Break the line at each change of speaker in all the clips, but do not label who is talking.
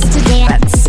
to dance.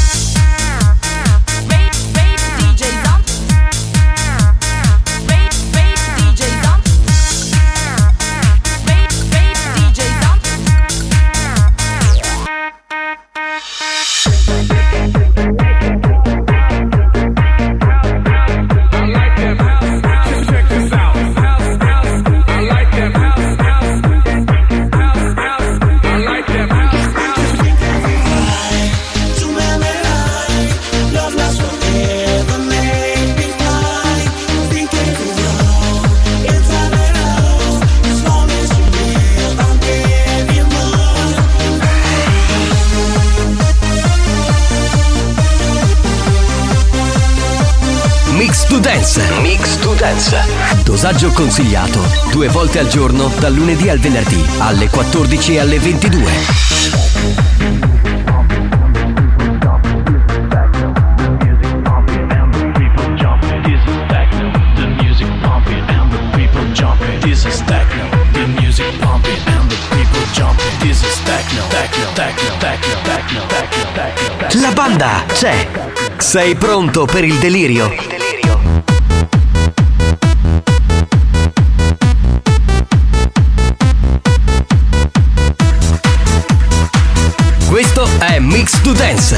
Mix to Dance. Mix to Dance. Dosaggio consigliato. Due volte al giorno, dal lunedì al venerdì, alle 14 e alle 22.
This is techno, the music pumping and the people jumping. This is techno, techno, techno, techno, techno, techno, techno, techno.
La banda c'è. Sei pronto per il delirio? Questo è Mix to Dance.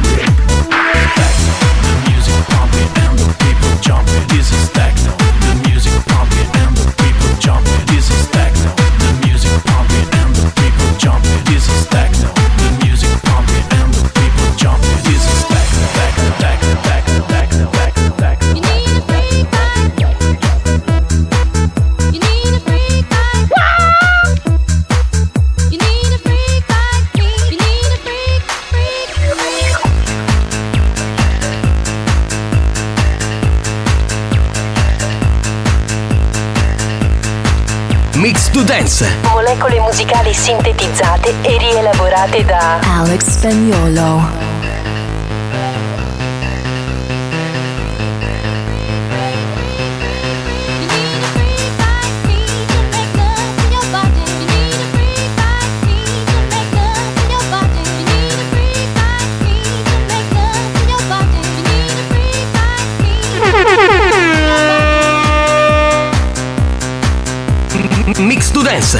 music pumping and the people jumping. This is techno, the music pumping and the people jumping. This is techno, the music pumping and the people jumping. This is techno, the music pumping and the people jumping. This is techno, techno, techno, techno, techno, techno, techno.
Mix to Dance.
molecole musicali sintetizzate e rielaborate da
Alex Spagnolo.
Mix to Dance,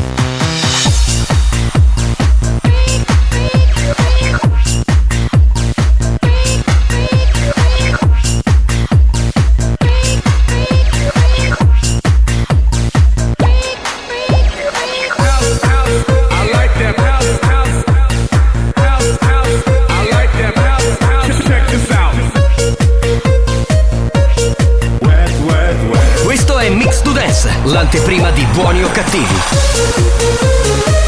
Questo è Mix to Dance, l'anteprima di buoni o cattivi.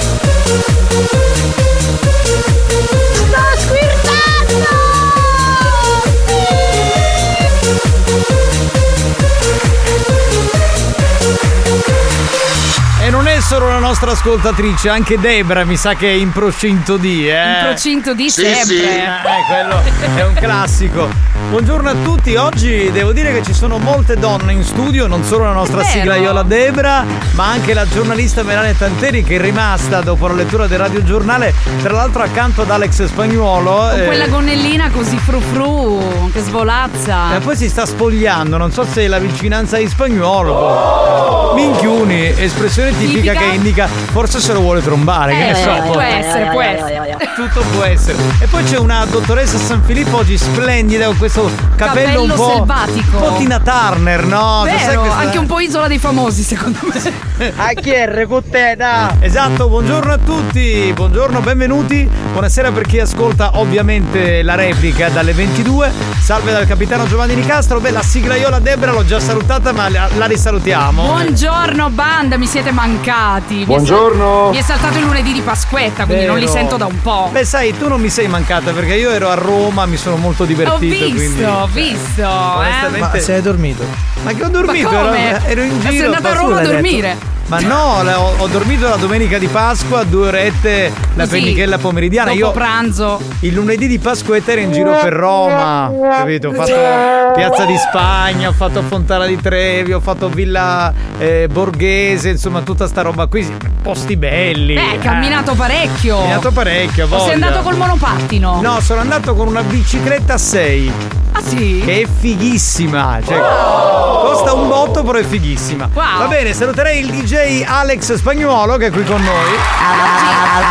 nostra ascoltatrice, anche Debra mi sa che è in procinto di, eh.
In procinto di
Sì,
sempre.
sì. Eh, quello è un classico. Buongiorno a tutti, oggi devo dire che ci sono molte donne in studio, non solo la nostra
Vero.
sigla Iola Debra, ma anche la giornalista Melania Tanteri che è rimasta dopo la lettura del radiogiornale, tra l'altro accanto ad Alex Spagnuolo.
Con
eh,
quella gonnellina così fru fru, che svolazza.
e poi si sta spogliando, non so se è la vicinanza di spagnolo. Minchiuni, espressione tipica,
Tipica? Eh,
che indica forse se lo vuole trombare, che ne so.
può
poi.
essere, può essere.
Tutto può essere. E poi c'è una dottoressa San Filippo oggi splendida con questo capello,
Capello
un po'.
selvatico.
Un po' Tina Turner, no? Cos'è
Vero,
questa-
anche un po' isola dei famosi, secondo me.
A chi è da? Esatto, buongiorno a tutti, buongiorno, benvenuti, buonasera per chi ascolta ovviamente la replica dalle 22, salve dal capitano Giovanni Nicastro, beh la sigla io la Debra l'ho già salutata ma la, la risalutiamo.
Buongiorno banda, mi siete mancati. Mi è
Buongiorno.
sal- Mi è saltato il lunedì di Pasquetta, quindi non li
Vero.
sento da un po'.
Beh sai, tu non mi sei mancata perché io ero a Roma, mi sono molto divertito.
Ho visto,
quindi,
ho
cioè,
visto. eh.
onestamente- dormito? Ma che ho dormito?
Ma come?
Ero, ero in
Ma
giro.
sei andata a
Ma
Roma
scusa,
a
hai detto?
dormire?
Ma no, la- ho, ho dormito la domenica di Pasqua, due orette, la
Così,
pennichella pomeridiana.
dopo
Io
pranzo.
Il lunedì di Pasquetta ero in giro per Roma, capito? Ho fatto Piazza di Spagna, ho fatto Fontana di Trevi, ho fatto Villa eh, Borghese, insomma tutta sta roba qui, posti belli.
Beh, hai
eh.
camminato parecchio.
Camminato parecchio,
O sei
voglia.
andato col monopattino?
No, sono andato con una bicicletta a 6.
Ah sì?
Che è fighissima. Cioè, Costa un botto, però è fighissima.
Wow.
Va bene, saluterei il DJ Alex Spagnuolo che è qui con noi.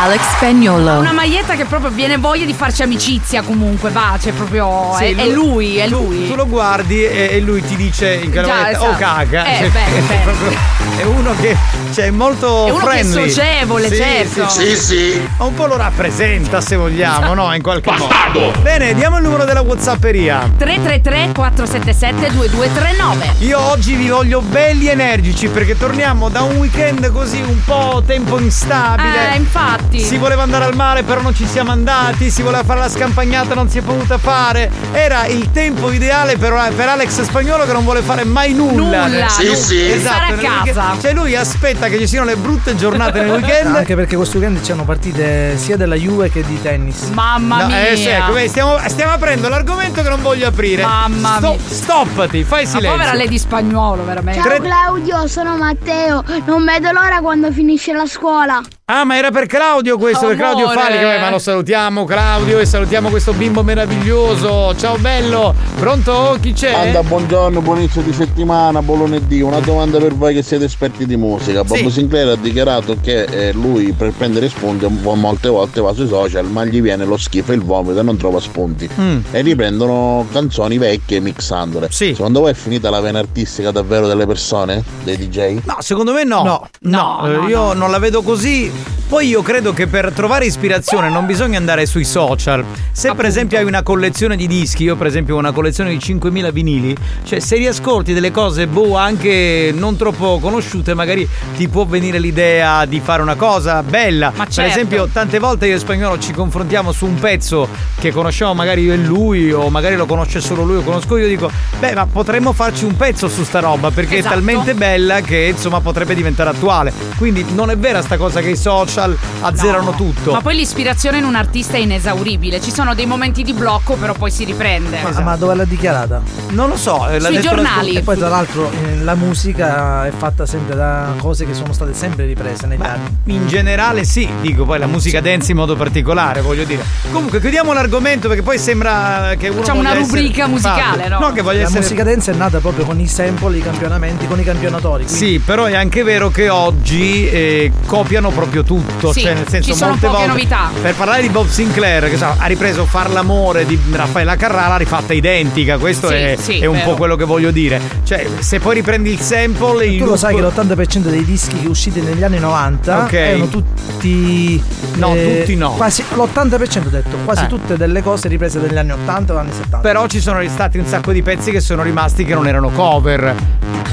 Alex Spagnolo.
Una maglietta che proprio viene voglia di farci amicizia comunque, va, c'è proprio...
Sì,
è, è lui, è
tu-
lui.
Tu, lo guardi e, e lui ti dice in
Già,
calore
esatto.
oh caca.
Eh,
Cioè,
beh,
è,
beh.
proprio- è uno che cioè, è molto
È uno che è
friendly.
socievole, certo. Sì, sì.
Un po' lo rappresenta se vogliamo, no? In qualche modo. Bene, diamo il numero della Whatsapperia.
333 477 2239
Io oggi vi voglio belli energici perché torniamo da un weekend così un po' tempo instabile.
Eh, infatti.
Si voleva andare al mare però non ci siamo andati, si voleva fare la scampagnata non si è potuta fare. Era il tempo ideale per, per Alex Spagnolo che non vuole fare mai nulla.
Nulla, Sì, nulla. sì. Stare a
nel
casa.
weekend- Cioè lui aspetta che ci siano le brutte giornate nel weekend.
Anche perché questo weekend c'erano partite sia della Juve che di tennis.
Mamma
No, eh, sì, ecco, vedi, stiamo, stiamo aprendo l'argomento che non voglio aprire.
Mamma
Sto-
mia.
Stoppati, fai
La
silenzio.
povera Lady Spagnuolo, veramente.
Tre-
Claudio, sono Matteo. Non vedo l'ora quando finisce la scuola.
Ah, ma era per Claudio questo, per
Amore.
Claudio Fali. che- Ma lo salutiamo, Claudio, e salutiamo questo bimbo meraviglioso. Ciao, bello. Pronto? Chi c'è?
Anda, buongiorno, buon inizio di settimana, buon lunedì.
Eh.
Una domanda per voi che siete esperti di musica. Bob Sinclair ha dichiarato che eh, lui per prendere spunti mo- molte volte va sui social, ma gli viene lo schifo e il vomito e non trova spunti.
Mm.
E riprendono canzoni vecchie mixandole. Secondo voi è finita la vena artistica davvero delle persone? Dei DJ?
No, secondo me no. No, eh, io non la vedo così. Poi io credo che per trovare ispirazione non bisogna andare sui social. Se per esempio hai una collezione di dischi, io per esempio ho una collezione di 5.000 vinili, cioè se riascolti delle cose, boh, anche non troppo conosciute, magari ti può venire l'idea di fare una cosa bella. Per
certo.
esempio, tante volte io e Spagnolo ci confrontiamo su un pezzo che conosciamo magari io e lui, o magari lo conosce solo lui o conosco io, dico, beh, ma potremmo farci un pezzo su sta roba, perché
Esatto.
è talmente bella che insomma potrebbe diventare attuale. Quindi non è vera sta cosa che i social azzerano tutto.
Ma poi l'ispirazione in un artista è inesauribile. Ci sono dei momenti di blocco, però poi si riprende.
Ma, ma dove l'ha dichiarata?
Non lo so, eh,
l'ha esatto. Sui detto la- giornali.
E poi tra l'altro eh, la musica è fatta sempre da cose che sono state sempre riprese negli anni.
In generale sì, dico poi la musica dance in modo particolare, voglio dire. Comunque chiudiamo l'argomento perché poi sembra che uno
Facciamo
voglia
una
essere-
rubrica
musicale,
Infatti,
no?
No, che voglia
la
essere
musica dance è nata proprio con i sample, i campionamenti, con i campionatori. quindi-
Sì, però è anche vero che oggi eh, copiano proprio tutto.
Sì,
cioè, nel senso,
ci sono
molte
poche
volte.
novità.
Per parlare di Bob Sinclair, che sa, ha ripreso Far l'amore di Raffaella Carrà, l'ha rifatta identica. Questo
Sì,
è,
sì,
è un
vero.
po' quello che voglio dire. Cioè, se poi riprendi il sample. il
Tu lo
loop-
sai che l'80% dei dischi che usciti negli anni 90
Ok.
erano tutti. eh,
No, tutti no.
Quasi l'80% ho detto, quasi
Eh.
tutte delle cose riprese dagli anni 80 o anni 70.
Però ci sono stati un sacco di pezzi che sono rimasti che non erano cover.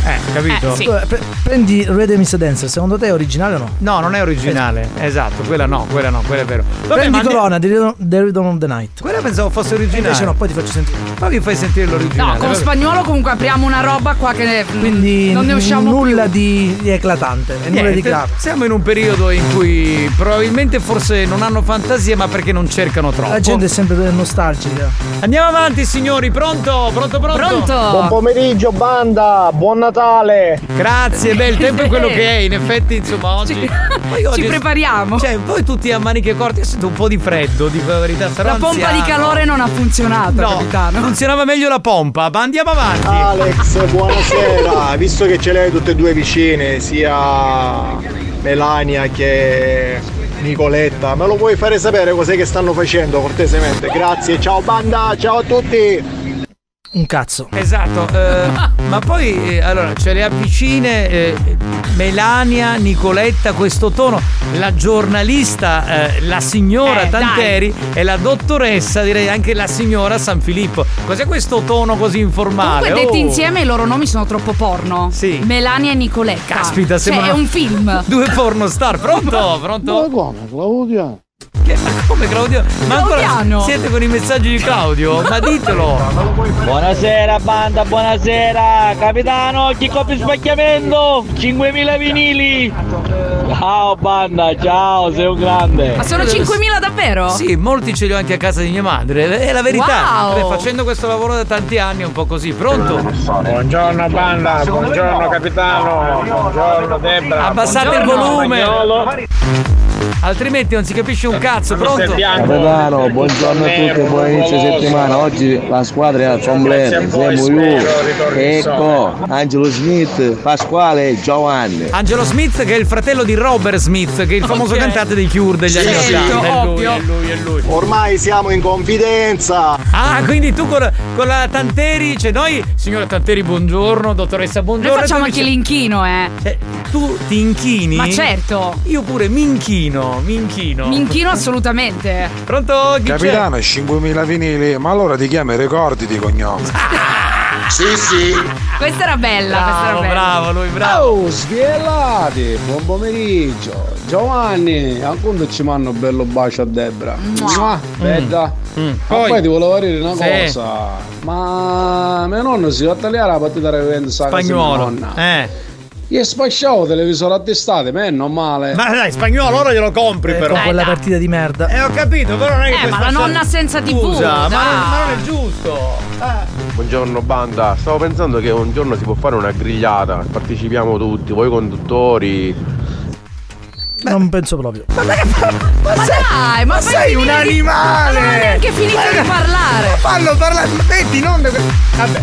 Eh, capito?
Allora, pre- prendi Red Emis Dancer, secondo te è originale o no?
No, non è originale. male. Esatto, quella no, quella no, quella è vero. Vabbè,
Prendi
ma ne-
Corona, di Rhythm- The Rhythm of the Night.
quella pensavo fosse originale.
Invece no, poi ti faccio sentire.
Ma mi fai sentire l'originale.
No, con
eh, vabbè.
spagnolo comunque apriamo una roba qua che mm,
Quindi
non ne usciamo
nulla di, di eclatante, e nulla di
Eh, Niente,
grave.
siamo in un periodo in cui probabilmente forse non hanno fantasia, ma perché non cercano troppo.
La gente è sempre nostalgica.
Andiamo avanti, signori. Pronto? Pronto, pronto?
più.
Buon
Pronto?
pomeriggio banda, buon Natale!
Grazie, beh, il tempo è quello
Eh.
che è, in effetti, insomma, oggi. Poi oggi-
Ci prepariamo.
Cioè, voi tutti a maniche corte, io sento un po' di freddo, dico la verità. Sarò
La pompa di
anziano.
calore non ha funzionato,
No,
capitano.
funzionava meglio la pompa, ma andiamo avanti.
Alex, buonasera! Visto che ce le hai tutte e due vicine, sia Melania che Nicoletta, me lo puoi fare sapere cos'è che stanno facendo cortesemente? Grazie, ciao banda, ciao a tutti!
Un cazzo.
Esatto, eh, ma poi eh, allora ce le avvicine eh, Melania, Nicoletta, questo tono, la giornalista, eh, la signora
Eh, dai.
Tanteri e la dottoressa, direi anche la signora San Filippo. Cos'è questo tono così informale?
Comunque detti
Oh.
insieme i loro nomi sono troppo porno.
Sì.
Melania e Nicoletta.
Caspita,
cioè,
sembra-
è un film.
Due pornostar, pronto?
Ma
Pronto?
come, Claudia?
Che- ma come Claudio? Ma ancora
Claudiano.
siete con i messaggi di Claudio? Ma ditelo!
Buonasera banda, buonasera Capitano, chi copre sbacchiamento? 5.000 vinili Ciao banda, ciao, sei un grande
Ma sono 5.000 davvero?
Sì, molti ce li ho anche a casa di mia madre, è la verità.
Wow.
Beh, Facendo questo lavoro da tanti anni è un po' così, pronto?
Buongiorno banda, buongiorno capitano, buongiorno Debra,
Abbassate il
Buongiorno,
volume,
buongiorno
altrimenti non si capisce un cazzo, pronto?
Capitano, buongiorno a tutti, buon inizio settimana Oggi la squadra è al completo, siamo io, Ecco, Angelo Smith, Pasquale, Giovanni
Angelo Smith che è il fratello di Robert Smith, che è il famoso
Ok.
cantante dei Cure degli anni
sì,
80. È lui,
ovvio.
è lui, è lui.
Ormai siamo in confidenza!
Ah, quindi tu con, con la Tanteri, cioè noi, signora Tanteri, buongiorno, dottoressa,
Noi
buongiorno.
facciamo
tu
anche
mi-
l'inchino, eh.
Cioè, tu ti inchini?
Ma certo.
Io pure mi inchino, mi inchino.
L'inchino assolutamente.
Pronto? Chi c'è?
5.000 vinili, ma allora ti chiami ricordi di cognome.
Sì, sì.
Cioè, Questa era bella, questa era
Bravo,
bella.
bravo, lui, bravo.
Ciao, svielati, buon pomeriggio Giovanni, a quanto ci mando un bello bacio a Debra Mua, Bella
Mm,
Ma poi, ti volevo dire una
Sì.
cosa. Ma mio nonno si va a tagliare la partita revenza
spagnolo. Eh.
Io spacciavo il televisore a testate, ma è normale.
Ma dai, spagnolo, ora glielo compri
Eh, Con
però.
quella
dai.
partita di merda.
Eh, ho capito, però non è che
Eh,
puoi
ma la
spacciare-
nonna senza TV,
Scusa, ma, non,
dai.
ma non è giusto.
Buongiorno banda, stavo pensando che un giorno si può fare una grigliata, partecipiamo tutti, voi conduttori.
Non penso proprio.
Ma, dai, ma, fai
sei un
finire di-
animale!
Ma non ha neanche finito di parlare.
Fallo parlare, metti non Vabbè,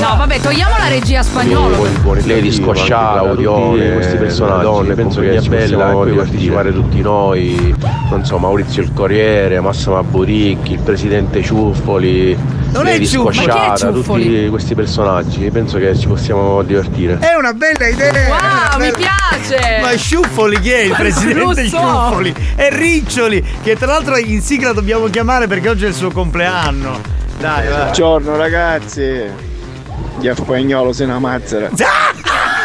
No, vabbè, togliamo la regia spagnolo.
Lady Scosciata, Claudione, questi personaggi, penso che sia bello partecipare tutti noi, non so, Maurizio il Corriere, Massimo Buricchi, il presidente Ciuffoli,
Non è
Lady
Ciuffoli.
Ma chi è
Scosciata,
Ciuffoli?
tutti questi personaggi, penso che ci possiamo
Eh.
divertire.
è una bella idea.
Wow, mi
Ma
piace.
Sciuffoli chi è? Il
Ma non
presidente
Eh. lo so.
Sciuffoli e Riccioli, che tra l'altro in sigla dobbiamo chiamare perché oggi è il suo compleanno. Dai, vai.
Buongiorno ragazzi! Gli spagnolo se una mazzera!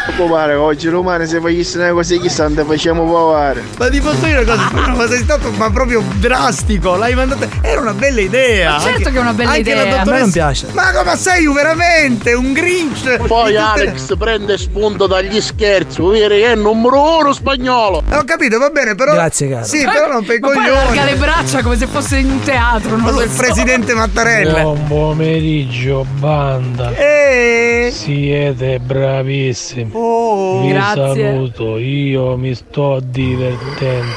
Preoccupare, oggi romani se facessero una cosa chissà non te facciamo provare!
Ma ti posso dire una cosa? Ma sei stato ma proprio drastico. L'hai mandata. Era una bella idea.
Ma certo
Anche-
che è una bella
anche
idea.
La
A me
dottoressa...
non piace.
Ma come sei veramente un Grinch? Di
Poi
tutte le-
Alex prende spunto dagli scherzi, vuol dire che è numero uno spagnolo.
Ho capito, va bene, però.
Grazie, caro.
Sì, però non per i
Ma poi allarga le
coglioni.
braccia come se fosse in un teatro, non lo
Il
so.
presidente Mattarella.
pomeriggio banda,
E...
siete bravissimi!
Eh? Oh.
Vi
Grazie.
saluto, io mi sto divertendo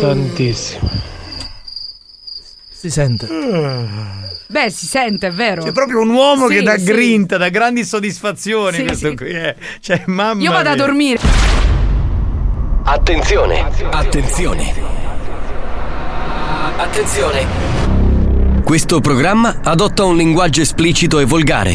tantissimo.
Si sente.
Ah.
Beh, si sente, è vero.
È proprio un uomo
Sì,
che dà
sì.
grinta, dà grandi soddisfazioni.
Sì,
questo
sì.
qui eh. Cioè, mamma
Io vado a
mia.
dormire.
Attenzione! Attenzione! Attenzione! Questo programma adotta un linguaggio esplicito e volgare,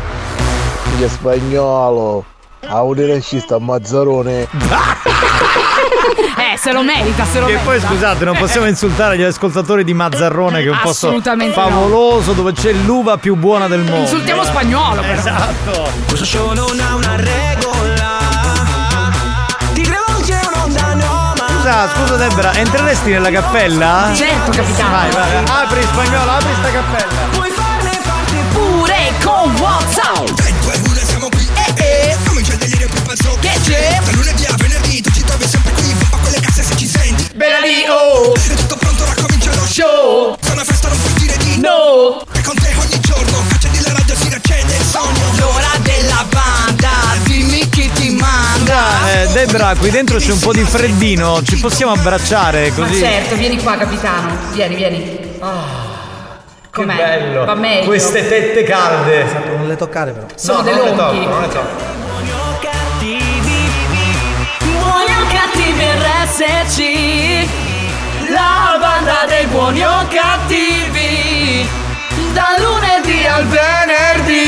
Che spagnolo, audirecista Mazzarone.
Ah!
Eh, se lo merita, se lo
Che
merita.
poi scusate, non possiamo insultare gli ascoltatori di Mazzarrone che è un posto
Assolutamente no.
favoloso dove c'è l'uva più buona del mondo.
Insultiamo spagnolo, però.
Esatto.
Questo show non ha una regola. Ti credo c'è un'onda anoma.
Scusa, scusa Debra, entreresti nella cappella?
Certo, capitano.
Vai, vai, vai. Apri spagnolo, apri sta cappella.
Puoi farne parte pure con WhatsApp. 3, 2, 1, siamo qui. Eh, eh. Comincia il delirio più pazzo. Che c'è? Da lunedì a venerdì tu ci trovi sempre qui. Bomba con le casse se ci senti. Bella lì, oh. È tutto pronto, ora comincia lo show. Fa una festa, non puoi dire di no. E con te ogni giorno. Accendi la radio, si riaccende il sogno. L'ora della banda. Dimmi chi ti manda.
Eh, Debra, qui dentro c'è un po' di freddino, ci possiamo abbracciare
Ma
così?
certo, vieni qua, capitano. Vieni, vieni. Ah, com'è? Va meglio.
tette calde.
Non le toccare però.
Sono No, delle non le tocco, unghie. non le
Buoni o cattivi RSC La banda dei buoni o cattivi Da lunedì al venerdì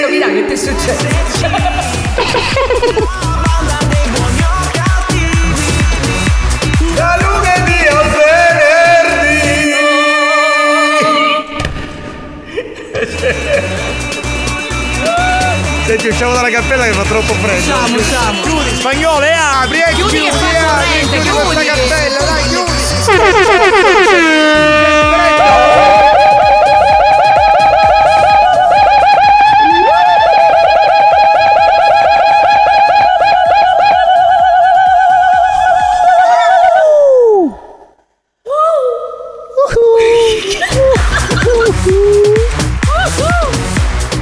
Capitano, che ti succede?
Da lunedì al venerdì
Senti, usciamo dalla cappella che fa troppo freddo.
Usciamo, usciamo.
Chiudi, spagnolo, e apri, eh,
Chiudi che fa corrente,
chiudi questa
chiudi.
cappella, dai,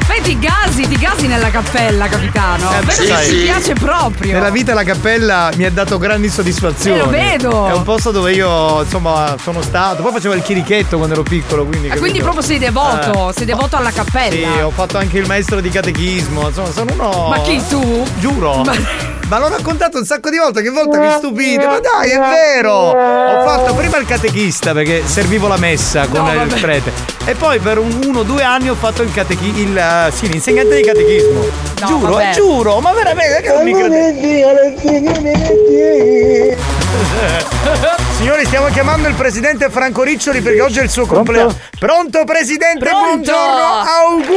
Vedi, gasi, ti gasi nella cappella, capitano.
Eh,
Vedo che
sai-
ti piace proprio.
Nella vita la cappella mi ha dato grandi soddisfazioni.
Eh, lo vedo.
È un posto dove io, insomma, sono stato. Poi facevo il chirichetto quando ero piccolo, quindi.
Ah, quindi
capito?
proprio sei devoto,
Eh.
sei devoto alla
Sì,
cappella.
ho fatto anche il maestro di catechismo, insomma, sono uno.
Ma chi tu?
Giuro!
Ma-
Ma, l'ho raccontato un sacco di volte, che volte mi stupite! Ma dai, è vero! Ho fatto prima il catechista perché servivo la messa con
No,
il
vabbè.
prete. E poi per un- uno o due anni ho fatto il catechi- il, eh, sì, l'insegnante di catechismo. giuro, eh,
vabbè.
giuro, ma veramente che non mi credete. Signori, stiamo chiamando il presidente Franco Riccioli perché oggi è il suo compleanno. Pronto presidente,
Pronto?
buongiorno, auguri!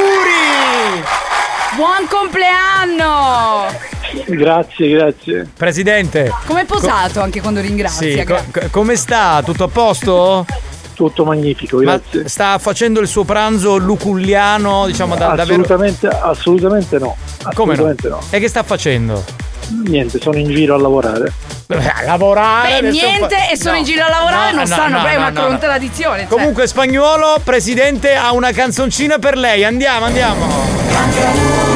Buon compleanno!
Grazie, grazie. Presidente.
Com'è posato anche quando
Sì,
ringrazia?
co- co- come sta? Tutto a posto? Tutto magnifico, grazie. sta facendo il suo pranzo luculliano, diciamo, da, da vero-
assolutamente, assolutamente no.
Come no?
Assolutamente no.
E che sta facendo?
Niente, sono in giro a lavorare.
A lavorare?
Beh,
Ah, adesso fa-
niente, e sono in giro a lavorare,
no,
non
no,
stanno,
no,
beh, è
no,
una
no, no.
contraddizione. cioè.
Comunque, spagnolo, presidente ha una canzoncina per lei. Andiamo, andiamo.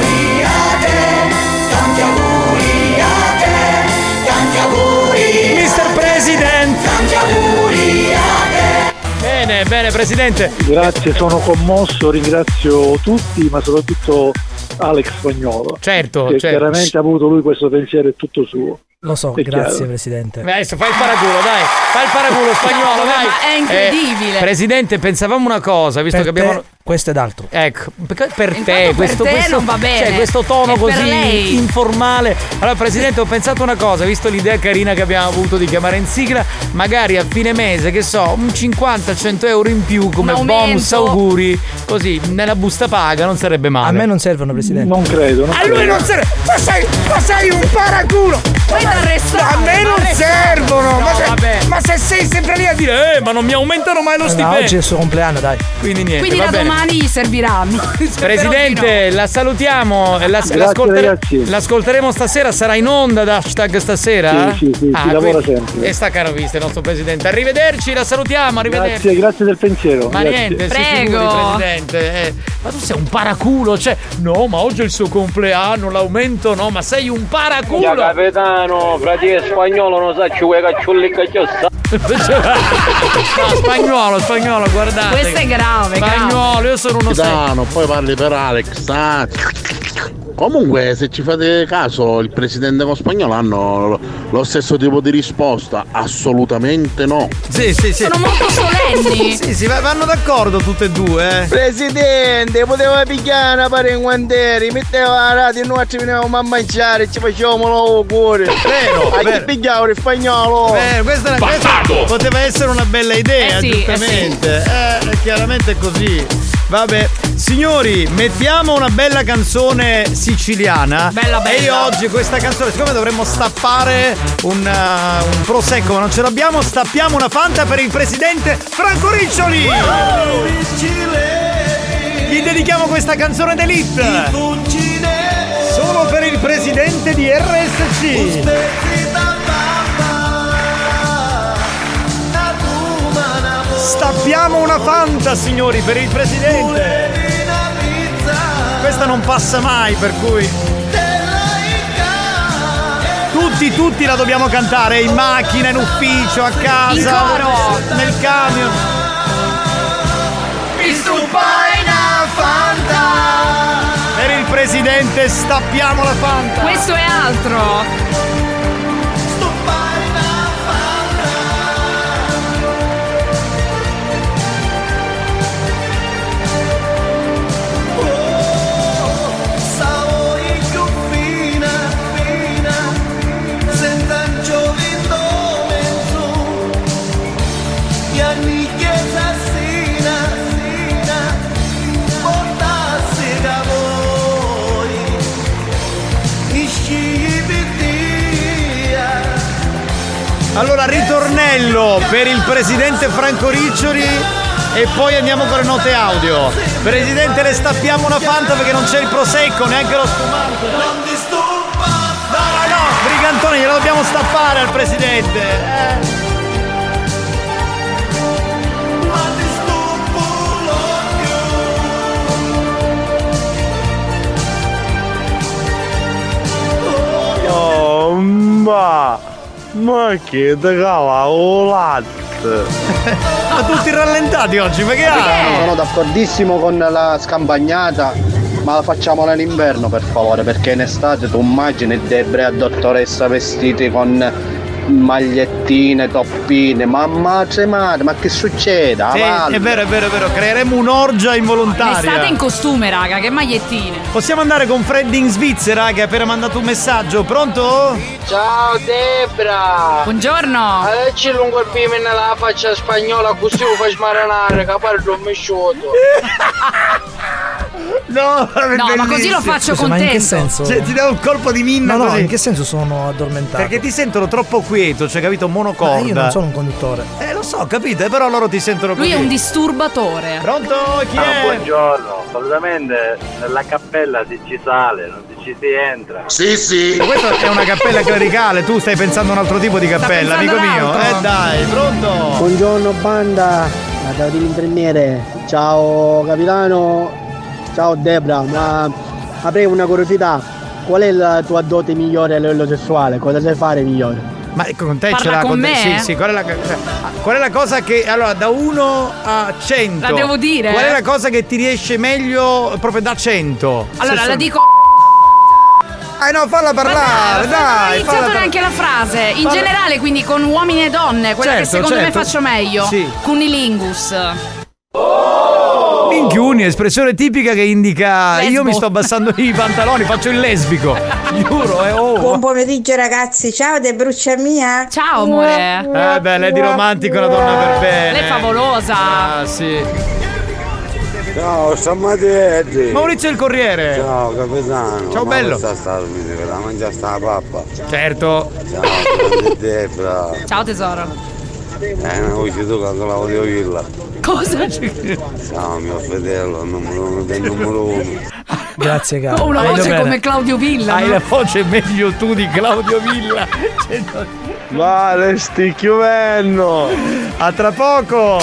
Tanti auguri
Mr. President
Tanti auguri a te
Bene, bene, presidente.
Grazie, sono commosso, ringrazio tutti, ma soprattutto Alex Spagnolo.
Certo,
che
certo.
chiaramente ha avuto lui questo pensiero, è tutto suo.
Lo so,
È
grazie
chiaro.
presidente.
Beh, Adesso fai il paraculo, dai. Fai il paraculo spagnolo,
No,
dai.
ma è incredibile.
Eh, presidente, pensavamo una cosa, visto
Per
che abbiamo.
te, questo ed altro.
Ecco, perché per
Intanto
te,
per
questo,
te
questo-
non va bene.
Cioè, questo tono
È per
così
lei.
informale. Allora, presidente, ho pensato una cosa, visto l'idea carina che abbiamo avuto di chiamare in sigla, magari a fine mese, che so, un 50-100 euro in più come
Un
bonus
aumento.
auguri, così nella busta paga non sarebbe male.
A me non servono presidente.
Non credo.
A lui non serve. Ma sei, ma sei un paraculo. Ma-
arrestato,
a me
ma
non
arrestato.
servono. ma,
No,
se,
vabbè.
ma se sei sempre lì a dire, eh, ma non mi aumentano mai lo
Ma
stipendio.
oggi è il suo compleanno, dai.
Quindi niente.
Quindi
va
da
bene.
domani serviranno. Spero di
Presidente, la salutiamo. eh, La,
Grazie,
l'ascoltere-
ragazzi.
l'ascolteremo stasera. Sarà in onda ad hashtag stasera? Ah,
Sì, sì, sì, si lavora
quindi-
sempre.
E sta caro visto il nostro presidente. Arrivederci, la salutiamo. Arrivederci.
Grazie, grazie del pensiero.
Ma
grazie.
niente, si figuri, presidente. eh. ma tu sei un paraculo, cioè. No, ma oggi è il suo compleanno, l'aumento no, ma sei un
Ya
paraculo!
capitano, frate spagnolo non sa ci vuoi cacciulli cacciassa.
No, spagnolo, spagnolo, guardate.
Questo è grave, grave.
Spagnolo, io sono uno
Capitano, poi parli per Alex. ah. Comunque, se ci fate caso, il presidente con spagnolo hanno lo stesso tipo di risposta. Assolutamente no.
Sì, sì, sì.
Sono molto solenni.
Sì, sì, va- vanno d'accordo tutte e due. eh.
Presidente, poteva pigliare una pari in guantieri, metteva la radio e noi ci venivamo a mangiare e ci facevamo l'augurio.
Vero,
A chi
vero.
pigliava il spagnolo?
Eh, questa, era, questa poteva essere una bella idea,
Eh sì, eh
giustamente. Eh, chiaramente è così. Vabbè, signori, mettiamo una bella canzone siciliana.
Bella, bella.
E io oggi questa canzone, siccome dovremmo stappare un, uh, un prosecco, ma non ce l'abbiamo, stappiamo una fanta per il presidente Franco Riccioli. Gli dedichiamo questa canzone d'elite. Solo per il presidente di RSC. Stappiamo una fanta, signori, per il presidente. Questa non passa mai, per cui. Tutti, tutti la dobbiamo cantare, in macchina, in ufficio, a casa,
coro.
nel camion.
Mi stupai una fanta
Per il presidente stappiamo la fanta.
Questo è altro.
Savori confina, fina Sentan giovendo mezzo Gli anni che assassina, assina Portassi da voi Isci via
Allora, ritornello per il presidente Franco Riccioli e poi andiamo con le note audio. Presidente, le stappiamo una fanta perché non c'è il prosecco, neanche lo spumante.
Non ti stupa
No, brigantone, glielo dobbiamo stappare al presidente. ecco.
Oh, ma, ma che
oh,
cavolate!
Ma Ah, tutti rallentati oggi, ma che
Sono d'accordissimo con la scampagnata, ma la facciamo nell'inverno per favore, perché in estate tu immagini Debra e dottoressa vestiti con magliettine, toppine, mamma c'è madre, ma che succede?
Sì, è vero, è vero, è vero, creeremo un'orgia
L'estate in
involontaria.
costume, raga, che magliettine.
Possiamo andare con Freddy in Svizzera che ha appena mandato un messaggio, pronto?
Ciao Debra!
Buongiorno!
Adesso lungo il pime nella faccia spagnola così lo fai smarinare, che pare non mi sciuto.
No,
No, ma così lo faccio
Scusa,
con
ma in
te.
che senso?
Cioè, ti do un colpo di minna
No, no,
così.
in che senso sono addormentato?
Perché ti sentono troppo quieto, cioè capito, monocorda.
Ma io non sono un conduttore.
Eh lo so, capito, eh, però loro ti sentono
Lui è un
così.
disturbatore.
Pronto? Chi è?
buongiorno, solitamente nella cappella si ci sale, non ci si entra.
Sì, sì.
Ma Questa è una cappella clericale, tu stai pensando a un altro tipo di cappella, amico
pensando
mio.
all'altro.
Eh dai, pronto?
Buongiorno banda, da Infermiere, ciao capitano, ciao Debra, ma avrei una curiosità, qual è la tua dote migliore a livello sessuale? Cosa sai fare migliore?
Ma ecco, con te ce
Parla
l'ha
con
con te.
me,
Sì,
eh?
sì, qual è la cioè, qual è la cosa che allora da 1 a 100
La devo dire? eh?
Qual è la cosa che ti riesce meglio proprio da 100?
Allora,
Se
la
sono-
dico.
Eh no, falla parlare,
Ah,
Non ho
dai, falla
iniziato
parlare.
neanche la frase. In
Falla-
generale, quindi con uomini e donne, quella che
Certo,
secondo me
certo.
faccio meglio.
Sì.
Cunilingus.
Minchiuni, espressione tipica che indica io mi sto abbassando i pantaloni, faccio il lesbico. Giuro, eh, oh.
Buon pomeriggio ragazzi, ciao De Brucia mia.
Ciao amore.
Eh beh, lei di romantico è una donna per bene.
Lei è favolosa.
Ah, sì.
Ciao, siamo Mattetti.
Maurizio il Corriere.
Ciao, capitano.
Ciao,
Ma
bello.
Sta sta musica, la mangia sta pappa.
Certo.
Ciao, grande Debra.
Ciao tesoro.
Eh, non voce tu con Claudio Villa.
Cosa?
Ciao, mio fratello, numero uno del numero uno.
Grazie, caro.
Ho una
Hai
voce
ragione.
come Claudio Villa.
Hai
no?
la
voce meglio tu di Claudio Villa. Cioè, no.
Vale, sti chiudendo!
A tra poco!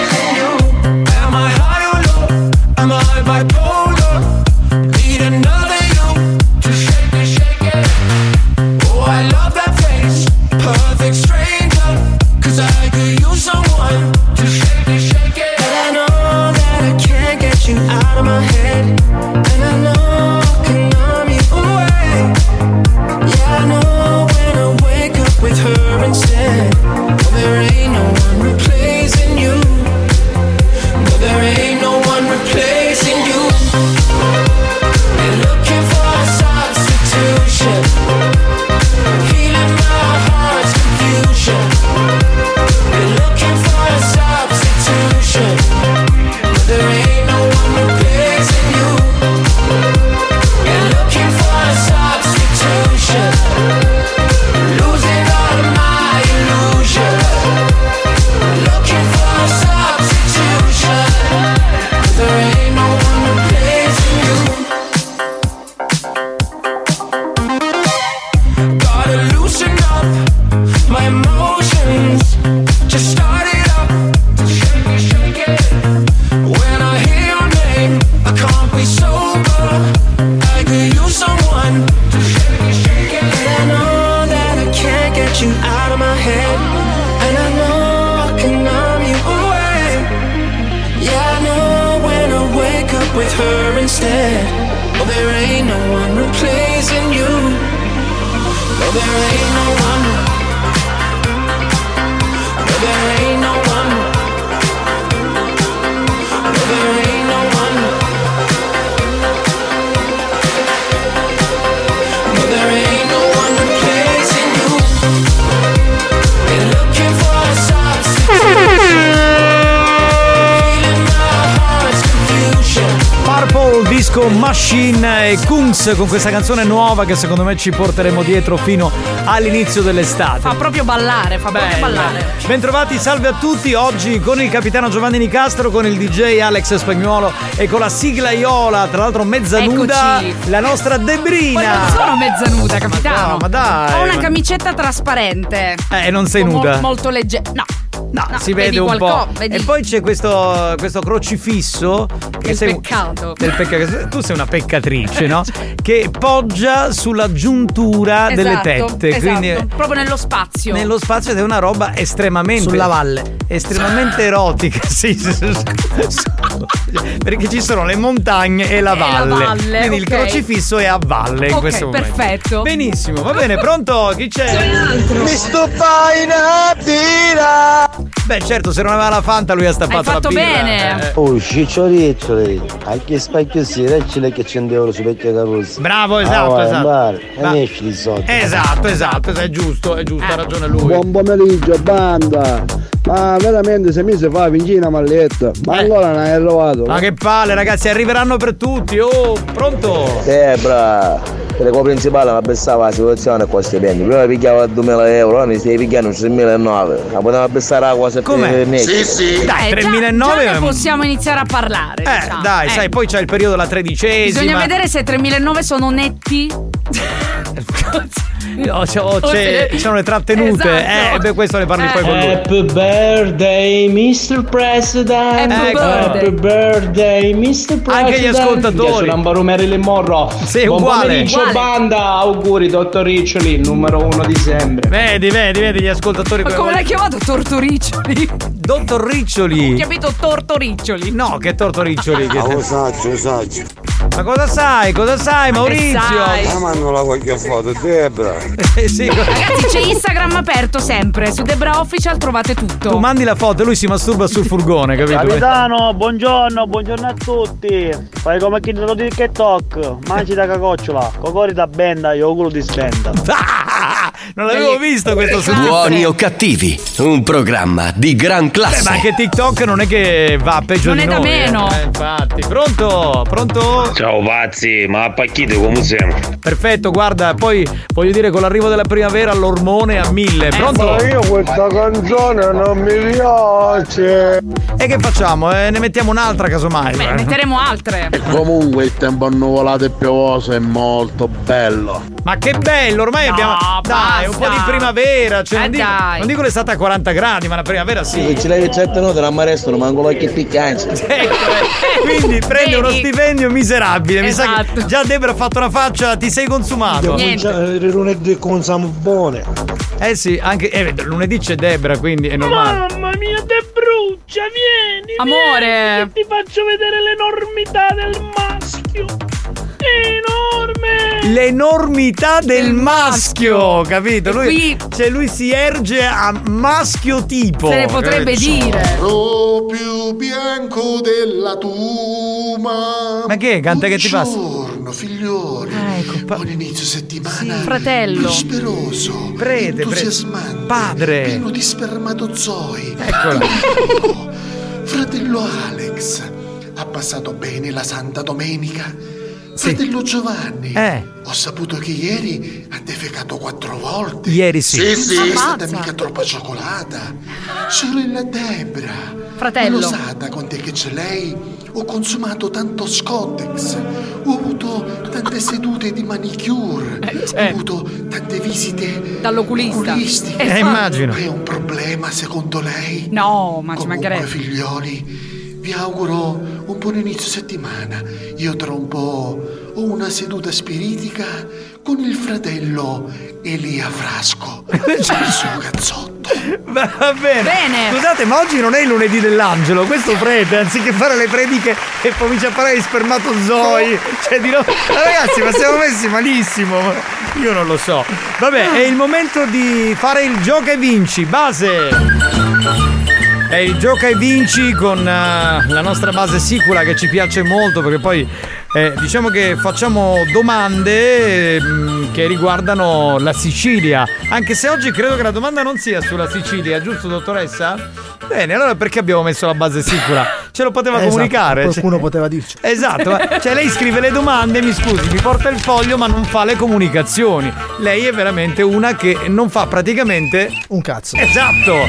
Am I high or low? Am I bipolar? Need another you to shake it, shake it. Oh, I love that face, perfect stranger. 'Cause I could use someone to shake it, shake it. But I know that I can't get you out of my head, and I know I can numb you away. Yeah, I know when I wake up with her instead. Well, there ain't no one replacing you. No, there ain't no one replacing you. They're looking for a substitution. Healing my heart's confusion. They're looking for a substitution. No, there ain't no one replacing you. They're looking for a substitution. Losing all of my illusions. Looking for a substitution. There ain't no one replacing you. Gotta loosen up my emotions. Just start it up. Shake it, shake it. When I hear your name, I can't be sober. I could use someone to shake it, shake it. And I know that I can't get you out of my head. And I know I can numb you away. Yeah, I know when I wake up with her instead. Oh, there ain't no one replacing you. No, there ain't no one. No, there ain't no one. No, there ain't no one. No, Oh, there ain't no one replacing you. They're looking for a
Purple Disco Machine e Kunz con questa canzone nuova che secondo me ci porteremo dietro fino all'inizio dell'estate.
Fa proprio ballare, fa proprio ballare.
Bentrovati, salve a tutti. Oggi con il capitano Giovanni Nicastro, con il DJ Alex Spagnuolo e con la sigla Iola, tra l'altro mezza nuda,
Eccoci.
la nostra Debrina.
Poi non sono mezza nuda, capitano.
ma dai.
Ho una
ma-
camicetta trasparente.
Eh, non sei
Mo-
nuda.
molto leggera. No. No,
si
vedi
vede un
qualco-
po'.
vedi-
E poi c'è questo, questo crocifisso che
Del
sei
peccato.
del pecca- Tu sei una peccatrice, no? che poggia sulla giuntura delle
Esatto,
tette.
esatto.
Quindi
proprio nello spazio.
nello spazio ed è una roba estremamente
Sulla
valle. Estremamente erotica, sì. sì, sì, sì. Perché ci sono le montagne e la valle.
valle,
Quindi il
ok.
crocifisso è a valle in
Ok,
questo momento.
perfetto.
Benissimo, va bene, pronto? Chi c'è?
Mi
sto tira! Beh, certo, se non aveva la Fanta lui ha stappato la birra. Eh.
Oh, cicciorezzole, anche specchio sera e ce l'hai che 100 euro su vecchia carrozza.
Bravo, esatto,
Ah, vai,
esatto.
mare, E
Ma-
ne esci di soldi.
Esatto, esatto, è giusto, è
Eh.
giusto, ha ragione lui.
Buon pomeriggio, banda! Ma veramente se mi si fa vincina una malletta, ma allora non hai trovato.
Eh. Ma che palle, ragazzi, arriveranno per tutti. Oh, pronto?
Eh,
Sembra che la principale mi pensava la situazione qua stipendi. Prima pigliava 2000 euro, ora mi stai pigliando 6.900. La poteva pensare la cosa
Come? Sì, sì. Dai,
Eh, già-
3009
già ne possiamo iniziare a parlare.
Eh,
diciamo.
dai,
Eh,
sai, poi c'è il periodo della tredicesima.
Bisogna vedere se 3009 sono netti.
Oh, c'è- oh, c'è-
Forse-
ci sono le trattenute.
Esatto.
Eh, beh, questo ne parli poi con lui.
Happy birthday, Mr. President!
Happy birthday.
Happy birthday, Mr. President!
Anche gli ascoltatori.
Sono Ambaro Marilyn Monroe.
Sì,
Buon
uguale.
pomeriggio,
Uguale.
banda! Auguri, dottor Riccioli, numero uno di sempre.
Vedi, vedi, vedi gli ascoltatori.
Ma come l'hai chiamato? Tortoriccioli?
Dottor Riccioli.
Ho capito Tortoriccioli.
Ah,
No, che tortoriccioli. che-
Saggio, saggio.
Ma cosa sai? Cosa sai,
Ma che
Maurizio?
sai?
Ah, ma non la voglio foto, Debra.
Eh
Ragazzi, c'è Instagram aperto sempre. Su Debra Official trovate tutto.
Tu mandi la foto e lui si masturba sul furgone, capito?
Capitano, buongiorno, buongiorno a tutti. Fai come chi non di che toc, mangi da cacocciola, cocori da benda, io culo di spenda.
non l'avevo visto questo su
Buoni o cattivi, un programma di gran
Eh, ma
classe.
anche TikTok non è che va peggio
Non
di
è da
noi,
meno.
eh. Eh, infatti. Pronto? Pronto?
Ciao pazzi, ma a Pacchito come siamo?
Perfetto, guarda, poi voglio dire con l'arrivo della primavera l'ormone a mille. Pronto?
Eh, Ma io questa canzone non mi piace.
E che facciamo? Eh, ne mettiamo un'altra casomai.
Beh, metteremo altre.
Comunque il tempo annuvolato e piovoso è molto bello.
Ma che bello, ormai
No,
abbiamo. Dai,
basta.
un po' di primavera. Cioè,
Eh,
non, dico,
dai.
non dico l'estate a 40 gradi, ma la primavera sì.
Ce l'hai ricetta certo no, te la marestano, manco l'occhio piccante.
Eh, Quindi prendi uno stipendio miserabile. Mi
Esatto.
sa che già Debra ha fatto una faccia, ti sei consumato.
Il lunedì con buone.
Eh sì, anche eh, lunedì c'è Debra, quindi è normale.
Mamma mia, te brucia, vieni!
Amore.
vieni, che ti faccio vedere l'enormità del maschio! Enorme!
L'enormità del maschio, capito?
E
Lui,
qui-
cioè lui si erge a maschio tipo. capito?
Proprio bianco della tuma.
Ma che canta che ti passa? Ah, ecco,
Buongiorno, figlioli. Buon inizio settimana.
fratello.
Prosperoso.
prete.
entusiasmante.
Padre.
Pieno di spermatozoi.
Eccola.
Ecco, Fratello Alex. Ha passato bene la Santa Domenica. Fratello Giovanni.
Eh.
Ho saputo che ieri ha defecato quattro volte.
Ieri sì.
Non è stata mica troppa cioccolata. Sorella Debra.
Fratello.
Rosata con te che c'è Cioè, lei. Ho consumato tanto Scotex. Ho avuto tante sedute di manicure. Ho avuto tante visite
Eh, certo. dall'oculista.
oculistiche.
Eh, immagino.
È un problema secondo lei?
No, ma ci
Comunque,
mancherebbe.
figlioli, vi auguro un buon inizio settimana. Io tra un po' ho una seduta spiritica con il fratello Elia Frasco.
Cioè,
Il suo cazzotto.
Va bene.
Bene.
Scusate, ma oggi non è il lunedì dell'angelo, questo prete, anziché fare le prediche e comincia a parlare di spermatozoi. Cioè di no. Ma Ragazzi, ma siamo messi malissimo. Io non lo so. Vabbè, è il momento di fare il gioca e vinci, base. È il gioca e vinci con eh, la nostra base sicula che ci piace molto perché poi eh, diciamo che facciamo domande ehm, che riguardano la Sicilia. Anche se oggi credo che la domanda non sia sulla Sicilia, giusto dottoressa? Bene, allora perché abbiamo messo la base sicula? Ce lo poteva
Esatto,
comunicare.
Qualcuno poteva dirci.
Esatto, ma- cioè lei scrive le domande, mi scusi, mi porta il foglio ma non fa le comunicazioni. Lei è veramente una che non fa praticamente
Un cazzo.
Esatto!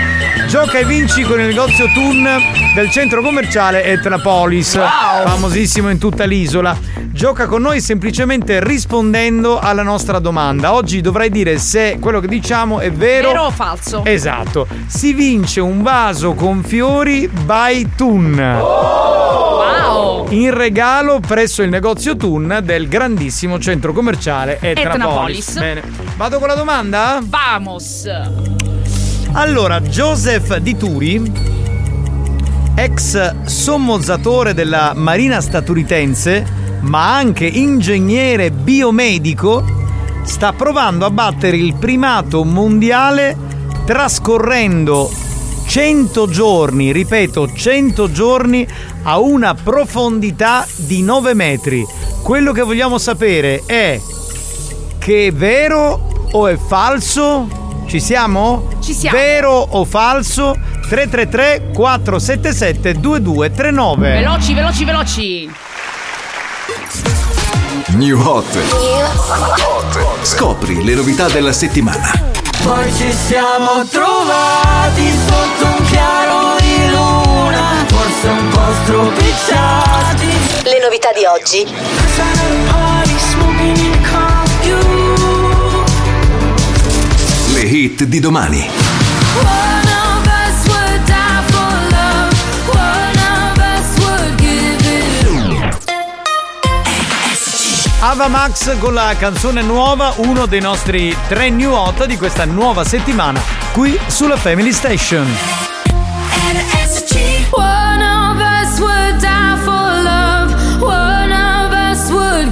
Gioca e vinci con il negozio Tun del centro commerciale Etnapolis, famosissimo in tutta l'isola. Gioca con noi semplicemente rispondendo alla nostra domanda. Oggi dovrai dire se quello che diciamo è vero,
Vero o falso?
Esatto. Si vince un vaso con fiori by Tun.
Oh!
Wow.
In regalo presso il negozio Tun del grandissimo centro commerciale Etnapolis.
Etnapolis.
Bene. Vado con la domanda? Eh.
Vamos.
Allora, Joseph Di Turi, ex sommozzatore della Marina statunitense, ma anche ingegnere biomedico, sta provando a battere il primato mondiale trascorrendo 100 giorni, ripeto, 100 giorni a una profondità di 9 metri. Quello che vogliamo sapere è che è vero o è falso? Ci siamo? Ci
siamo.
Vero o falso? 333 477 2239.
Veloci, veloci, veloci.
New Hot. Scopri le novità della settimana.
Poi ci siamo trovati sotto un chiaro di luna, forse un po' stropicciati. Le novità di oggi.
Le hit di domani.
Ava Max con la canzone nuova, uno dei nostri tre new hot di questa nuova settimana, qui sulla Family Station.
One of us would die for love, one of us would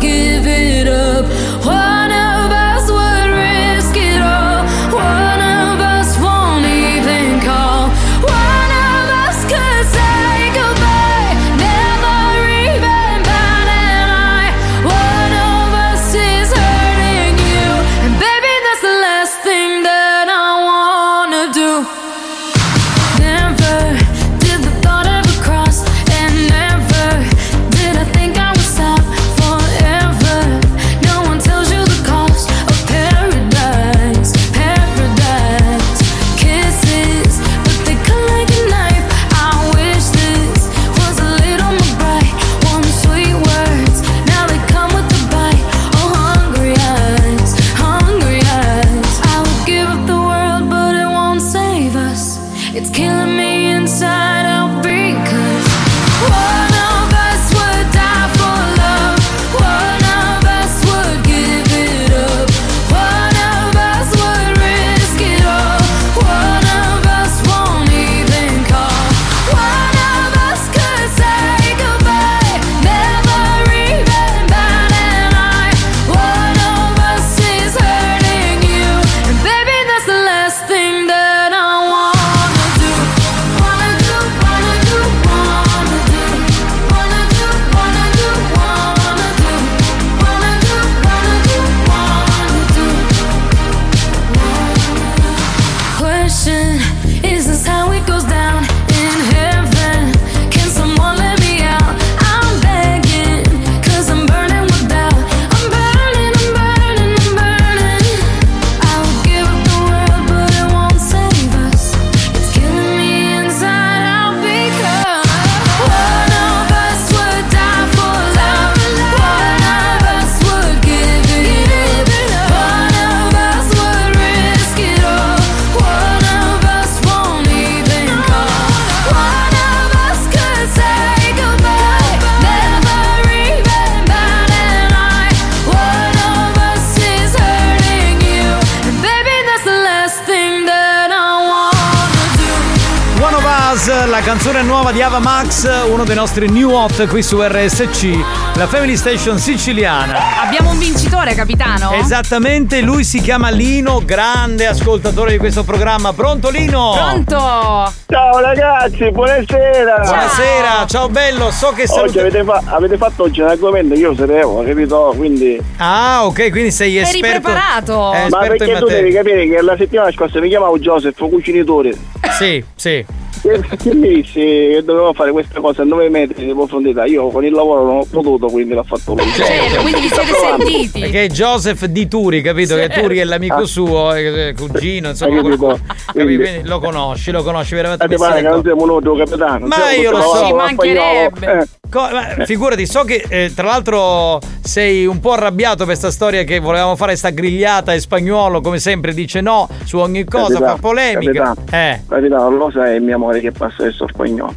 la canzone nuova di Ava Max, uno dei nostri new hot qui su RSC, la Family Station siciliana.
Abbiamo un vincitore, capitano?
Esatto, Esattamente, lui si chiama Lino, grande ascoltatore di questo programma. Pronto Lino?
Pronto?
Ciao ragazzi, buonasera.
Buonasera, ciao bello, so che sei.
Oggi avete, fa- avete fatto oggi un argomento che io sapevo, capito? Quindi.
Ah, ok, quindi sei
Eri
esperto.
preparato.
Eh,
Ma
esperto in
perché tu
materia.
devi capire che la settimana scorsa mi chiamavo Joseph, cucinitore.
Sì, sì.
Che che mi dissi che dovevo fare questa cosa a 9 metri di profondità. Io con il lavoro non ho potuto, quindi l'ha fatto lui.
Certo,
quindi vi siete sentiti.
Perché è Joseph di Turi, capito?
Sì.
Che Turi è l'amico
Ah.
suo, eh, eh, cugino, insomma,
Hai
lo,
capito?
capito?
Quindi-
Quindi lo conosci, lo conosci veramente. ecco. questa
State pare
è
che
la
non
cosa.
siamo noi, tuo capitano.
Ma
siamo
io lo
tutti
so,
lavato, spagnolo. Eh.
Co- ma figurati, so che eh, tra l'altro sei un po' arrabbiato per sta storia che volevamo fare sta grigliata e spagnolo, come sempre dice no su ogni cosa,
Capitano,
fa polemica.
capitano,
Eh,
Capitano, lo sai, mio amore, che passa adesso spagnolo.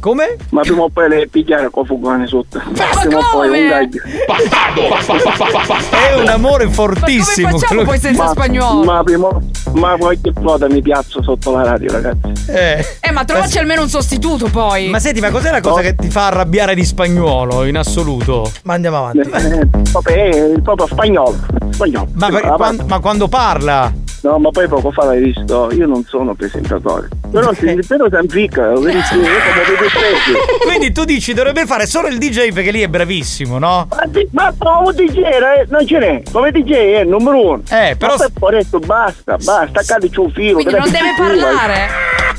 Come?
Ma prima o poi le pigliare con fugone sotto. prima o poi un taglio.
è un amore fortissimo. quello-
Ma- Ma prima ma qualche volta mi piazzo sotto la radio, ragazzi.
Eh.
Eh, ma trovaci almeno un sostituto poi.
Ma senti, ma cos'è la cosa che ti fa arrabbiare di spagnolo in assoluto?
Ma andiamo avanti.
Eh, Proprio, eh, proprio spagnolo. Spagnolo. Ah,
Ma, perché quan- ma quando parla?
No, ma poi poco fa l'hai visto, io non sono presentatore. Però se
Eh.
però si anfica, lo vedi tu, io come vedo sempre.
Quindi tu dici dovrebbe fare solo il DJ perché lì è bravissimo, no?
Ma di- Ma provo DJ, eh, non ce n'è. Come DJ è il numero uno.
Eh, però-
Ma poi ho detto basta, basta, accade c'è un filo.
Quindi
dai,
non
che
deve
ci vuole.
parlare.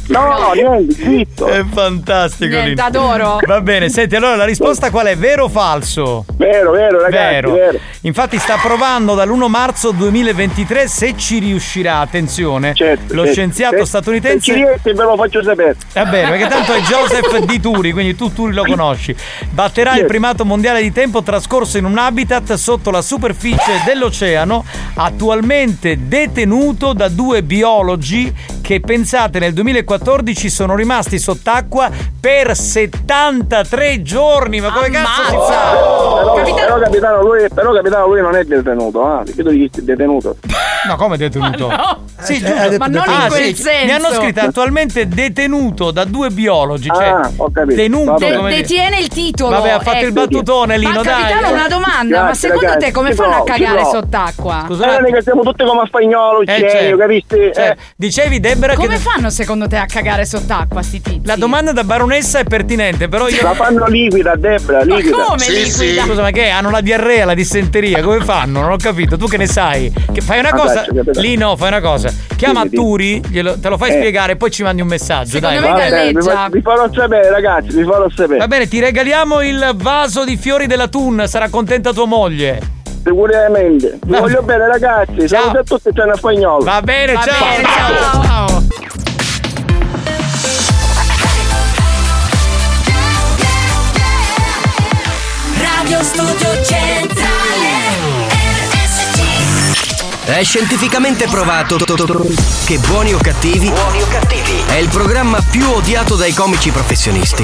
No, niente, zitto.
È fantastico
Niente,
Lino.
adoro.
Va bene, senti, allora la risposta qual è? Vero o falso?
Vero, vero, ragazzi,
Vero.
vero.
Infatti sta provando dall'1 marzo 2023 se ci riuscirà, attenzione. lo
certo.
scienziato
Se-
statunitense
se ci riesce, ve lo faccio sapere.
Va bene, perché tanto è Joseph Di Turi, quindi tu Turi lo conosci. Batterà il primato mondiale di tempo trascorso in un habitat sotto la superficie dell'oceano, attualmente detenuto da due biologi che pensate nel 2014 sono rimasti sott'acqua per 73 giorni. Ma come cazzo si
Però,
fa?
però, capitano, lui, però capitano lui non è detenuto, ah, perché tu dici detenuto?
No, come detenuto? Sì,
Eh,
giusto.
ha detto Ma non in
Ah,
quel
sì.
senso.
Mi hanno scritto attualmente detenuto da due biologi. Cioè,
Ah, ho capito.
Tenuto,
Vabbè.
come
De-
dire.
detiene il titolo.
Vabbè, ha fatto
ecco.
il battutone Lino,
Ma capitano,
dai.
una domanda, ma
Grazie,
secondo
ragazzi,
te come
ci
fanno a
provo, ci
cagare
provo.
sott'acqua?
Eh, noi che siamo tutti come a spagnolo,
Eh,
c'è,
certo.
capisci?
Cioè,
Eh.
Dicevi Debra
Come
che
fanno secondo te a cagare sott'acqua sti tizi?
la domanda da baronessa è pertinente, però io
La fanno liquida, Debra,
Ma
liquida.
come Sì, liquida? sì.
Scusa, ma che hanno la diarrea, la dissenteria, come fanno? Non ho capito, tu che ne sai? Che fai una
Ma
cosa?
dai, capitano.
Lino, fai una cosa. Chiama
Dimmi, dimmi.
Turi, glielo- te lo fai
Eh.
spiegare e poi ci mandi un messaggio, dai.
Va bene, vi, fa- vi farò sapere, ragazzi, vi farò sapere.
Va bene, ti regaliamo il vaso di fiori della Tun, sarà contenta tua moglie.
Sicuramente. Vi voglio bene, ragazzi. Saluto a tutti, c'è una spagnolo.
Va bene,
Va
ciao.
bene,
ciao. ciao.
Radio Studio Centrale
È scientificamente provato che buoni o cattivi è il programma più odiato dai comici professionisti.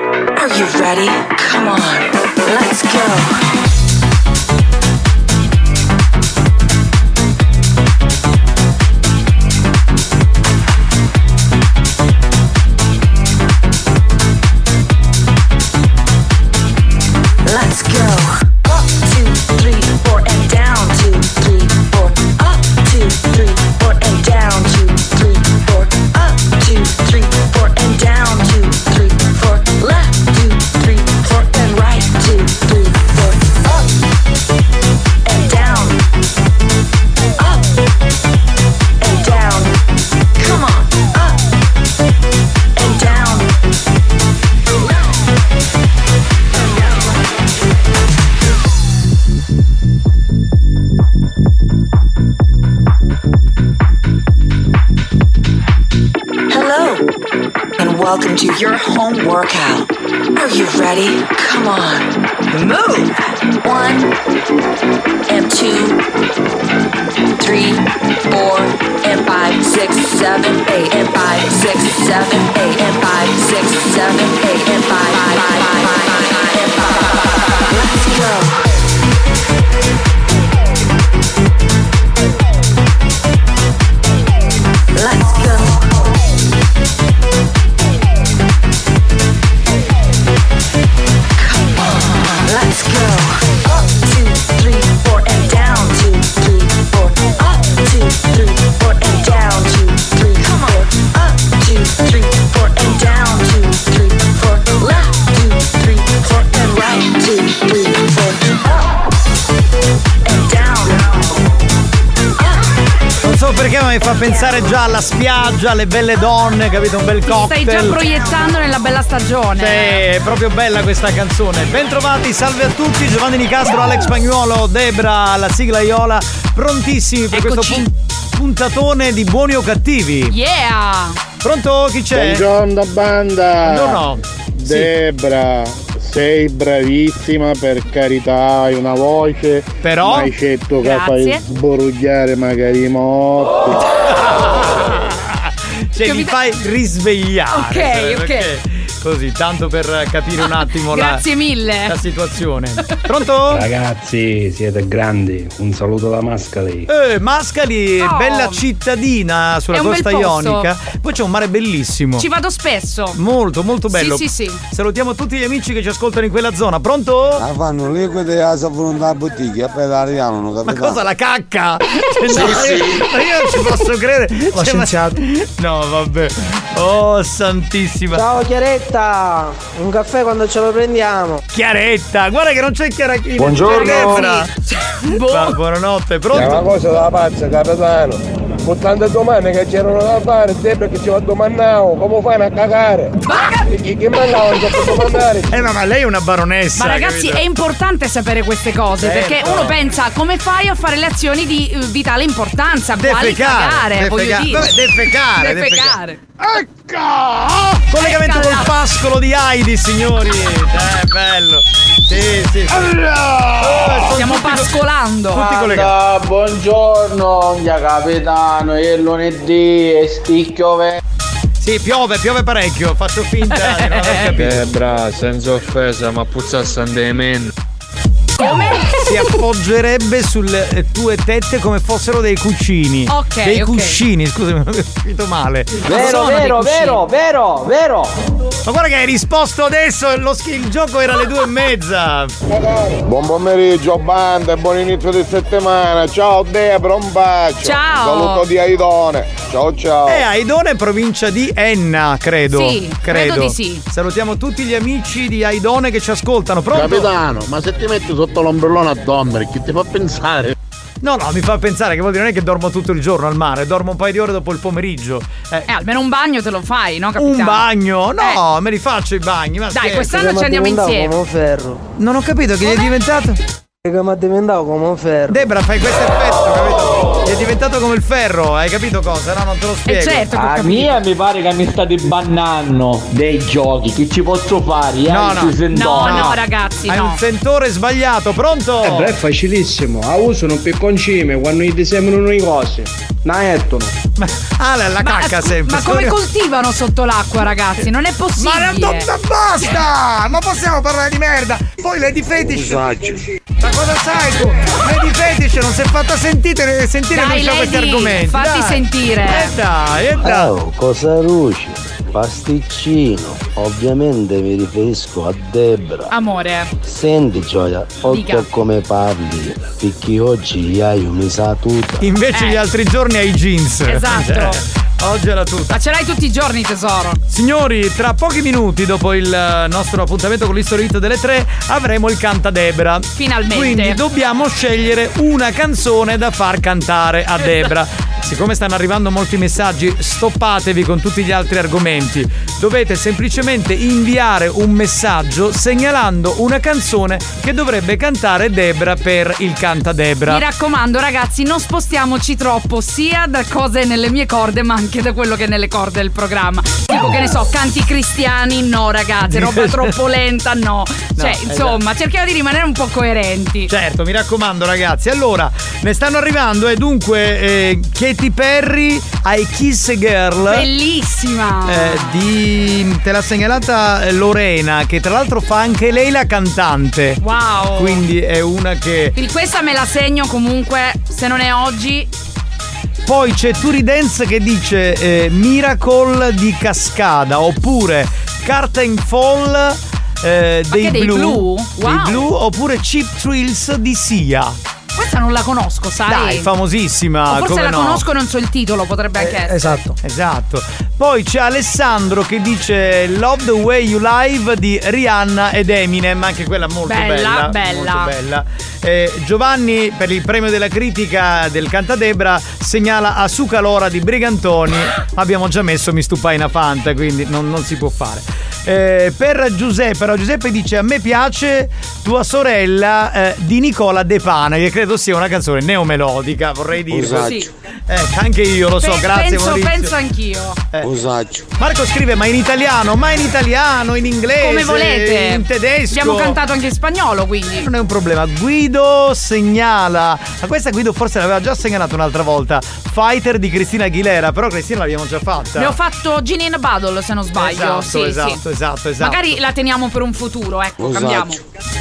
Are you ready? Come on, let's go. Let's go. Up, two, three, four, and down, two, three, four. Up, two, three, four, and down, two, three, four. Up, two, three, four, and down, two, three, four. Left, two, three, four, and right, two, three, four. Up, welcome to your home workout. Are you ready? Come on. Move. One and two, three, four, and five, six, seven, eight, and five, six, seven, eight, and five, six, seven, eight, and five, five, five, five, five, five, and five. Let's go. Let's go. Come on, let's go. Up two, three, four, and down two, three, four. Up two, three, four, and down two, three, four. Up two, three, four, and down two, three, four. Left two, three, four, and right two, three, four. Up and down.
Non so perché ma mi fa pensare già alla spiaggia, alle belle donne, capito? Un bel cocktail.
Stai già proiettando nella bella stagione.
Sì, è proprio bella questa canzone. Bentrovati, salve a tutti, Giovanni Nicastro, Alex Pagnuolo, Debra, la sigla Iola, prontissimi per questo pun- puntatone di buoni o cattivi.
Yeah!
Pronto? Chi c'è?
Buongiorno banda!
No, no.
Debra, sei bravissima per carità, hai una voce.
Però?
Ma hai scelto che
Grazie.
fai sborugliare magari i morti.
Cioè, mi fai risvegliare.
Ok,
cioè,
ok.
perché- Così, tanto per capire un attimo la,
Grazie mille.
la situazione. Pronto?
Ragazzi, siete grandi. Un saluto da Mascali.
Eh, Mascali,
Oh.
bella cittadina sulla
È un bel
costa
posto.
ionica. Poi c'è un mare bellissimo.
Ci vado spesso.
Molto, molto bello.
Sì, sì, sì.
Salutiamo tutti gli amici che ci ascoltano in quella zona. Pronto?
Ma fanno liquide a sovvolontà a bottiglia, poi la arrivano, non
Ma
capito?
cosa la cacca? Cioè,
Sì,
no,
sì.
Io, ma io non ci posso credere. Cioè,
L'ho
ma- No, vabbè. Oh, santissima.
Ciao Chiaretta, un caffè quando ce lo prendiamo.
Chiaretta, guarda che non c'è Cioè, Chiarachino.
Buongiorno.
Ma, buonanotte, pronto?
È una cosa
da pazza, capitano.
Con tante domande che c'erano da fare, te perché ci vado domandavo, come fai a cagare? Che, che mancava non posso domandare?
Eh ma, ma lei è una baronessa.
Ma ragazzi,
capito?
è importante sapere queste cose
Certo.
perché uno pensa come fai a fare le azioni di eh, vitale importanza, quali
Defecare,
cagare, voglio
defecare.
dire.
Vabbè, defecare, Ecco!
Defecare.
Collegamento col pascolo di Heidi, signori. Eh, bello. Sì, sì. sì. Eh, sono
Stiamo
tutti co-
pascolando. eh.
Tutti collegati.
Guarda, Buongiorno, mia capitano, è lunedì e sticchio vero.
Sì, piove, piove parecchio. Faccio finta di non aver capito.
Debra, Eh, senza offesa, ma puzza sandemen.
Come?
Eh, Si appoggerebbe sulle eh, tue tette come fossero dei cucini.
Ok,
Dei
ok.
cuscini, scusami, ho capito male.
Vero, vero, vero, vero, vero.
Ma guarda che hai risposto adesso, lo schi- il gioco era alle due e mezza.
Eh,
Buon pomeriggio banda e buon inizio di settimana. Ciao Debra, un bacio.
Ciao.
Un saluto di Aidone. Ciao ciao.
Eh, Aidone è provincia di Enna, credo.
Sì, credo di
sì. Salutiamo tutti gli amici di Aidone che ci ascoltano, pronto?
Capitano, ma se ti metti sotto l'ombrellone a dormire, chi ti fa pensare?
No, no, mi fa pensare che vuol dire non è che dormo tutto il giorno al mare, dormo un paio di ore dopo il pomeriggio. Eh,
Eh, almeno un bagno te lo fai, no, capitano?
un bagno? No, me li faccio i bagni. Ma
Eh. Dai,
scherzo.
quest'anno ci andiamo insieme.
Come un ferro.
Non ho capito che gli è diventato.
Che mi ha diventato come un ferro.
Debra, fai questo effetto, capito? È diventato come il ferro, hai capito cosa? No, non te lo spiego.
Eh, certo,
A mia mi pare che mi state bannando dei giochi. Che ci posso fare? eh?
No, no.
Sui sentoni.
ragazzi,
Hai
no.
un sentore sbagliato, pronto?
Eh, beh, è facilissimo. A uso non picconcime quando gli sembrano le cose. Naettono.
Ah, la, la cacca sempre.
Ma come
Storia-
coltivano sotto l'acqua, ragazzi? Non è possibile.
Ma non- non- basta! Ma possiamo parlare di merda? Poi Lady Fetish. Ma cosa sai tu? Lady Fetish non si è fatta sentire, sentire
Dai,
noi c'ho
Lady,
questi argomenti.
fatti
dai.
sentire.
Eh dai, eh dai.
Oh, cosa ruci? Pasticcino. Ovviamente mi riferisco a Debra.
Amore.
Senti Gioia,
Dica.
occhio come parli, perché oggi gli hai mi sa tutta.
Invece gli altri giorni hai i jeans.
Eh. Esatto.
Cioè, Oggi è la tuta.
Ma ce l'hai tutti i giorni, tesoro.
Signori, tra pochi minuti dopo il eh, nostro appuntamento con l'istorito delle tre avremo il canta Debra.
Finalmente.
Quindi dobbiamo scegliere una canzone da far cantare a Debra. Siccome stanno arrivando molti messaggi, stoppatevi con tutti gli altri argomenti. Dovete semplicemente inviare un messaggio segnalando una canzone che dovrebbe cantare Debra per il canta Debra.
Mi raccomando, ragazzi, non spostiamoci troppo sia da cose nelle mie corde, ma anche anche da quello che è nelle corde del programma. Tipo che ne so, canti cristiani, no ragazze, roba troppo lenta, no. Cioè,
esatto.
insomma, cerchiamo di rimanere un po' coerenti.
Certo, mi raccomando ragazzi. Allora, ne stanno arrivando e dunque eh, Katy Perry ai Kiss Girl.
Bellissima!
Eh, di, te l'ha segnalata eh, Lorena, che tra l'altro fa anche lei la cantante.
Wow.
Quindi è una che.
Quindi questa me la segno comunque, se non è oggi.
Poi c'è Turi Dance che dice eh, Miracle di Cascada oppure Carta in Fall eh, dei,
Anche dei
Blue,
Blue?
dei
Wow.
Blue, oppure Cheap Thrills di Sia.
Questa non la conosco, sai?
Dai, famosissima.
O forse
Ah, come
la
no.
conosco e non so il titolo, potrebbe anche essere.
Esatto. Esatto. Poi c'è Alessandro che dice Love the Way You Live di Rihanna ed Eminem, anche quella molto bella.
Bella, bella.
molto bella. Eh, Giovanni per il premio della critica del Cantadebra segnala a Su Calora di Brigantoni. Abbiamo già messo Mi stupai una Fanta, quindi non, non si può fare. Eh, per Giuseppe, però Giuseppe dice a me piace tua sorella eh, di Nicola De Pana, che credo sia una canzone neomelodica, vorrei dire.
Sì.
Eh, anche io lo so,
Pe-
grazie
penso,
Maurizio.
penso anch'io.
Eh. Marco scrive ma in italiano, ma in italiano, in inglese,
Come volete.
in tedesco. Eh,
Abbiamo cantato anche in spagnolo, quindi.
Non è un problema. Guido segnala. Ma questa Guido forse l'aveva già segnalata un'altra volta. Fighter di Cristina Aguilera, però Cristina l'abbiamo già fatta.
Ne ho fatto Gin in a Bottle, se non sbaglio.
Esatto,
sì,
esatto,
sì.
esatto, esatto.
Magari la teniamo per un futuro, ecco,
Esatto.
cambiamo.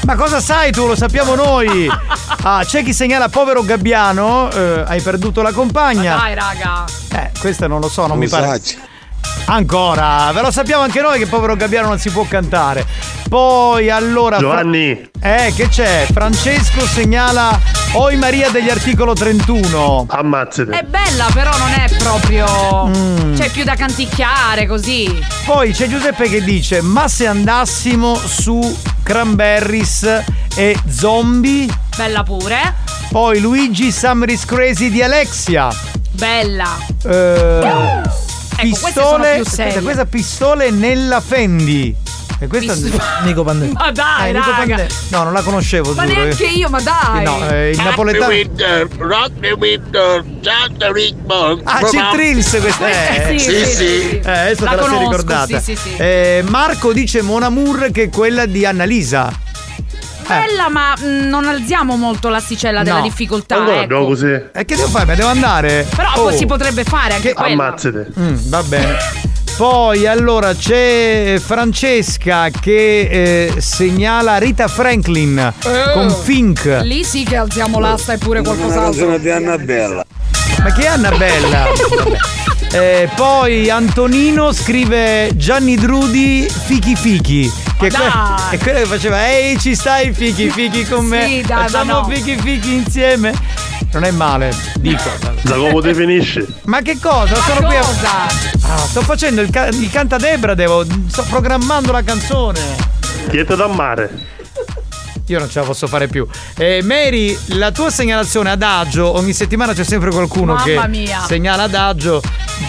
Ma cosa sai tu? Lo sappiamo noi. Ah, c'è chi segnala povero Gabbiano, eh, hai perduto la compagna.
Dai, raga.
Eh, questa non lo so, non mi pare. Ancora, ve lo sappiamo anche noi che povero Gabbiano non si può cantare. Poi allora. Fra-
Giovanni.
eh, che c'è? Francesco segnala Oi Maria degli articolo 31.
Ammazzate.
È bella, però non è proprio.
Mm.
C'è più da canticchiare così.
Poi c'è Giuseppe che dice: Ma se andassimo su Cranberries e Zombie?
Bella pure.
Poi Luigi Summer is Crazy di Alexia.
Bella. Ecco,
Eh,
queste sono
pistole.
più serie.
aspetta, questa pistole nella Fendi. E questa
Pistole-
Nico Pandè.
Ma dai,
Eh, Nico
raga.
Pandè. No, non la conoscevo,
Ma
giuro. eh.
neanche io, ma dai.
No, eh, il napoletano. Ah, Chip Trills questa è.
Questa sì, sì, sì, sì.
Eh, adesso
La
te la sei
conosco,
ricordata.
sì, sì, sì.
Eh, Marco dice Mon Amour che è quella di Annalisa.
Bella, ma mh, non alziamo molto l'asticella della
Eh. No.
difficoltà. ecco.
E Eh, che devo fare? Ma devo andare.
Però
Oh.
si potrebbe fare anche quella.
Mm, va bene. Poi allora c'è Francesca che eh, segnala Rita Franklin
Oh.
Eh.
con Fink.
Lì sì che alziamo l'asta e pure qualcos'altro.
di Annabella. Ma che è Annabella? Vabbè. Eh, poi Antonino scrive Gianni Drudi Fichi Fichi. Che è, que-
dai!
è quello che faceva Ehi ci stai Fichi Fichi con me
Sì, dai, ma
Facciamo
no.
Fichi Fichi insieme Non è male Dico
Da come ti finisce?
Ma che cosa? Sono qui a... Ah, sto facendo il, ca- il cantadebra devo Sto programmando la canzone
Chiete da mare.
io non ce la posso fare più. Eh, Mary, la tua segnalazione adagio, ogni settimana c'è sempre qualcuno
Mamma
che
mia.
segnala adagio,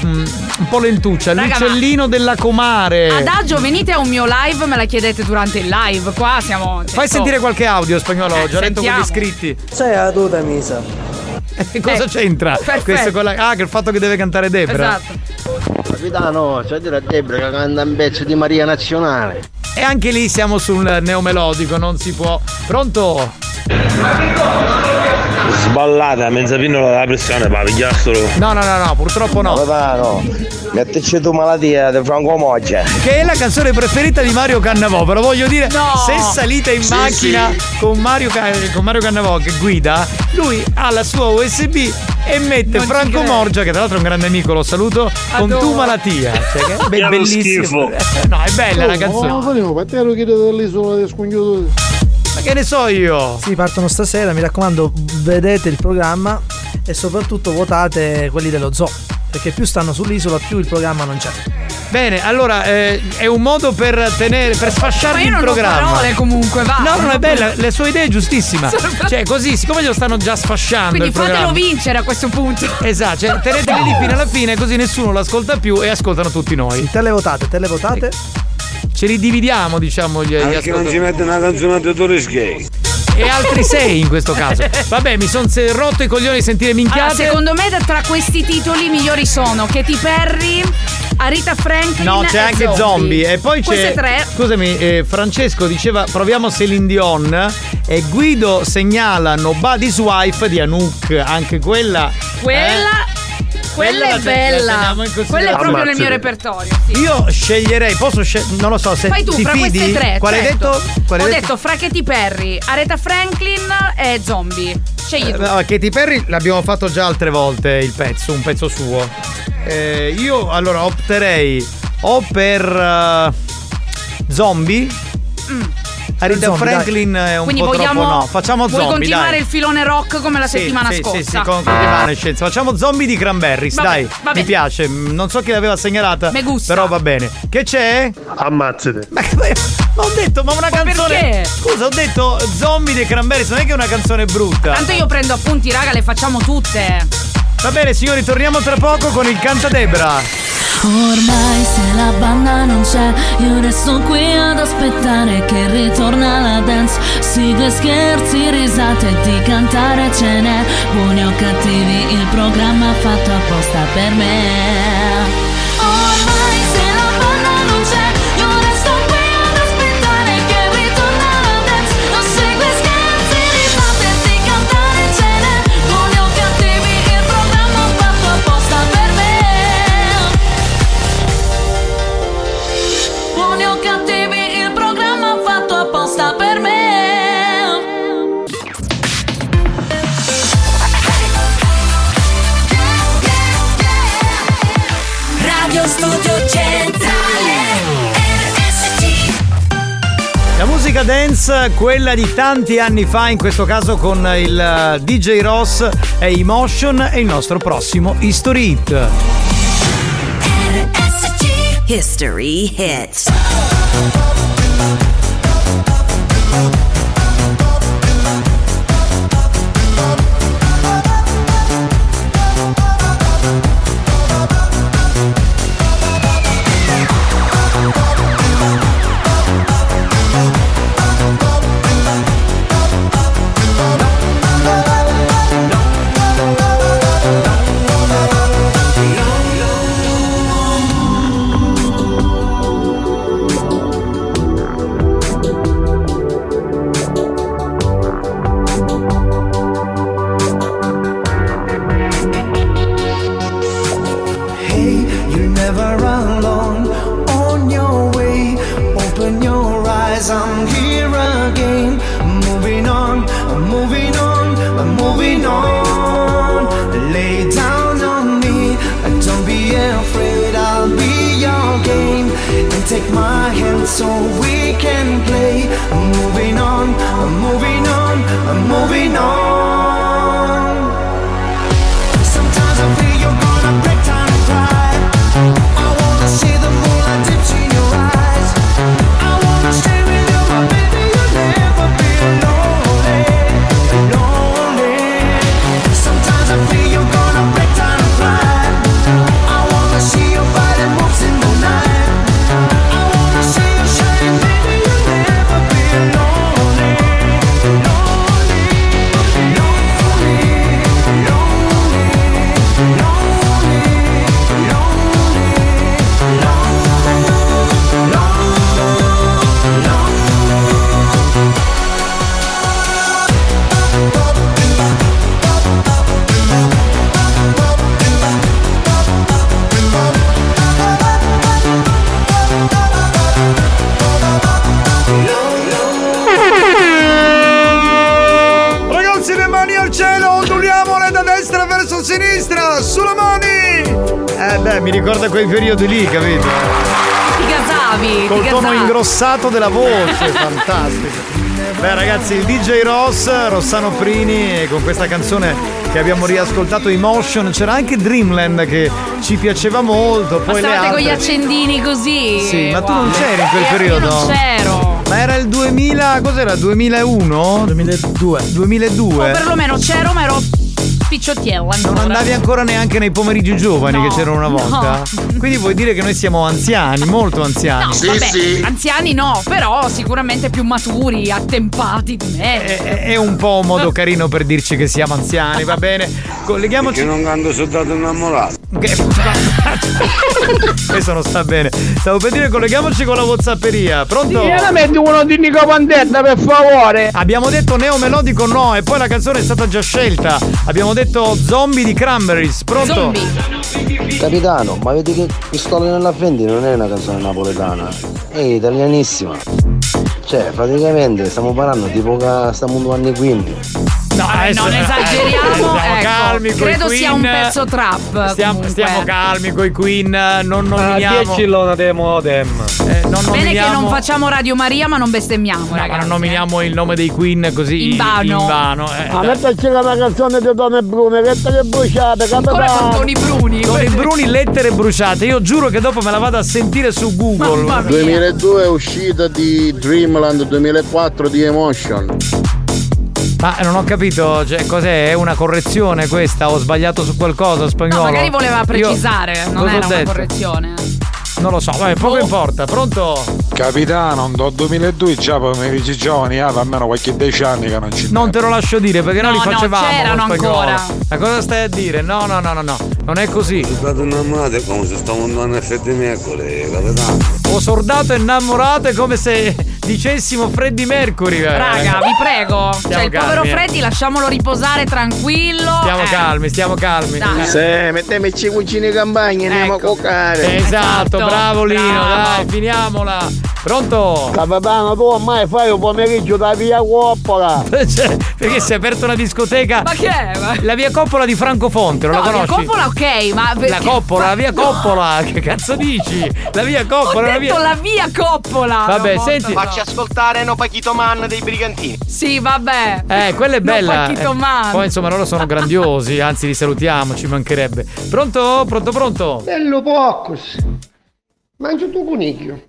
mm, un po' lentuccia,
Raga,
l'uccellino della comare.
Adagio, venite a un mio live, me la chiedete durante il live. Qua siamo. cioè,
Fai sentire qualche audio spagnolo
Eh,
oggi, ho letto con gli
certo. sentiamo.
iscritti.
C'è la tuta misa.
Che
Eh,
cosa c'entra?
perfetto.
Questo con la- ah, che il fatto che deve cantare Debra.
Esatto.
Capitano, c'è della Debra che canta un pezzo di Maria Nazionale.
E anche lì siamo sul neomelodico, non si può. Pronto?
Sballata, mezza pinnola della pressione, ma pigliare solo.
No, no, no, no, purtroppo no.
Capitano, Ah, mettici tu malattia di Franco Moggia.
Che è la canzone preferita di Mario Cannavò, ve lo voglio dire. Se salite in
Sì,
macchina Con, Mario, Ca- con Mario Cannavò che guida, lui ha la sua USB e mette
Non ci
Franco
credo.
Morgia, che tra l'altro è un grande amico, lo saluto, con
Adoro.
tu malattia. Cioè, che è be-
Che è uno
bellissimo. No, è bella
Oh.
la canzone.
volevo, ma te lo chiedo dell'isola del scognito.
Ma che ne so io?
Sì, partono stasera, mi raccomando, vedete il programma e soprattutto votate quelli dello zoo. Perché più stanno sull'isola, più il programma non c'è.
Bene, allora eh, è un modo per tenere, per
Ma
sfasciarvi
io non
il
ho
programma.
parole,
comunque, va.
No, non è bella, le sue idee è giustissima.
Sono-
Cioè, così, siccome glielo stanno già sfasciando.
Quindi
il
fatelo
programma-
vincere a questo punto.
Esatto, cioè, teneteli lì fino alla fine così nessuno l'ascolta più e ascoltano tutti noi.
Televotate, televotate.
Ce li dividiamo, diciamo, gli, gli
Perché non ci
ascoltatori.
mette una canzone di Doris Gay?
e altri sei in questo caso. Vabbè, mi sono rotto i coglioni di sentire minchiate.
Allora, secondo me tra questi titoli i migliori sono Katy Perry, Arita Franklin
No, c'è
e
anche zombie. E poi c'è.
Queste tre.
Scusami, eh, Francesco diceva proviamo Celine Dion. E Guido segnala Nobody's Wife di Anouk. Anche quella.
Quella,
Quella
quella
la te-
è
la
bella.
teniamo in considerazione.
Quella è proprio nel
Ammazzate.
mio repertorio.
Io sceglierei, posso scegliere. Non lo so se.
Fai tu
ti
fra
fidi?
queste tre.
Qual hai
certo.
detto? Qual hai
Ho
detto?
detto fra Katy Perry, Aretha Franklin e zombie. Scegli
Eh,
tu.
no, Katy Perry l'abbiamo fatto già altre volte il pezzo, un pezzo suo. Eh, io allora opterei o per eh, Zombie. Arita
Mm. zombie, dai.
Franklin è un
Quindi
po'
vogliamo.
troppo no. Facciamo
vuoi
zombie.
continuare
dai.
il filone rock come la
Sì,
settimana
sì,
scorsa?
Sì, sì, con, con le mani, scienza. Facciamo zombie di cranberries,
Vabbè,
dai.
vabbè.
Mi piace. Mm, Non so chi l'aveva segnalata.
Me gusta.
Però va bene. Che c'è? Ammazzate. Ma, ma- ma ho detto, ma una canzone.
perché?
Scusa, ho detto zombie dei cranberries, non è che è una canzone brutta.
Tanto io prendo appunti, raga, le facciamo tutte.
Va bene, signori, torniamo tra poco con il Cantadebra.
Ormai se la banda non c'è, io resto qui ad aspettare che ritorna la dance. Sigle, scherzi, risate, di cantare ce n'è. Buoni o cattivi, il programma fatto apposta per me. Ormai se la banda non c'è, io resto qui ad aspettare che ritorna la dance. Non segue scherzi, risate, di cantare ce n'è. Buoni o cattivi, il programma fatto apposta per me. Buoni o cattivi, il programma fatto apposta per me.
Radio Studio Centrale RSC
La musica dance, quella di tanti anni fa, in questo caso con il eh, DJ Ross e Emotion e il nostro prossimo History Hit.
History hits.
Hey, you're never alone on your way. Open your eyes, I'm here again. Moving on, I'm moving on, I'm moving on. Lay down on me, and don't be afraid, I'll be your game. And take my hand so we can play. I'm moving on, I'm moving on, I'm moving on. Sometimes I feel you're gonna break down and cry. I wanna see the moonlight dips in your eyes. I wanna stay with you, but baby, you'll never be lonely, lonely. Sometimes I feel you're gonna break down and cry. I wanna see your body moves in the night. I wanna see you shine, baby, you'll never be lonely, lonely, lonely.
Ragazzi, le mani al cielo, onduliamole da destra verso sinistra, sulle mani!
Eh beh, mi ricorda quei periodi lì, capito?
Ti gazzavi,
Col
ti
tono
gazzavi.
ingrossato della voce, fantastico. Beh ragazzi, il DJ Ross, Rossano Prini, e con questa canzone che abbiamo riascoltato, Emotion, c'era anche Dreamland che ci piaceva molto,
Ma
poi le
stavate
altre...
con gli accendini così.
Sì, ma tu
Wow. Eh,
non c'eri in quel
Io-
periodo. Eh.
Io non c'ero.
Ma era il 2000, cos'era? 2001? 2002. 2002.
O perlomeno c'ero, ma ero picciottiello
Non
ancora.
andavi ancora neanche nei pomeriggi giovani che c'erano una volta? Quindi vuoi dire che noi siamo anziani, molto anziani.
No, vabbè, anziani no, però sicuramente più maturi, attempati di me.
È un po' un modo carino per dirci che siamo anziani, va bene? Colleghiamoci. Io non canto soltanto innamorato. Questo non sta bene. Stavo per dire, colleghiamoci con la whatsapperia. Pronto?
Gliela metti uno di Nico Pandetta, per favore.
Ah,
Abbiamo detto neomelodico no e poi la canzone è stata già scelta. Abbiamo detto zombie di Cranberries. Pronto?
Capitano, ma vedi che Pistola nella Fendi non è una canzone napoletana, è italianissima. Cioè, praticamente stiamo parlando tipo che stiamo un anni 15.
No, adesso-
non esageriamo,
Stiamo
ecco.
calmi coi
Credo
Queen.
sia un pezzo trap.
Stiamo,
comunque.
stiamo calmi coi Queen, eh, non nominiamo.
dieci
lona dei modem. non
Bene che
nominiamo-
non facciamo Radio Maria, ma non bestemmiamo,
no, ma
ragazzi.
non nominiamo il nome dei Queen così
In vano.
vano, eh.
A me piaceva la canzone di Donne Brune, che te le bruciate, capitano.
Bruni.
Con i Bruni lettere bruciate. Io giuro che dopo me la vado a sentire su Google.
2002 è uscita di Dreamland, 2004 di Emotion.
Ma non ho capito, cioè, cos'è? È una correzione questa? Ho sbagliato su qualcosa spagnolo?
No, magari voleva
Io-
precisare, non
cosa ho
era una
detto?
correzione.
Non lo so, vabbè,
Oh.
poco importa. Pronto?
Capitano, andò 2002 già per i miei giovani, ah, almeno qualche dieci anni che non ci
Non te lo lascio dire perché non
No,
li
no,
facevamo.
c'erano
lo spagnolo.
ancora.
Ma cosa stai a dire? No, no, no, no, no. Non è così.
Stato innamorato è come se stavo andando a sette mercoledì, capitano.
Ho sordato e innamorato è come se dicessimo Freddy Mercury. eh.
Raga, vi prego.
Stiamo
Cioè, il povero
calmi, eh.
Freddy, lasciamolo riposare tranquillo.
Stiamo
Eh,
calmi, stiamo calmi. Eh.
Dai. Ecco.
Sì,
metteteci i cugini in campagna, andiamo a cuocare.
Esatto, bravo Lino, dai, finiamola. Pronto?
Capitano, tu ormai fai un pomeriggio da via Coppola.
Cioè, perché si è aperta una discoteca?
Ma che è? Ma-
La via Coppola di Francofonte, non
No,
la
via
conosci?
Coppola ok, ma
La coppola, la via coppola, che cazzo dici? La via coppola,
Ho
la via.
detto la via coppola.
Vabbè,
No,
senti-
morta, no.
ascoltare No Pachito Man dei Brigantini.
Sì, vabbè.
Eh, quella è
Non
bella.
Pacchito
Eh,
Man.
Poi insomma loro sono grandiosi, anzi li salutiamo, ci mancherebbe. Pronto? Pronto, pronto?
Bello Poccus. Mangio tuo coniglio.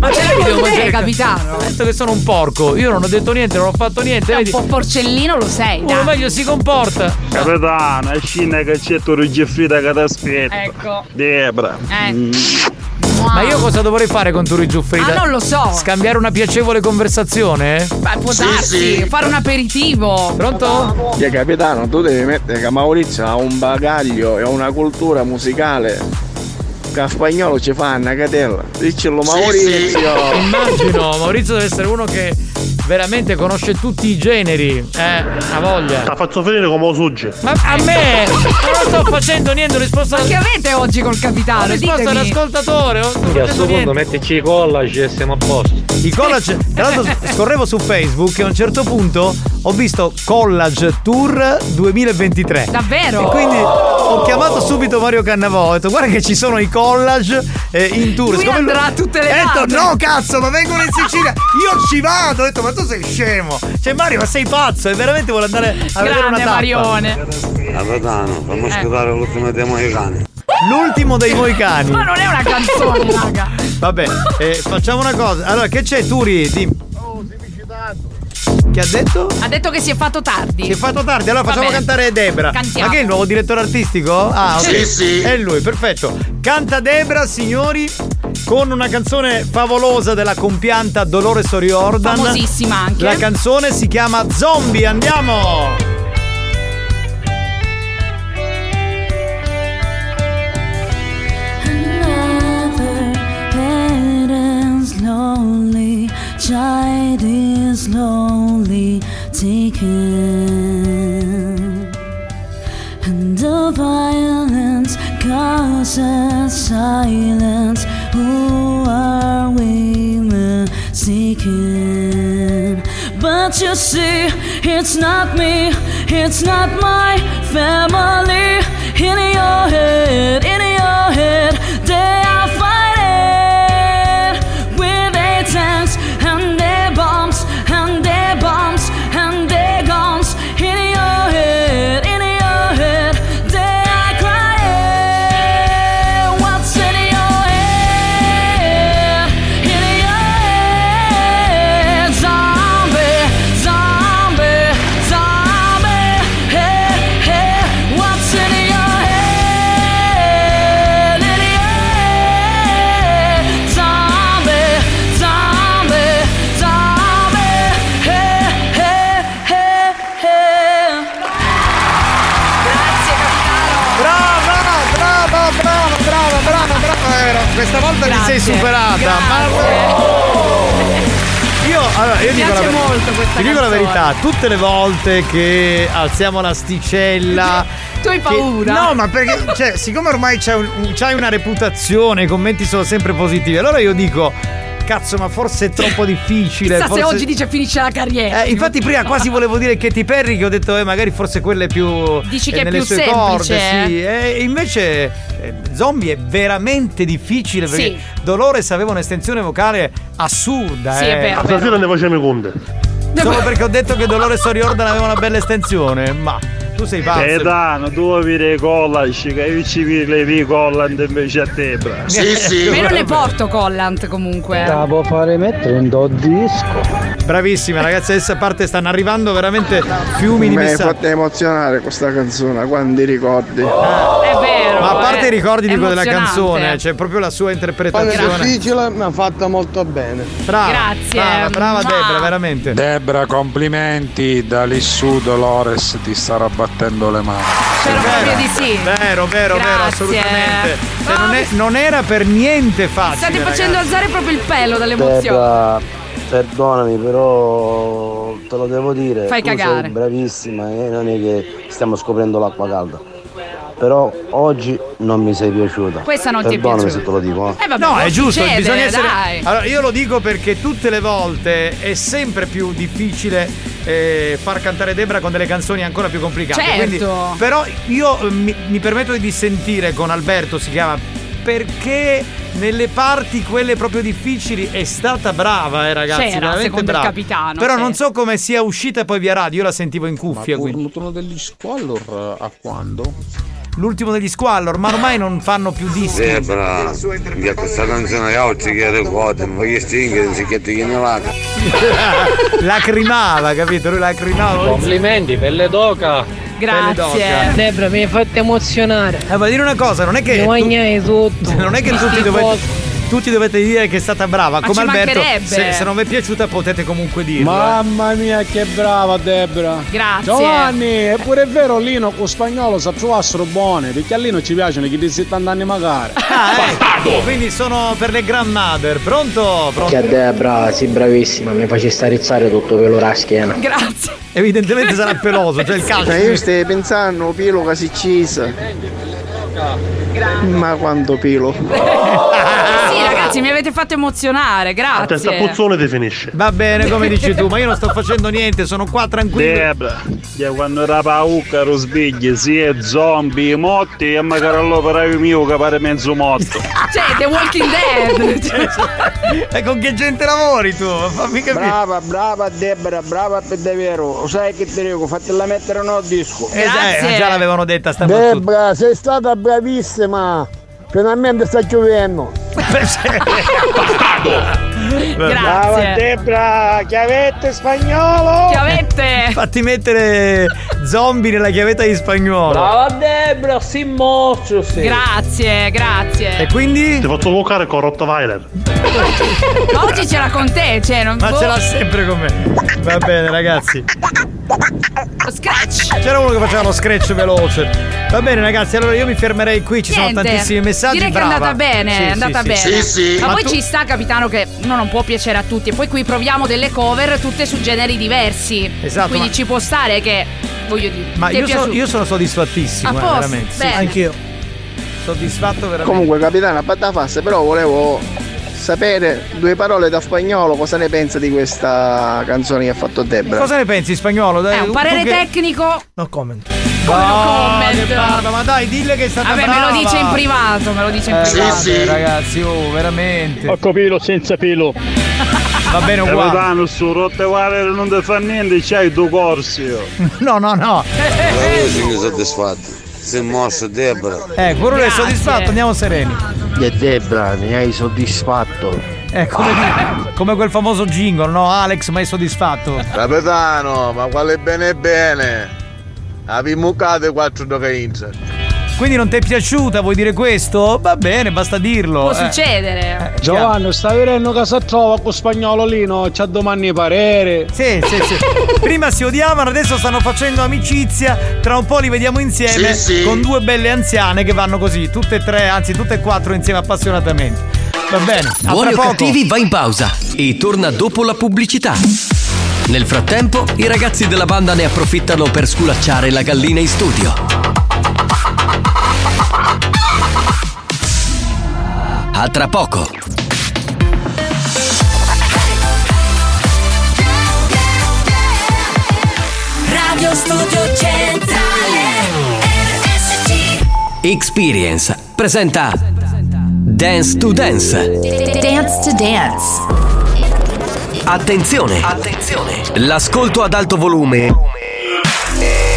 Ma
ce l'hai con te, capitano?
Ho detto che sono un porco, io non ho detto niente, non ho fatto niente,
Un
vedi?
po' porcellino lo sei,
Uno
dai.
meglio si comporta.
Capitano, scena che c'è tu ruggi fritta che ti aspetta.
Ecco.
Debra. Mm.
Eh.
Ma io cosa dovrei fare con Turi Giuffrida?
Ah, non lo so.
Scambiare una piacevole conversazione?
Ma può
Sì,
darsi,
sì.
fare un aperitivo.
Pronto?
Che capitano, tu devi mettere che Maurizio ha un bagaglio e una cultura musicale che a spagnolo ci fa una catella. Diccelo Maurizio.
Immagino, Maurizio deve essere uno che veramente conosce tutti i generi. Eh, ha voglia.
La faccio finire come lo sugge.
Ma a me non sto facendo niente, ho risposto
Ma che avete oggi col
Ho
capitano?
risposto
Ditemi.
all'ascoltatore. non sto
a
facendo
sto punto
niente.
mettici i collage e siamo a posto.
I collage. Tra l'altro scorrevo su Facebook e a un certo punto ho visto Collage Tour 2023.
Eh. Davvero?
Eh.
Oh,
E quindi
Oh.
ho chiamato subito Mario Cannavò. Ho detto guarda che ci sono i collage eh, in tour.
Lui
Siccome lui-
andrà a tutte le
Ho detto
date.
no cazzo, ma vengono in Sicilia. Io ci vado. Ho detto ma tu sei scemo. Cioè Mario, ma sei pazzo e veramente vuole andare a vedere una
Grande
tappa.
Marione.
Capitano, fammi
Eh.
ascoltare l'ultima dei Moicani.
L'ultimo dei Moicani.
Ma non è una canzone, raga.
Vabbè, eh, facciamo una cosa. Allora, che c'è Turi? Dimmi. Che ha detto?
Ha detto che si è fatto tardi.
Si è fatto tardi, allora facciamo cantare Debra.
Cantiamo.
Ma che è il nuovo direttore artistico? Ah, ok.
Sì, sì.
È lui, perfetto. Canta Debra, signori, con una canzone favolosa della compianta Dolores O'Riordan.
Famosissima anche.
La canzone si chiama Zombie, andiamo!
Another head and slowly, child is slowly taken. And the violence causes silence. Who are we mistaken? But you see, it's not me, it's not my family. In your head, in your head, they are fighting with their tanks and their bombs and their bombs and their guns. In your head, in your head, they are crying. What's in your head? In your head, zombie, zombie, zombie. Hey, hey.
questa volta mi sei
Grazie.
superata. Ma...
Io, allora, io
Mi
dico
piace
la ver-
molto questa
Ti dico la
canzone.
verità, tutte le volte che alziamo l'asticella.
Tu hai
che-
paura?
no, ma perché, cioè, siccome ormai c'è un- c'hai una reputazione, i commenti sono sempre positivi, allora io dico, cazzo, ma forse è troppo difficile.
Chissà se
forse-
oggi dice finisce la carriera.
Eh, infatti prima quasi volevo dire Katy Perry che ho detto eh, magari forse quella è più
Dici
eh,
che è
nelle
più
sue
semplice,
corde,
eh?
sì. Eh, invece eh, Zombie è veramente difficile perché
Sì.
Dolores aveva un'estensione vocale assurda,
Sì, è
eh.
vero, è vero. Stasera
ne facciamo conte. Solo perché ho detto che Dolores O'Riordan aveva una bella estensione, ma tu sei pazzo.
Eh, Gaetano, tu vuoi vedere i collage, che io ci levi i collant invece a te, bra.
Meno le porto collant comunque.
Stavo a fare mettere un do disco. Bravissima ragazzi, adesso a parte stanno arrivando veramente fiumi di
Mi hai
messaggi.
fatta emozionare questa canzone, quanti ricordi.
Ah,
È vero.
Ma a parte
eh.
i ricordi di quella
Emozionante.
canzone, c'è proprio la sua interpretazione.
difficile ma fatta molto bene.
Brava,
Grazie.
brava, brava
Ma-
Debra, veramente.
Debra, complimenti, da lì su Dolores ti starà battendo le mani.
Spero proprio di sì.
Vero, vero, vero, assolutamente. Cioè, non, è- non era per niente facile.
State
ragazzi.
facendo alzare proprio il pelo dall'emozione.
Debra, perdonami, però te lo devo dire.
Fai
tu
cagare.
Sei bravissima e non è che stiamo scoprendo l'acqua calda. Però oggi non mi sei piaciuta.
Questa non ti è
Perdonami
piaciuta.
se te lo dico. eh.
no,
può
è giusto,
succedere,
bisogna essere.
dai.
Allora, io lo dico perché tutte le volte è sempre più difficile eh, far cantare Debra con delle canzoni ancora più complicate.
Certo.
Quindi- però io eh, mi, mi permetto di dissentire con Alberto, si chiama. Perché nelle parti quelle proprio difficili è stata brava, eh, ragazzi.
C'era,
veramente
secondo il
brava.
capitano,
Però
sì.
non so come sia uscita poi via radio, io la sentivo in cuffia.
Ma
quindi. L'ultimo degli squallor eh, a quando? L'ultimo degli squallor, ma ormai non fanno più dischi.
Debra, che questa canzone che oggi che ricordo, ma che stinche, non si chiede chi ne va.
lacrimava, capito? Lui lacrimava. Complimenti per le doca.
Debra, mi hai fatto emozionare.
Eh, ma dire una cosa, non è che.
Non
tu-
hai tutto.
Non è che tutti dovete. Tutti dovete dire che è stata brava,
Ma
come
ci
Alberto.
mancherebbe.
Se, se non vi è piaciuta potete comunque dirlo. eh.
Mamma mia che brava Debra!
Grazie.
Giovanni, è pure vero Lino con spagnolo sa trovassero buone, perché a Lino ci piacciono chi di 70 anni magari.
eh. Quindi sono per le grandmother. Pronto? Pronto?
Che a Debra, sei bravissima, mi facesti rizzare tutto quello la schiena.
Grazie.
Evidentemente sarà peloso, cioè il calcio.
Ma io stai pensando, Pilo che si cisa. Ma quanto Pilo.
Eh,
Sì, ragazzi, mi avete fatto emozionare, grazie.
Cioè,
definisce. Va bene, come dici tu, ma io non sto facendo niente, sono qua tranquillo. Eh,
Debra, che quando era paucca lo svegli, si è zombie, motti e magari l'operaio mio che pare mezzo morto.
Cioè, The Walking Dead.
E con che gente lavori tu? Oh, Fammi capire.
Brava, brava Debra, brava per davvero. Sai che ti dico, fatela mettere no disco.
Eh, già- già l'avevano detta sta battuta.
Debra, sei stata bravissima. Finalmente sta giovendo.
Eh,
Brava Debra, chiavette spagnolo.
Chiavette.
Fatti mettere zombie nella chiavetta di spagnolo.
Debra, si moccio, sì.
Grazie, grazie.
E quindi?
Ti faccio vocare con Rottweiler.
Ma oggi c'era con te, cioè, non
Ma
boh.
ce l'ha sempre con me. Va bene, ragazzi.
Scratch!
C'era uno che faceva lo scratch veloce. Va bene, ragazzi, allora io mi fermerei qui. Ci sono
Niente.
tantissimi messaggi.
Direi
Brava.
che è andata bene,
Sì,
è andata
sì,
bene. Ma, poi
tu-
ci sta, capitano, che no, non può piacere a tutti. E poi qui proviamo delle cover tutte su generi diversi.
Esatto,
Quindi
ma-
ci può stare che, voglio dire,
Ma
ti è
io sono,
piaciuto.
io sono soddisfattissimo,
A
eh,
posto,
veramente.
bene.
Anch'io. Soddisfatto veramente.
Comunque capitano, a parte la farsa, però volevo sapere due parole da spagnolo cosa ne pensa di questa canzone che ha fatto Debra.
Cosa ne pensi, spagnolo? Dai,
Eh, un
tu
parere
che-
tecnico.
No comment.
Come no comment?
ma dai, dille che è stata
Vabbè,
brava.
Ah, me lo dice in privato, me lo dice in
Eh,
privato.
vabbè, ragazzi, oh, veramente. Ho
capito senza pelo.
Va bene uguale.
Capitano, Eh, su Rottweiler non ti fa niente, c'hai due corsi. oh. io.
No, no, no.
Io sono soddisfatto. Sei mosso Debra.
Eh, quello è soddisfatto, andiamo sereni.
E Debra, mi hai soddisfatto.
Eh, come, come quel famoso jingle, no? Alex, ma è soddisfatto?
Capitano, ma quale bene bene? Avevi muccato i quattro doca
Quindi non ti è piaciuta, vuoi dire questo? Va bene, basta dirlo.
Può
eh.
succedere.
Giovanni, stai vedendo che si trova con spagnolo lì, no? C'ha domani i pareri.
Sì, sì, sì. Prima si odiavano, adesso stanno facendo amicizia. Tra un po' li vediamo insieme
Sì, sì.
con due belle anziane che vanno così, tutte e tre, anzi tutte e quattro insieme appassionatamente. Va bene. a
Buoni
tra
o
poco.
cattivi va in pausa e torna dopo la pubblicità. Nel frattempo, i ragazzi della banda ne approfittano per sculacciare la gallina in studio. A tra poco.
Radio Studio Centrale RSC
Experience presenta Dance to Dance.
Dance to dance.
Attenzione!
Attenzione.
L'ascolto ad alto volume eh,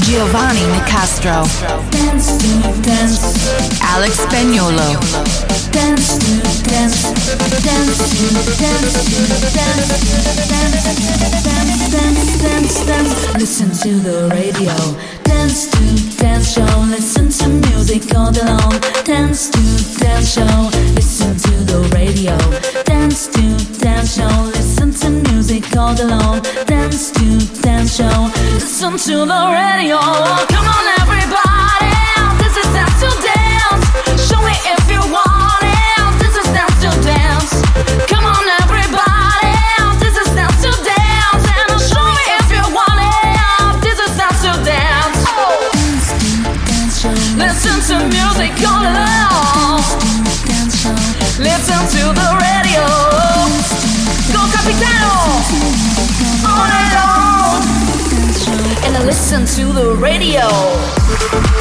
Giovanni Nicastro.
Dance to dance.
Alex Spagnolo.
Dance to dance. Dance to dance. Dance to dance. Dance, dance, dance, dance. Listen to the radio. Dance to dance show. Listen to music all day long. Dance to dance show. Listen to the radio. Dance to dance show. Listen to music all day long. Dance to dance show. Listen to the radio. Come on, everybody. This is dance to dance. Show me if you want it. This is dance to dance. Come on, everybody. This is dance to dance. And show me if you want it. This is dance to dance. Listen to music all along. Listen to the radio. Go Capitano! On and on. And I listen to the radio.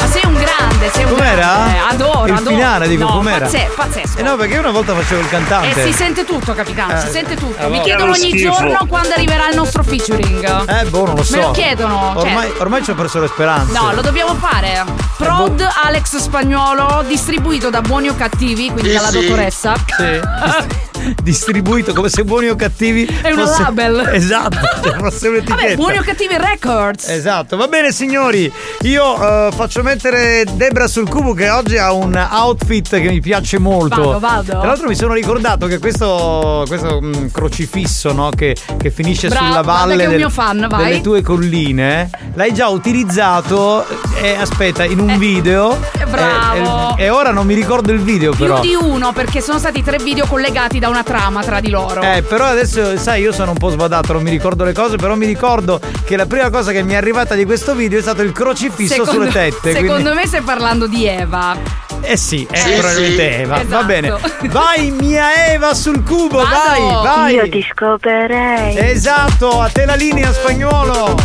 Ma sei un grande, sei un grande.
Com'era?
Eh, Adoro,
Il
adoro.
finale, dico,
no,
com'era?
pazze- pazzesco.
Eh no, perché io una volta facevo il
E
cantante.
Eh, si sente tutto, capitano,
Eh.
si sente tutto.
Ah,
Mi
va.
chiedono
Che
ogni
schifo.
giorno quando arriverà il nostro featuring.
Eh, boh, non lo so.
Me lo chiedono. cioè-
Ormai, Eh, boh. ormai ci ho perso le speranze.
No, lo dobbiamo fare. Prod Alex Spagnolo, distribuito da Buoni o Cattivi, quindi
Sì,
dalla
sì.
dottoressa.
Sì. Distribuito come se buoni o cattivi.
È una
fosse-
label.
Esatto, cioè, fosse un'etichetta.
Vabbè, Buoni o Cattivi Records.
Esatto, va bene signori, io eh, faccio mettere Debra sul cubo che oggi ha un outfit che mi piace molto.
Vado, vado.
Tra l'altro mi sono ricordato che questo, questo, mm, crocifisso no, che, che finisce
Bravo,
sulla
guarda
valle
che è un
del-
mio fan, vai.
delle tue colline, l'hai già utilizzato, eh, aspetta, in un video.
bravo.
eh, eh, e ora non mi ricordo il video
Più
però.
di uno, perché sono stati tre video collegati da una trama tra di loro.
Eh, però adesso, sai, io sono un po' sbadato, non mi ricordo le cose, però mi ricordo che la prima cosa che mi è arrivata di questo video è stato il crocifisso
Secondo-
sulle tette.
Secondo
quindi-
me stai parlando di Eva.
Eh sì, è
Sì,
probabilmente
sì.
Eva. Va
Esatto.
bene. Vai, mia Eva, sul cubo,
Vado.
vai, vai.
Io
ti scoperei. Esatto, a te la linea, spagnolo.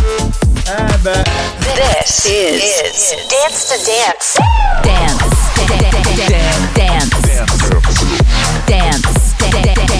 Eh beh.
This is, Dance to Dance. Dance.
Dance. Dance. Dance.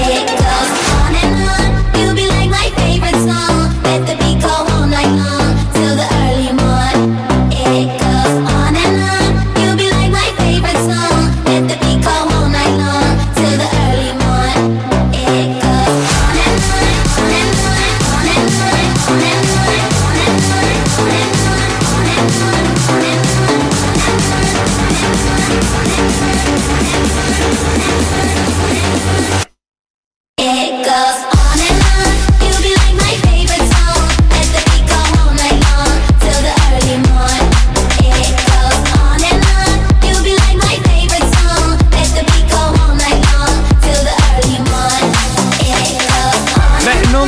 It goes on and on.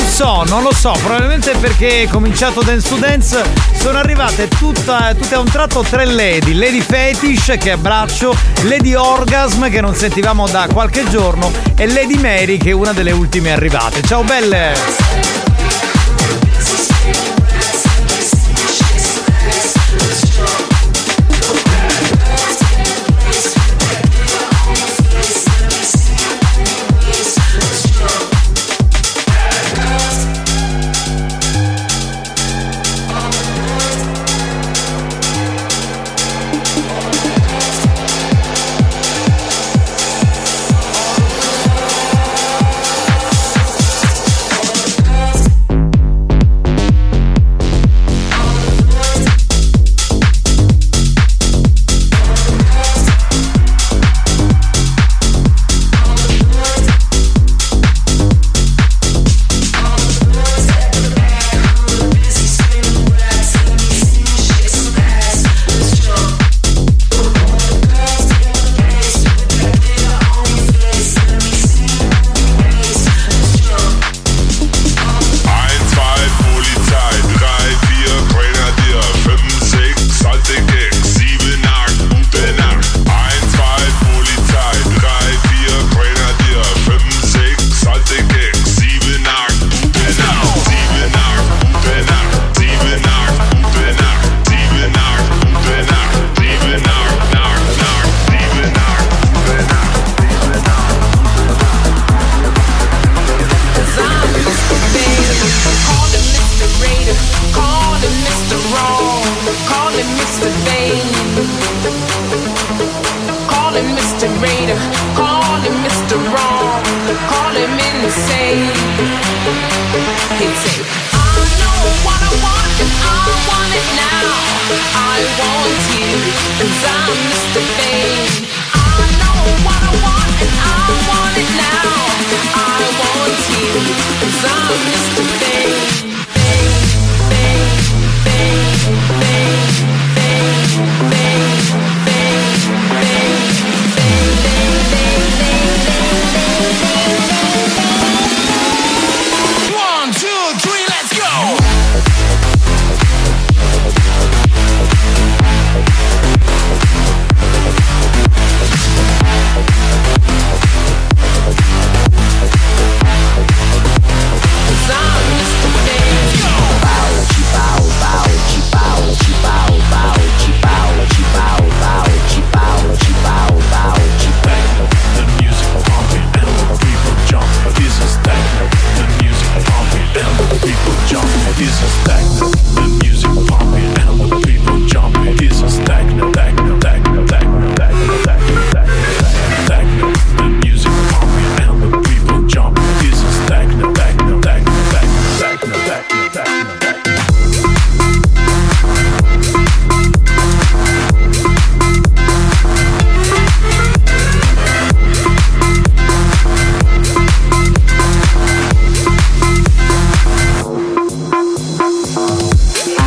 so, non lo so, probabilmente perché è cominciato Dance to Dance sono arrivate tutta- tutte a un tratto tre lady, Lady Fetish che abbraccio, Lady Orgasm che non sentivamo da qualche giorno e Lady Mary che è una delle ultime arrivate. Ciao belle!
One, two, three, let's go!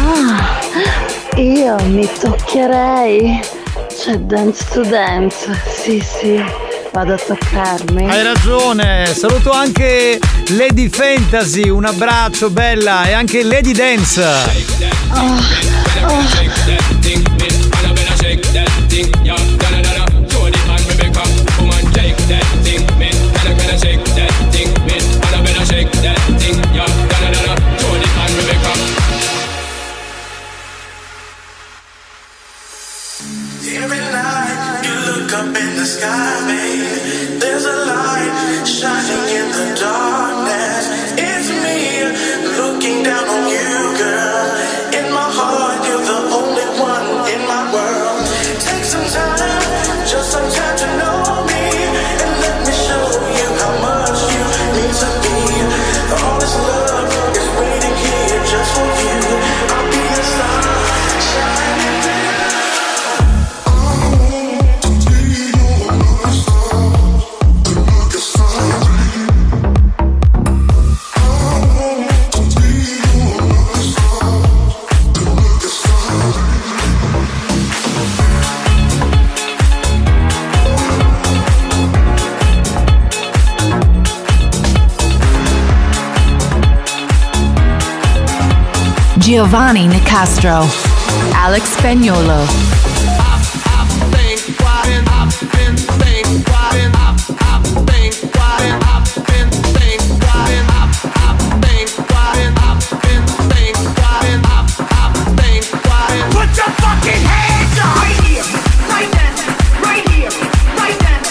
Ah, io mi toccherei. C'è dance to dance. Sì, sì, vado a toccarmi.
Hai ragione, saluto anche Lady Fantasy, un abbraccio bella e anche Lady Dance.
Every night you look up in the sky, baby. There's a light shining in the darkness. It's me looking down on you, girl. In my heart, you're the only one in my world. Take some time, just some time to know me, and let me show you how much you mean to me. All this love is waiting here just for you. I'll be your star, shining down.
Giovanni Nicastro, Alex Spagnolo.
Put your fucking hands up! Right here, right then, right here, right then,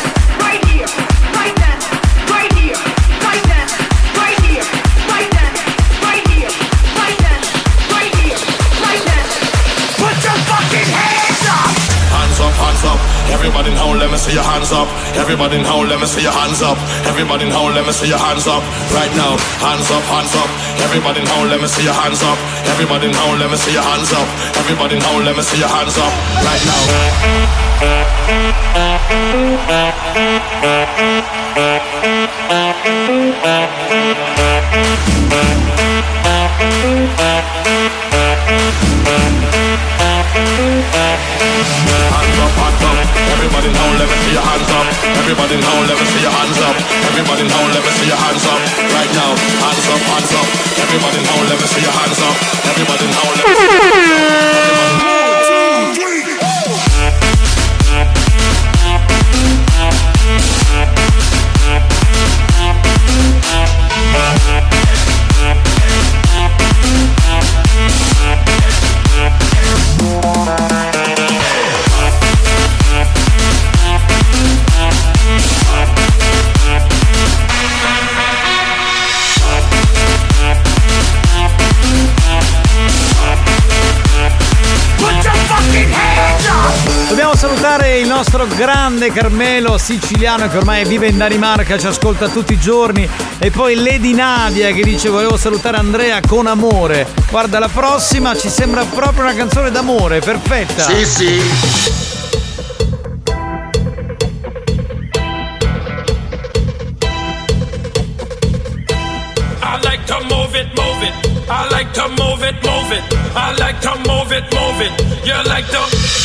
right here, right then, right here, right then, right here, right then, right here, right then, right here, right then. Put your fucking hands up!
Hands up, hands up. Everybody in home, let me see your hands up. Everybody in home, let me see your hands up. Everybody in home, let me see your hands up. Right now, hands up, hands up. Everybody in home, let me see your hands up. Everybody in home, let me see your hands up. Everybody in home, let me see your hands up. Right now. Hands up, hands up. Everybody in home, let me see your hands up. Everybody in home, let me see your hands up. Everybody in home, let me see your hands up. Right now, hands up, hands up. Everybody in home, let me see your hands up. Everybody in home, let me see your hands up.
Put your fucking hands up!
Dobbiamo salutare il nostro grande Carmelo siciliano che ormai vive in Danimarca, ci ascolta tutti i giorni. E poi Lady Nadia che dice volevo salutare Andrea con amore. Guarda la prossima, ci sembra proprio una canzone d'amore, perfetta.
Sì,
sì.
I like to move it, move it. I like to move it, move it. I like to move it, move it. You like to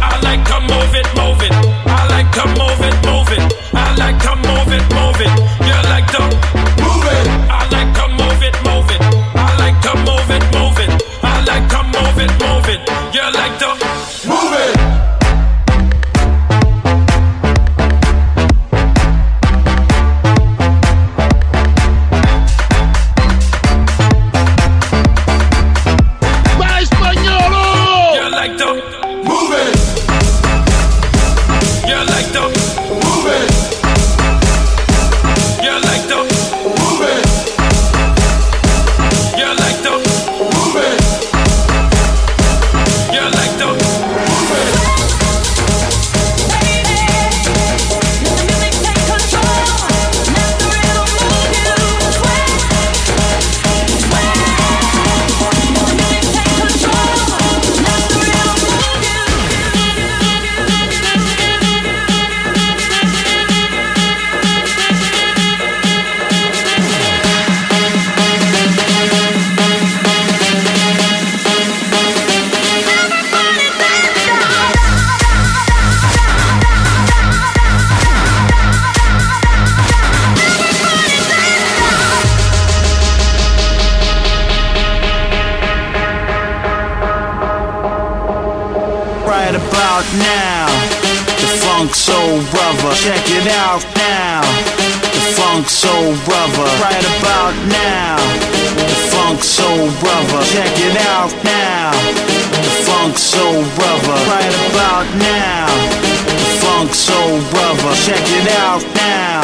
I like to move it, move it. I like to move it, move it. I like to move it, move it. You like to move it. I like to move it, move it. I like to move it, move it. I like to move it, move it. You like to move it.
Vai spagnolo!
You like to move it. You like to move it. You like to move it. You like to move it. You like to move it.
right about now. The funk soul brother, check it out now. The funk soul brother, right about now. The funk soul brother, check it out now. The funk soul brother, right about now. The funk soul brother, check it out now.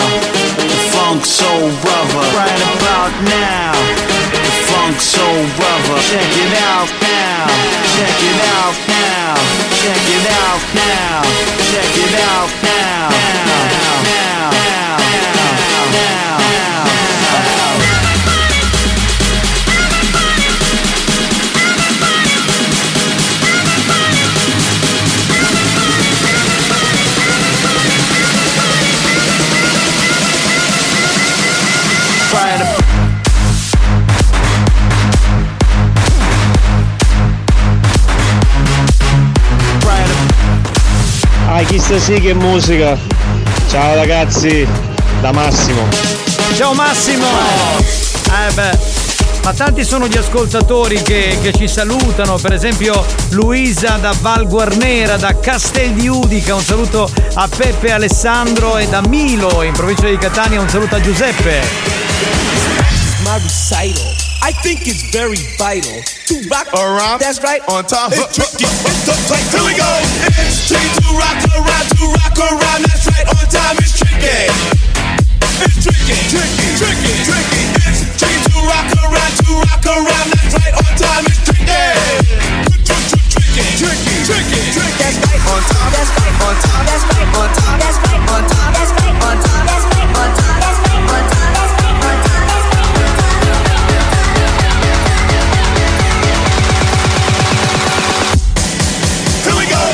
The funk soul brother, right about now. The funk soul brother, check it out now. Check it out now. Check it out now. Check it out now. Now. Now. Now. Now. Try to
Ah, chissà sì che musica.
Ciao ragazzi, da Massimo.
Ciao Massimo! Eh beh, ma tanti sono gli ascoltatori che, che ci salutano, per esempio Luisa da Val Guarnera, da Castel di Udica, un saluto a Peppe Alessandro e da Milo in provincia di Catania, un saluto a Giuseppe.
my recital. I think it's very vital to rock around. That's right, on time. It's tricky. It's the play. Here we go. It's tricky to rock around, to rock around. That's right, on time. It's tricky. It's tricky, tricky, tricky, tricky. It's tricky to rock around, to rock around. That's right, on time. It's tricky. Tricky, tricky, tricky, tricky. That's right, on time. That's right, on time. That's right, on time. That's right, on time. That's right, on time. That's right, on time. That's right, on time. That's right, on time. Here we go.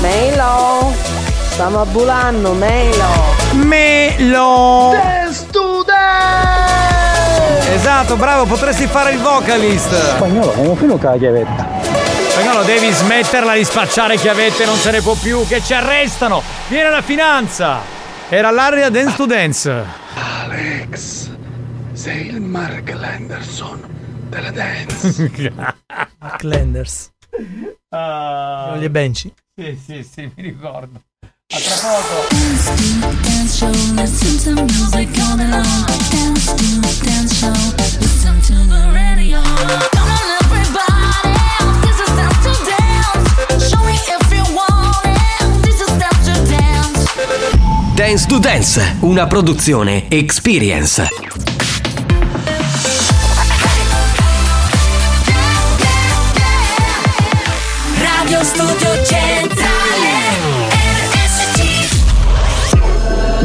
Melo, stiamo a Bulano, Melo.
Melo!
Student!
Esatto, bravo, potresti fare il vocalist.
Spagnolo, come finuta la chiavetta?
Spagnolo, devi smetterla di spacciare chiavette, non se ne può più, che ci arrestano! Viene la finanza! Era l'area dance to dance.
Alex, sei il Mark Lenderson della dance.
Mark Lenders.
Ah.
Con gli benci.
Sì, sì, sì, mi ricordo.
Dance show, listen to music all day long. Dance to dance show, listen to the radio. Come on, everybody, this is dance to dance. Show me if you want it. This is dance to dance.
Dance to Dance, una produzione Experience.
Radio Studio Centrale RSC.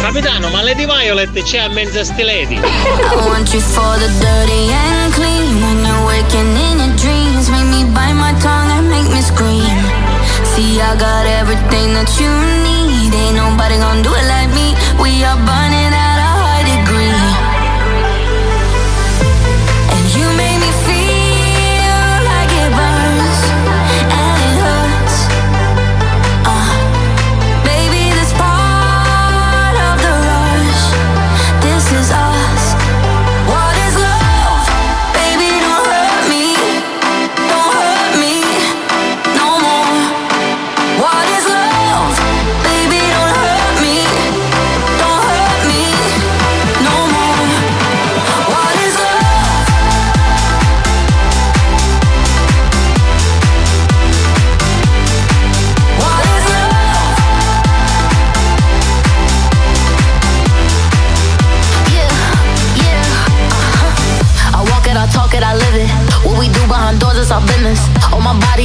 Capitano, ma Lady Violet c'è a mezza stileti.
I want you for the dirty and clean. When you're waking in your dreams, make me bite my tongue and make me scream. See, I got everything that you need. Ain't nobody gonna do it like me. We are burning at a high degree. And you make me feel like it burns and it hurts. Uh, baby, this part of the rush. This is us. What is love? Baby, don't hurt me. Don't hurt me no more. What is love? Baby, don't hurt me. Don't hurt me no more. What is love? What is love?
Yeah, yeah.
uh-huh.
I walk it, I talk it, I live it. What we do behind doors is our business. Oh, my body,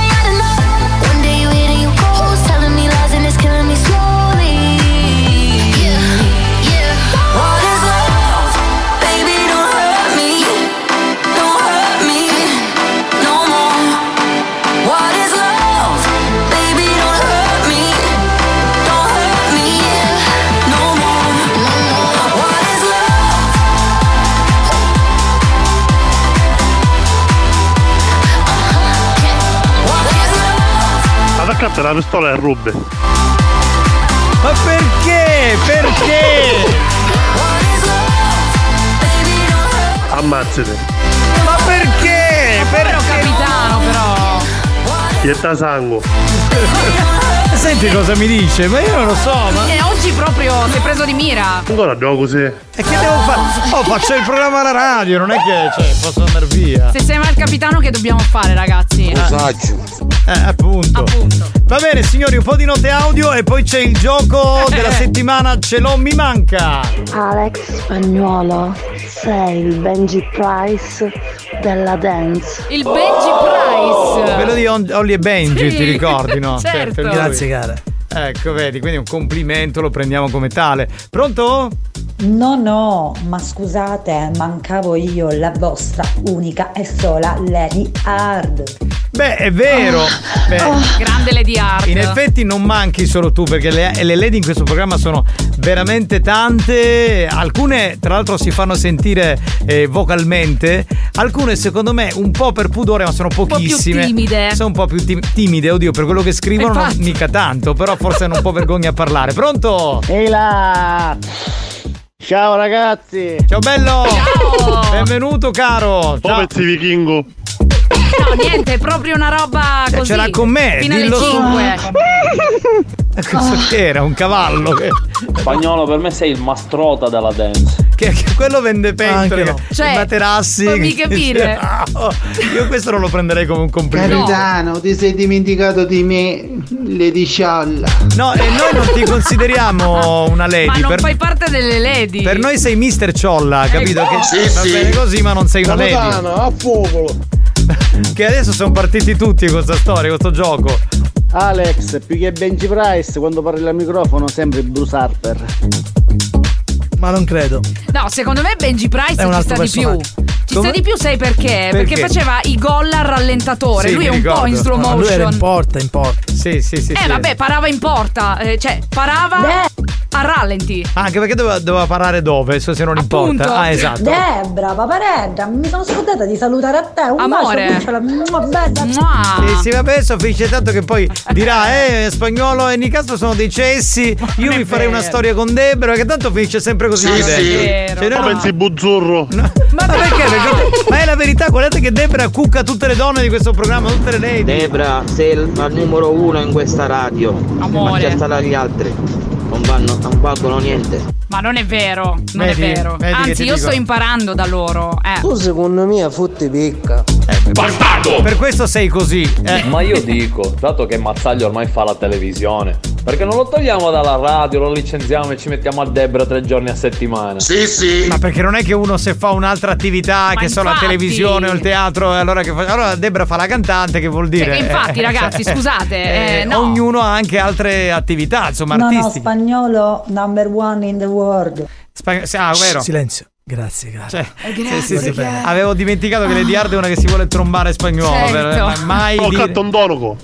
ain't had enough. One day you hit and you cold, telling me lies and it's killing me slowly. Yeah, yeah. What is love? Baby, don't hurt me. Don't hurt me no more. What is love? Baby, don't hurt me. Don't hurt me no more. What is love?
Attaccate la pistola e rubbe.
Ma perché? Perché?
Baby, don't
ammazzate.
Ma Eh, perché?
Eh, Però capitano però.
Pietà sangue.
Senti cosa mi dice, ma io non lo so, ma.
E oggi proprio sei preso di mira.
Ancora abbiamo così.
E che devo fare? Oh, faccio il programma alla radio, non è che cioè, posso andare via.
Se sei mal capitano che dobbiamo fare ragazzi?
Eh, appunto. Va bene signori, un po' di note audio e poi c'è il gioco della settimana Ce l'ho mi manca.
Alex Spagnuolo, sei il Benji Price della dance.
Il Benji Price.
Oh, Quello di On- Olly e Benji,
Sì,
ti ricordi, no?
certo.
lui.
Grazie,
cara.
Ecco, vedi, quindi un complimento lo prendiamo come tale. Pronto?
No, no, ma scusate, mancavo io, la vostra unica e sola Lady Hard.
Beh, è vero.
Oh.
Beh,
Grande Lady Hard.
In effetti non manchi solo tu perché le, le lady in questo programma sono veramente tante, alcune tra l'altro si fanno sentire eh, vocalmente, alcune secondo me un po' per pudore ma sono pochissime.
timide.
Sono un po' più tim- timide, oddio per quello che scrivono non
Infatti.
mica tanto, però forse hanno un po' vergogna a parlare. Pronto?
Ehi là! Ciao ragazzi!
Ciao bello! Benvenuto caro! Ciao pezzi vichingo!
No, niente, è proprio una roba
Cioè,
così.
ce l'ha con me,
Fino alle
dillo tu.
5.
Era un cavallo che...
Spagnolo, per me sei il mastrota della dance.
Che, che quello vende pentole,
Anche no.
i
Cioè,
materassi.
fammi capire.
Ciao. Io questo non lo prenderei come un complimento.
Capitano, ti sei dimenticato di me, Lady Scialla.
No, e noi non ti consideriamo una lady.
Ma non
per,
fai parte Eh, ecco. delle lady.
per noi sei Mister Ciolla, capito? Che
Sì,
va
sì.
bene così, ma non sei una lady.
Capitano, a fuoco!
Che adesso sono partiti tutti con questa storia, con questo gioco.
Alex, più che Benji Price, quando parli al microfono sembri Bruce Harper.
Ma non credo.
No, secondo me Benji Price
È un
ci
altro
sta di più.
personaggio.
Ci sta di più, sai perché? Perché,
Perché?
faceva i gol al rallentatore.
Sì, mi
lui è un po'
ricordo.
in slow
No, ma
Ah,
motion.
Lui era in porta, in porta.
Sì, sì, sì.
eh, vabbè, parava in porta. eh, cioè, parava a rallenti.
Ah, Anche perché doveva, doveva parare dove? Adesso se non importa. Ah, esatto.
Eh.
Debra, paparella, mi sono scordata di salutare a te. Un
Amore.
bacio, cucciola, mua, bella.
Sì, sì, vabbè, Sofia, tanto che poi dirà, eh, spagnolo e Nicastro sono dei cessi, io mi farei una storia con Debra, che tanto finisce sempre così.
Sì,
di
sì.
dentro.
Vero.
Cioè, noi
Ma
non-
pensi
buzzurro? Ma, perché? Perché- Ma è la verità, guardate che Debra cucca tutte le donne di questo programma, tutte le lady.
Debra, sei il- la numero uno in questa radio.
Amore.
Ma c'è stata gli altri. Non vanno, non valgono niente.
Ma non è vero, non
Vedi,
è vero.
vedi che
Anzi,
ti
io
dico.
sto imparando da loro. Eh.
Tu secondo me fotti picca.
Bastardo! Per questo sei così. eh.
Ma io dico, dato che Mazzaglio ormai fa la televisione, perché non lo togliamo dalla radio, lo licenziamo e ci mettiamo a Debra tre giorni a settimana? Sì, sì.
Ma perché non è che uno se fa un'altra attività, che so la
infatti.
televisione o il teatro, e allora che fa... Allora Debra fa la cantante, che vuol dire?
Cioè, infatti, ragazzi, scusate, eh, no.
Ognuno ha anche altre attività, insomma,
No, no,
artistiche.
spagnolo number one in the world.
Spag- sì, ah, vero.
Shh, Silenzio. Grazie, grazie.
Cioè,
grazie,
sì, sì, sì.
cara.
Avevo dimenticato che Lady Hard è una che si vuole trombare spagnolo.
Certo.
per- ma mai.
Ho
dire-
fatto un donaco.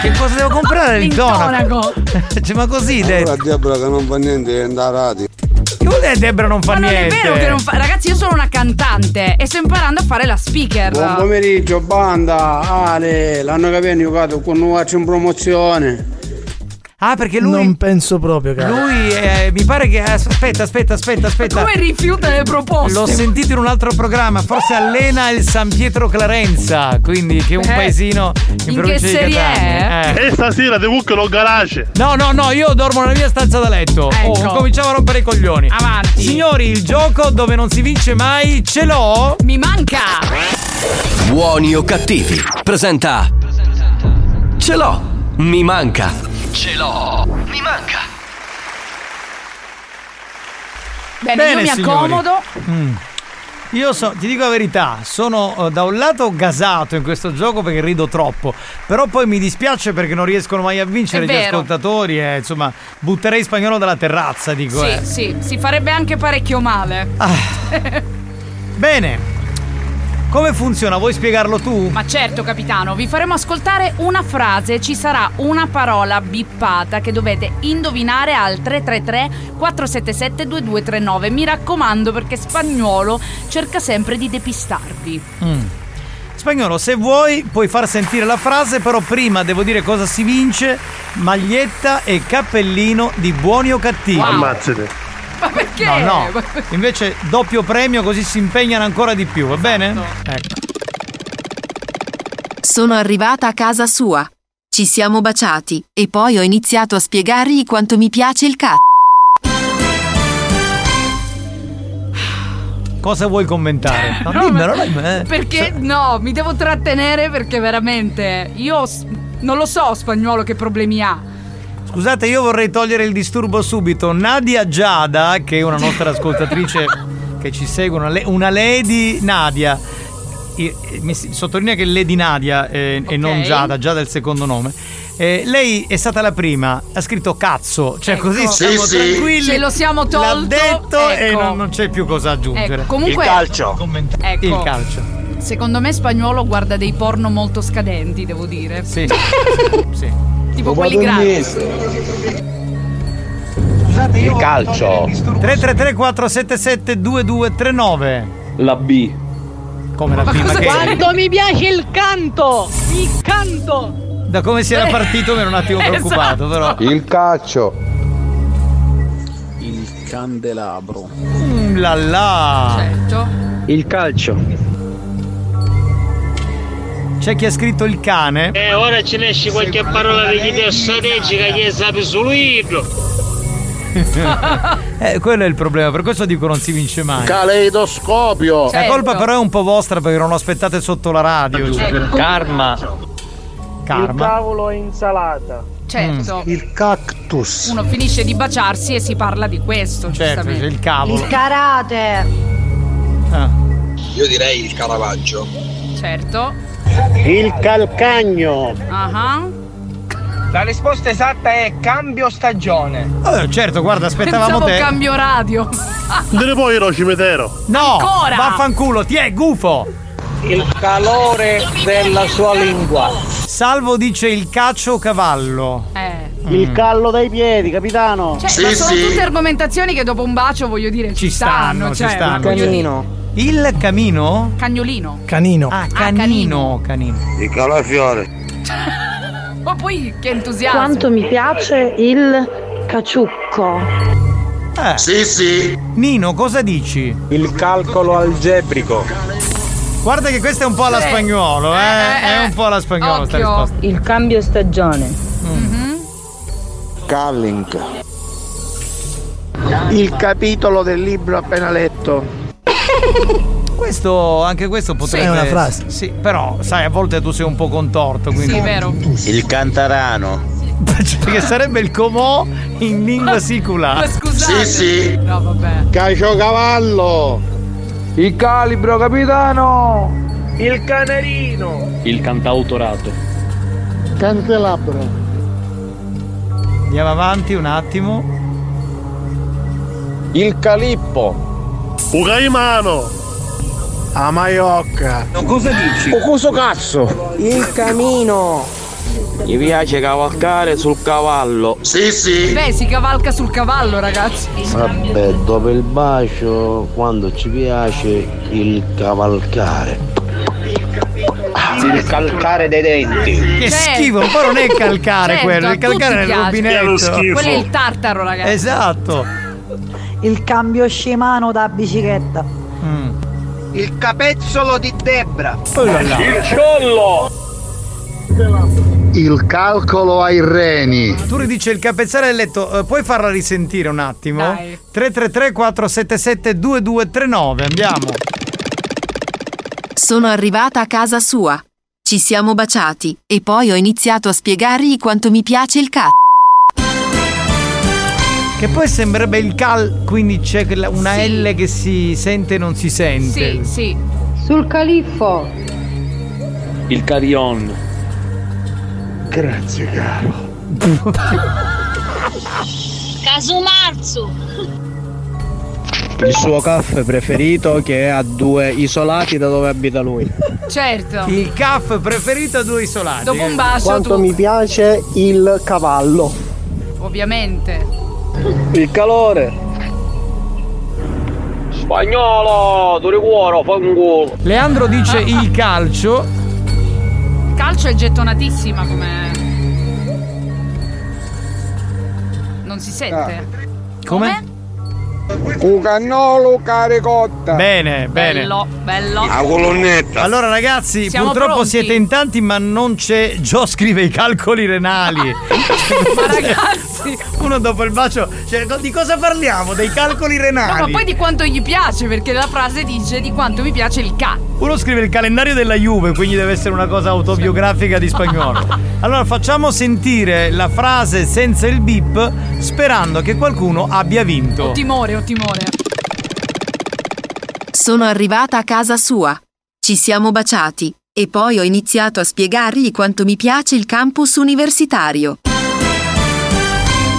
Che cosa devo comprare? Il donaco. Cioè, ma così
Allora Debra che non fa niente è andare a radio.
Che vuol dire Debra non fa
Ma non è
niente?
vero che non fa. Ragazzi, io sono una cantante e sto imparando a fare la speaker.
Buon pomeriggio, banda, Ale, l'anno che viene giocato con noi faccio in promozione.
Ah, perché lui.
Non penso proprio, cara.
Lui eh, mi pare che. Aspetta, aspetta, aspetta, aspetta.
Come rifiuta le proposte?
L'ho sentito in un altro programma, forse allena il San Pietro Clarenza, quindi che è un
Eh,
paesino in,
in che
provincia di
serie
Catania.
è?
Eh.
E stasera The Cook non garage.
No, no, no, io dormo nella mia stanza da letto.
Ecco.
Oh, cominciamo a rompere i coglioni.
Avanti.
Signori, il gioco dove non si vince mai ce l'ho.
Mi manca.
Buoni o cattivi, presenta. Ce l'ho, mi manca.
Ce l'ho! Mi manca!
Bene,
Bene,
io mi
signori.
accomodo.
Mm. Io so, ti dico la verità, sono eh, da un lato gasato in questo gioco perché rido troppo, però poi mi dispiace perché non riescono mai a vincere
È
gli
vero.
ascoltatori e insomma butterei spagnolo dalla terrazza, dico. eh.
Sì, sì, si farebbe anche parecchio male.
Ah,
Bene, come funziona? Vuoi spiegarlo tu?
Ma certo, capitano, vi faremo ascoltare una frase, ci sarà una parola bippata che dovete indovinare al 333 477 2239. Mi raccomando perché spagnolo cerca sempre di depistarvi.
Mm. Spagnolo, se vuoi puoi far sentire la frase, però prima devo dire cosa si vince. Maglietta e cappellino di buoni o cattivi.
Ammazzate.
Ma perché?
No, no. Invece doppio premio così si impegnano ancora di più, va bene?
Esatto.
Ecco.
Sono arrivata a casa sua. Ci siamo baciati e poi ho iniziato a spiegargli quanto mi piace il cazzo.
Cosa vuoi commentare? No,
Eh, No,
dimmelo,
ma-
dimmelo, eh.
Perché no, mi devo trattenere perché veramente io s- non lo so spagnolo che problemi ha.
Scusate, io vorrei togliere il disturbo subito. Nadia Giada, che è una nostra ascoltatrice che ci segue, una, le- una lady Nadia. I- eh, mi si- sottolinea che è Lady Nadia eh, e non Giada, Giada è il secondo nome. Eh, lei è stata la prima, ha scritto cazzo, cioè
Ecco.
così siamo tranquilli.
Ce lo siamo tolto.
L'ha detto e
ecco.
non, non c'è più cosa aggiungere.
Ecco, comunque- Il calcio. Ecco.
Il calcio.
Secondo me spagnolo guarda dei porno molto scadenti, devo dire.
Sì. sì.
Tipo quelli grandi.
Il
calcio.
333 477 2239. La B. Come la B? Ma che-
Quando mi piace il canto, il canto.
Da come si
Eh.
era partito mi ero un attimo
Esatto.
preoccupato, però.
Il calcio. Il candelabro.
Mm, la la.
Certo.
Il calcio.
C'è chi ha scritto il cane.
E Eh, ora ci ne esce qualche parola di chi strategica che sape solo io.
eh, quello è il problema, per questo dico non si vince mai.
Caleidoscopio.
Certo.
La colpa però è un po' vostra perché non lo aspettate sotto la radio.
Ecco.
Karma. Karma.
tavolo è insalata. Certo.
Il cactus.
Uno finisce di baciarsi e si parla di questo,
Certo, c'è
giustamente.
il cavolo.
karate.
Ah.
Io direi il Caravaggio.
Certo.
Il calcagno.
Ah ah.
La risposta esatta è cambio stagione.
Eh, certo, guarda, aspettavamo
Pensavo
te.
cambio radio.
Delle poi ero cimitero. No!
Ancora?
Vaffanculo, ti è gufo!
Il calore della sua lingua.
Salvo dice il caccio cavallo. Mm.
Eh.
Il
callo dai piedi, capitano.
Cioè, ma sono tutte argomentazioni che dopo un bacio voglio dire ci,
Ci stanno,
cioè,
ci stanno.
voglio-
Il camino?
Cagnolino.
Canino. Ah,
canino.
canino, canino.
Il calafiore.
Ma poi che entusiasmo.
Quanto mi piace il caciucco.
Eh. Sì, sì. Nino, cosa dici? Il calcolo algebrico. Guarda che questa è un po' alla
Sì.
spagnolo, eh? È un po' alla spagnolo sta risposta.
Il cambio stagione.
Calling. Il capitolo del libro appena letto.
Questo, anche questo potrebbe
È una frase.
Sì, però, sai, a volte tu sei un po' contorto, quindi.
Sì, vero.
Il cantarano. che sarebbe il comò in lingua
Ma
siculare.
scusate. No, vabbè.
Caciocavallo. Il calibro, capitano.
Il canarino.
Il cantautorato.
Candelabro.
Andiamo avanti un attimo.
Il calippo.
Ugaimano.
A maiocca.
Cosa dici?
coso cazzo.
Il camino.
Mi piace cavalcare sul cavallo. Sì, sì.
Beh, si cavalca sul cavallo, ragazzi.
Vabbè, dopo il bacio, quando ci piace il cavalcare. Il calcare dei denti.
Che
Certo.
schifo, un po' non è calcare
Certo,
quello, il
a tutti
calcare nel
piace.
rubinetto.
Quello è il tartaro, ragazzi.
Esatto.
Il cambio scemano da bicicletta.
Il capezzolo di Debra.
Oh là là.
Il ciollo.
Il calcolo ai reni. Turi dice il capezzale del letto, eh, puoi farla risentire un attimo?
Dai.
333 477 2239, andiamo.
Sono arrivata a casa sua. Ci siamo baciati e poi ho iniziato a spiegargli quanto mi piace il cazzo.
Che poi sembrerebbe il cal, quindi c'è quella- una
Sì.
L che si sente e non si sente.
Sì, sì.
Sul califfo.
Il carion.
Grazie, caro.
Casumarzu.
Il suo caffè preferito che è a due isolati da dove abita lui.
Certo.
Il CAF preferito a due isolati.
Dopo un bacio tu,
piace il cavallo.
ovviamente.
Il calore.
Spagnolo, tu cuoro, fa un culo.
Leandro dice il calcio.
Il calcio è gettonatissima come Non si sente.
Come?
Cucannolo caricotta.
Bene, bene.
Bello, Oh, bello.
Allora ragazzi,
Siamo
purtroppo
pronti?
siete in tanti ma non c'è Gio scrive i calcoli renali.
ma ragazzi,
uno dopo il bacio, cioè, di cosa parliamo? Dei calcoli
No,
renali.
ma poi di quanto gli piace, perché la frase dice di quanto mi piace il ca.
Uno scrive il calendario della Juve, quindi deve essere una cosa autobiografica di spagnolo. Allora facciamo sentire la frase senza il bip, sperando che qualcuno abbia vinto.
Ho Oh, timore, ho timore.
Sono arrivata a casa sua. Ci siamo baciati. E poi ho iniziato a spiegargli quanto mi piace il campus universitario.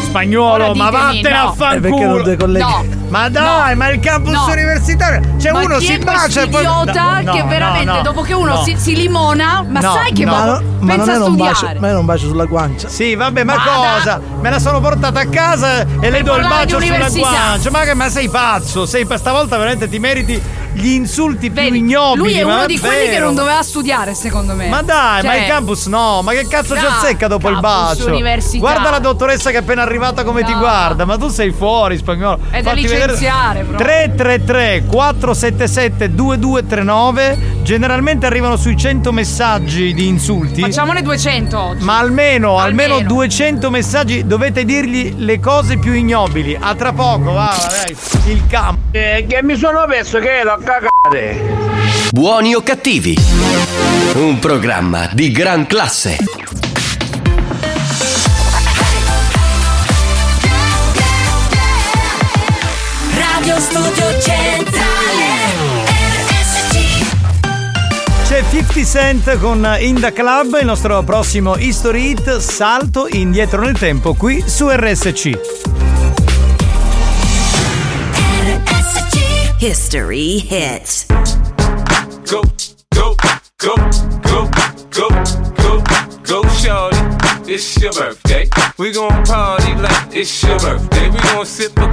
Spagnolo, ma
ditemi
vattene
no.
a fanculo.
Eh, perché non dei colleghi? No.
Ma dai, ma il campus
No.
universitario. C'è
Ma
uno
chi
si
è
bacia e poi.
idiota
No,
che
no,
veramente
no,
dopo che uno
no.
si, si limona, ma
No,
sai che
no.
va,
Ma non
pensa
è
a
un bacio,
studiare.
ma era un bacio sulla guancia.
Sì, vabbè, ma
Vada.
cosa? Me la sono portata a casa e le do il
parlare di
bacio sulla
università.
guancia. Ma, che- ma sei pazzo? Sei, pa- stavolta veramente ti meriti gli insulti più ignobili.
Lui è
ma
uno di quelli che
davvero.
non doveva studiare, secondo me.
Ma dai, ma
Cioè,
il campus no, ma che cazzo ci
Dai,
azzecca dopo il
campus,
bacio?
università.
Guarda la dottoressa che è appena arrivata come ti
No.
guarda, ma tu sei fuori spagnolo.
È da licenziare, proprio.
333 477 2239, generalmente arrivano sui 100 messaggi di insulti.
Facciamone 200 oggi.
Ma almeno, almeno,
Almeno.
200 messaggi dovete dirgli le cose più ignobili. A tra poco, va, va, dai. Il campo.
Eh, che mi sono messo che ero a cagare.
Buoni o cattivi? Un programma di gran classe.
Radio Studio Centrale RSC
C'è 50 Cent con In The Club, il nostro prossimo History Hit, salto indietro nel tempo qui su RSC.
History hits.
Go, go, go, go, go, go, go, shorty. It's your birthday. We gon' party like it's your birthday. We gon' sip a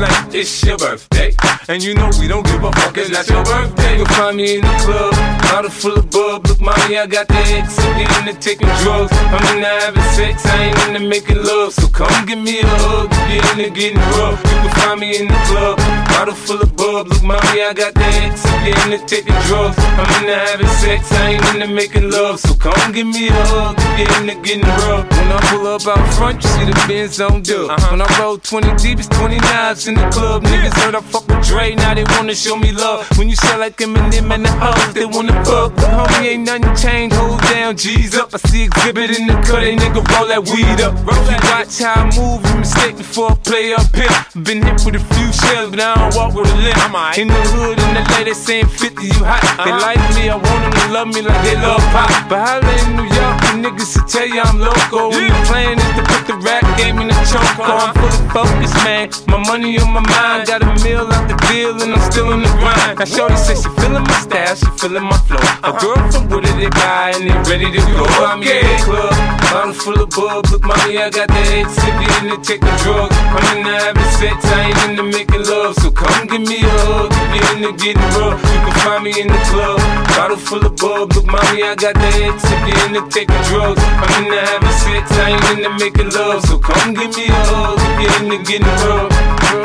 like it's your birthday. And you know we don't give a fuck, it's not your birthday. You'll find me in the club, bottle full of bub. Look, mommy, I got the X. I'm into taking drugs. I'm into having sex. I ain't into making love. So come give me a hug. You into getting rough. You can find me in the club, bottle full of bub. Look, mommy, I got the X. I'm into taking drugs. I'm into having sex. I ain't into making love. So come give me a hug. You into getting rough. When I pull up out front, you see the Benz on dub. When I roll 20 deep, it's 20 knives in the club. Niggas heard I fuck with Dre, now they wanna show me love. When you sell like Eminem and the hoes, they wanna fuck. But homie, ain't nothing changed. Hold down, G's up. I see exhibit in the cut, they nigga roll that weed up. You watch how I move, you mistake before I play up here. Been hit with a few shells, but I don't walk with a limp. In the hood, in the lady saying 50, you hot. They like me, I want them to love me like they love pop. But holla in New York, the niggas to tell you I'm loco. And the plan is to put the rap game in the choke. I'm full of focus, man. My money on my mind. Got a meal out the deal, and I'm still in the grind. Now, Shorty says she feeling my style, she feeling my flow. A girl from Wooded, they buy, and they ready to go. I'm in the club, bottle full of bug. Look, mommy, I got the head sippy in the taking drugs. I'm in the having sex, I ain't into making love. So come give me a hug, if you're into getting rough. You can find me in the club, bottle full of bug. Look, mommy, I got the head sippy in the taking drugs. I'm in the having sex, I ain't into making love. So come give me a hug, if you're into getting rough.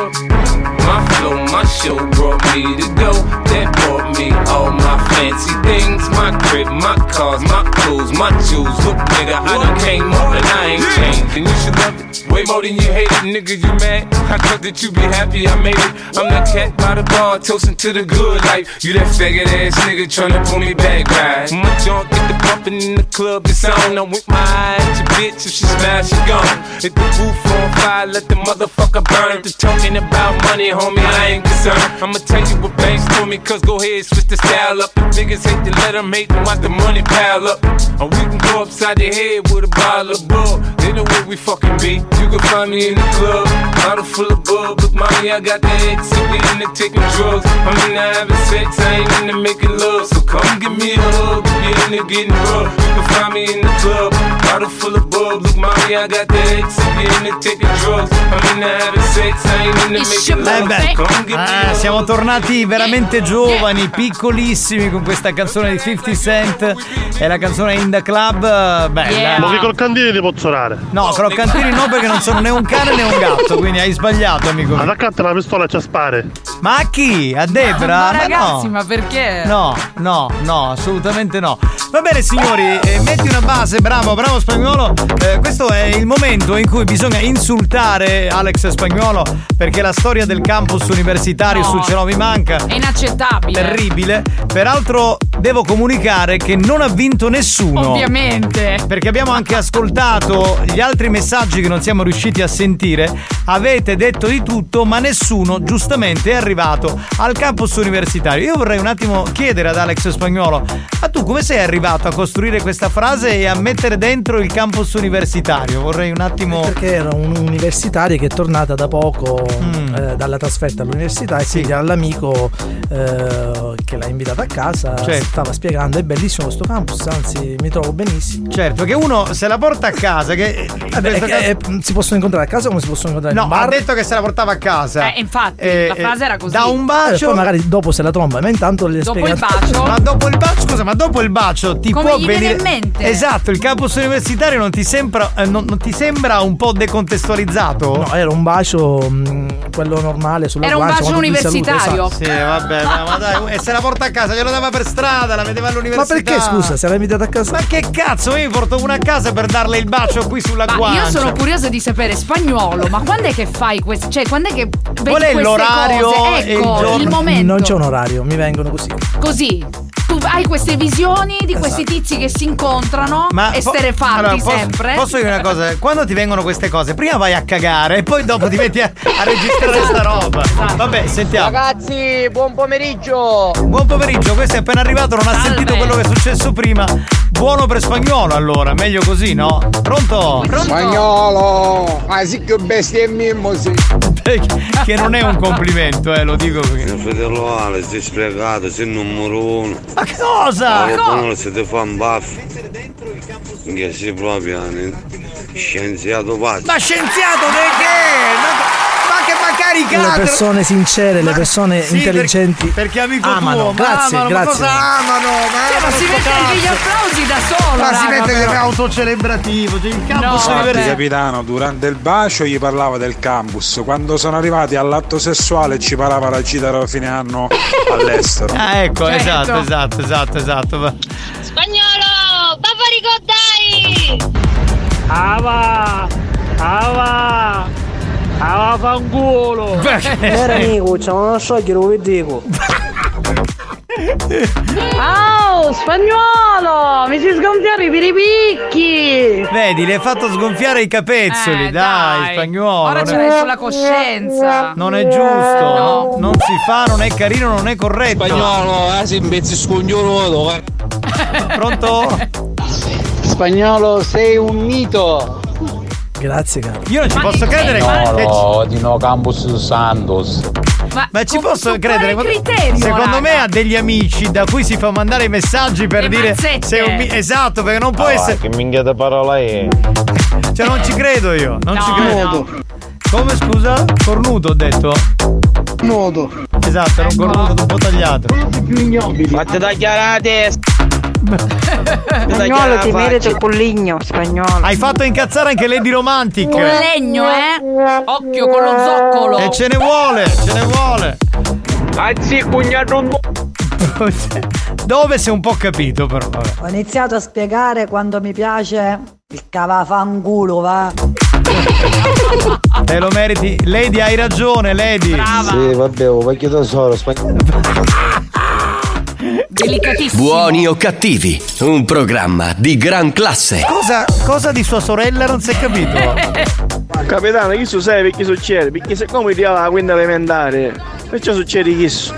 My flow, my show brought me to go. That brought me all my fancy things. My crib, my cars, my clothes, my jewels. Look, nigga, I done came up and I ain't changed. And you should love it way more than you hate it, nigga. You mad? I thought that you be happy I made it. I'm that cat by the bar, toasting to the good life. You that faggot ass nigga tryna pull me back, right? My junk get the bumping in the club, it's on. I'm with my eye at your bitch, if she smash, she gone. Hit the roof on fire, let the motherfucker burn. Just talking about money, homie, I ain't concerned. I'ma tell you what banks told me, cause go ahead, switch the style up. The niggas hate to let them hate them, watch the money pile up. Or we can go upside the head with a bottle of bull. They know where we fucking be. You can find me in the club, bottle full of bub. Look, mommy, I got the X, if we into taking drugs. I'm into having sex, I ain't into making love. So come give me a hug, if you're into getting rough. You can find me in the club, bottle full of bub. Look, mommy, I got the X, if you're into taking drugs. I'm into having sex, I ain't into making
Eh
love.
beh,
So come give me
ah, siamo tornati veramente giovani, piccolissimi con questa canzone di 50 Cent e la canzone In The Club, eh, bella.
Ma che col candini ti pozzolare.
No, croccantini no perché non sono né un cane né un gatto, quindi hai sbagliato amico
Ma daccate la pistola e ci spare.
Ma a chi? A Debra?
Ma
no.
ragazzi, ma perché?
No, no, no, assolutamente no. Va bene signori, eh, metti una base, bravo, bravo spagnolo. Eh, questo è il momento in cui bisogna insultare Alex Spagnolo perché la storia del campus universitario
No.
su Cenovi manca.
È inaccettabile.
Terribile. Peraltro devo comunicare che non ha vinto nessuno.
Ovviamente.
Perché abbiamo anche ascoltato gli altri messaggi che non siamo riusciti a sentire. Avete detto di tutto, ma nessuno giustamente è arrivato al campus universitario. Io vorrei un attimo chiedere ad Alex Spagnolo, ma tu come sei arrivato a costruire questa frase e a mettere dentro il campus universitario? Vorrei un attimo...
Perché era un'universitaria che è tornata da poco
Mm.
eh, dalla trasferta all'università e quindi all'amico eh, che l'ha invitata a casa
Certo.
stava spiegando è bellissimo questo campus, anzi mi trovo benissimo.
Certo, che uno se la porta a casa, che...
Vabbè,
questo
è che, eh, si possono incontrare a casa come si possono incontrare in
No,
un bar.
ha detto che se la portava a casa.
Eh, infatti, la frase era così.
Da un
Eh,
bacio...
poi magari dopo se la tromba, ma intanto le
Dopo
spiega-
il bacio. Ma dopo il bacio, scusa, ma dopo il bacio ti
Come
può
gli viene
venire
in mente?
Esatto, il campus universitario non ti sembra eh, non, non ti sembra un po' decontestualizzato?
No, era un bacio mh, Mm, quello normale sulla
Era un
guancia,
bacio
quando ti saluti,
universitario.
esatto.
Sì, vabbè, no, ma dai, e se la porta a casa, glielo dava per strada, la vedeva
Ma
all'università.
perché scusa, se l'hai invitata a casa?
Ma che cazzo, io mi porto una a casa per darle il bacio qui sulla
Ma
guancia.
io sono curiosa di sapere spagnolo, ma quando è che fai questo? Cioè, quando è che vedi
Qual è
queste
l'orario
cose?
e il
Ecco, il,
giorno?
momento.
Non c'è un orario, mi vengono così.
Così. Tu hai queste visioni di questi tizi che si incontrano,
Esatto. Ma
esterefatti
allora, posso-
sempre.
Posso dire una cosa? Quando ti vengono queste cose, prima vai a cagare e poi dopo ti metti a, a registrare sta roba. Vabbè, sentiamo.
Ragazzi, buon pomeriggio!
Buon pomeriggio, questo è appena arrivato, non ha sentito quello che è successo prima. Buono per spagnolo allora, meglio così, no? Pronto?
Spagnolo! Ma sì che bestemmiamo sì!
che non è un complimento, eh, lo dico perché.
Mio fratello Ale, sei sprecato, sei il numero uno.
Ma
Ecco.
cosa?
Ma buono se ti fa un baffo. Che sei proprio eh, scienziato pazzo.
Ma scienziato di che? Ma, ma che ma
Le
caricato!
persone sincere, le persone
sì,
intelligenti.
Perché amico
amano.
tuo, ma
grazie,
amano, ma
grazie.
cosa amano? Ma,
Cioè, ma si mette anche gli applausi da solo.
Ma si
raga,
mette
però.
che è autocelebrativo, cioè il campo
No,
si
Infatti,
diverte.
capitano, durante il bacio gli parlava del campus. Quando sono arrivati all'atto sessuale ci parlava la gita a fine anno all'estero.
Ah, ecco,
Certo.
esatto, esatto, esatto, esatto. Va-
Spagnolo, paparico dai!
Ava! Ava! Ava fanculo!
Era amico, cioè, non so che lo vedevo.
Au, spagnolo! Mi si sgonfiano i piripicchi!
Vedi, le hai fatto sgonfiare i capezzoli,
Eh,
dai,
dai.
spagnolo.
Ora
non
ce
è-
l'hai
sulla coscienza.
Non è giusto, non si fa, non è carino, non è corretto.
Spagnolo, eh, sei un pezzo scoglionuto.
Pronto?
Spagnolo sei un mito!
Grazie, caro.
Io non ci posso credere che
di no Campus Santos.
Ma,
ci posso
su
credere?
quale
ma-
criterio,
secondo
raga?
me ha degli amici da cui si fa mandare i messaggi per
Le
dire
mazzette.
se è un mi- esatto, perché non può
eh,
essere.
Ah, Che minchia di parola è?
Cioè non ci credo io, non
No,
ci credo. Come scusa? Cornuto ho detto. Nudo. Esatto, era un cornuto un po' tagliato.
Più ignobili!
Fatti tagliare la testa!
Eh, Spagnolo, ti meriti il
colligno, spagnolo.
Hai fatto incazzare anche Lady Romantic.
Con legno, eh? Occhio con lo zoccolo.
E ce ne vuole, ce ne vuole.
Anzi, cugnato un
Dove si è un po' capito però. Vabbè.
Ho iniziato a spiegare quando mi piace il cavafangulo, va.
Te lo meriti. Lady hai ragione, Lady.
Sì, vabbè, un vecchio tesoro, spagnolo.
Delicatissimo.
Buoni o cattivi, un programma di gran classe.
Cosa, cosa di sua sorella non si è capito?
Capitano, chi so sai perché succede? Perché se come ti alla quinta elementare, perciò succede chissà.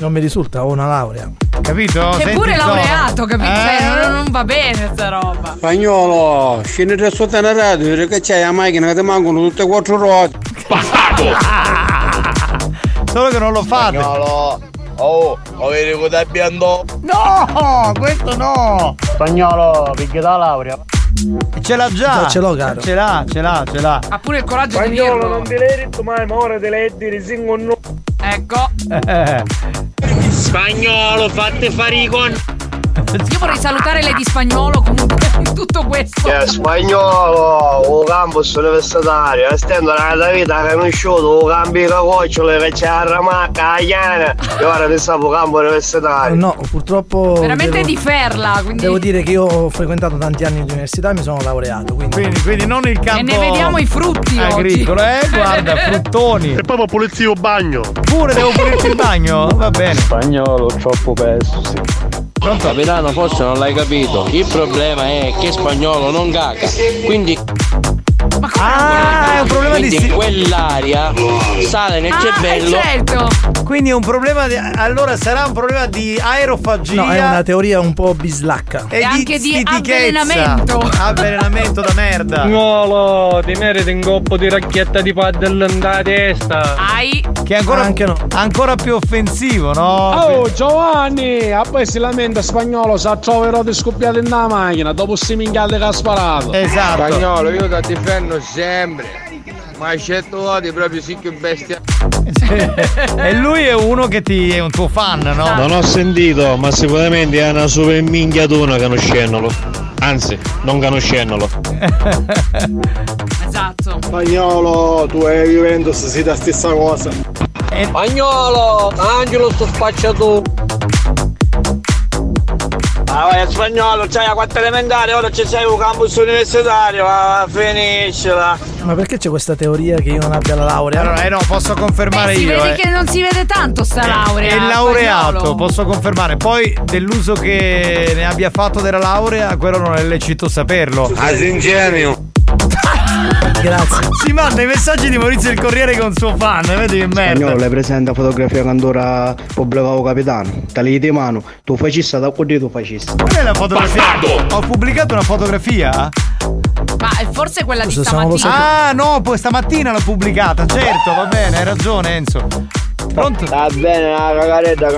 Non mi risulta, ho una laurea.
Capito?
C'è pure laureato, capito? Cioè,
Eh?
non, non va bene sta roba.
Spagnolo, scendi da sotto alla radio, dire che c'hai la macchina che ti mancano tutte e quattro ruote.
Solo che non lo fate.
Spagnolo, oh, ho vedo che ti abbiamo
No, questo no.
Spagnolo, perché da laurea?
Ce l'ha già.
No, ce l'ho, caro.
Ce l'ha, ce l'ha, ce l'ha.
Ha pure il coraggio di
Spagnolo,
dirlo.
non te l'hai detto mai, ma ora te l'hai detto singolo no.
Ecco.
Eh.
Spagnolo, fate fare i con.
Io vorrei salutare lei di spagnolo comunque in tutto questo.
Che spagnolo, o campus universitario, estendo eh, la vita che ho conosciuto, o cambi cocciole che c'è la ramacca, la iana, e ora mi sa un campo universitario.
No, purtroppo.
Veramente
devo-
di ferla, quindi.
Devo dire che io ho frequentato tanti anni di università e mi sono laureato. Quindi,
quindi, non il
E ne vediamo i frutti
Agricolo,
oggi.
eh? Guarda, fruttoni. E poi ho pulizio bagno. Pure devo pulirti il bagno? Va bene.
Spagnolo troppo perso, sì.
Pronto?
Capitano, forse non l'hai capito. Il problema è che spagnolo non caga. Quindi.
Ah, è un problema di
Quindi
sti-
quell'aria sale nel cervello.
eh, certo. Quindi è un problema di- Allora sarà un problema di aerofagia.
No, è una teoria un po' bislacca.
E, anche di stitichezza.
avvelenamento.
Avvelenamento da merda.
Spagnolo, ti meriti un colpo di racchetta di padel in da testa.
Ai.
Che è ancora, ancora più offensivo, no?
Oh Giovanni, a poi si lamenta spagnolo, sa troverò di scoppiare nella macchina dopo sti minchiate che ha sparato.
Esatto.
Spagnolo, io da difendo sempre. Ma scelto voti proprio sì che bestia.
e lui è uno che ti è Esatto, un tuo fan, no?
Non ho sentito, ma sicuramente è una super minchiatona canoscennolo. Anzi, non canoscennolo.
Esatto.
Spagnolo, tu e Juventus siete la stessa cosa.
Spagnolo, Angelo sto spacciato. Ah, vai, spagnolo, c'hai la quarta elementare, ora ci sei un campus universitario, va, finiscila.
Ma perché c'è questa teoria che io non abbia la laurea?
Allora, eh no, posso confermare
Si
io.
vede
eh.
che non si vede tanto sta laurea.
È laureato,
spagnolo.
posso confermare. Poi dell'uso che ne abbia fatto della laurea, quello non è lecito saperlo.
Asingenio.
Grazie.
Si manda i messaggi di Maurizio il Corriere con suo fan, vedi che merda.
Spagnolo, è presente la fotografia quando ora pubblicavo capitano. Tagli di mano, tu facista da quelli tu facista.
Qual è la fotografia? Ho pubblicato una fotografia.
Ma è forse quella di
Scusa,
stamattina.
Ah, no, poi stamattina l'ho pubblicata, certo, va bene, hai ragione Enzo. Pronto?
Va bene, la cagaretta.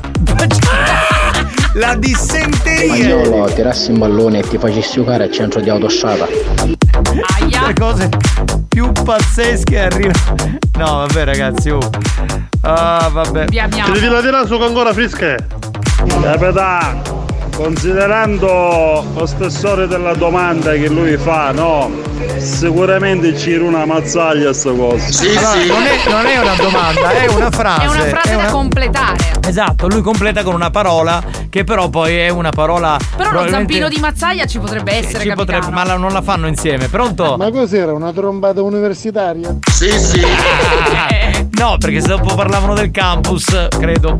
La dissenteria.
Spagnolo, tirassi un pallone e ti facessi giocare al centro di autostrada.
Le cose più pazzesche arrivano. No, vabbè ragazzi, oh. Ah, vabbè.
abbiamo.
Ti la tira su che ancora fresca. Capitano, considerando lo spessore della domanda che lui fa, no? Sicuramente c'era una mazzaglia sta cosa.
Allora, Non, è, non è una domanda, è una frase.
È una frase
Ah, È
da
una-
completare.
Esatto, lui completa con una parola che però poi è una parola...
Però lo
probabilmente-
zampino di mazzaia ci potrebbe
Ci
essere, capitano. Ah,
potrebbe- ma la- non la fanno insieme, pronto?
Ma cos'era? Una trombata universitaria?
Sì, sì. no, perché se dopo parlavano del campus, credo.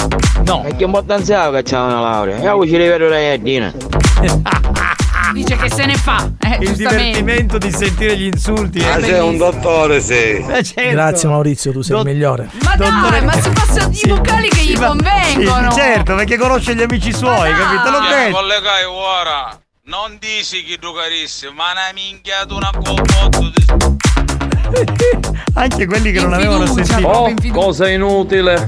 No.
E che importanza che c'è una laurea? E ora ci rivero la iardina.
Ah, Dice che se ne fa. Eh,
Il
giustamente.
divertimento di sentire gli insulti. eh.
Ma Ah, sei un dottore, sei.
certo.
Grazie Maurizio, tu sei il migliore.
Ma dai, ma si passano i vocali che gli convengono.
Sì, certo, perché conosce gli amici suoi, capito? L'ho
Chiaro,
detto.
collegai Ah, ora. Non dici chi tu carissi, ma una minchia tu una co-
Anche quelli che non avevano sentito.
Oh, cosa inutile.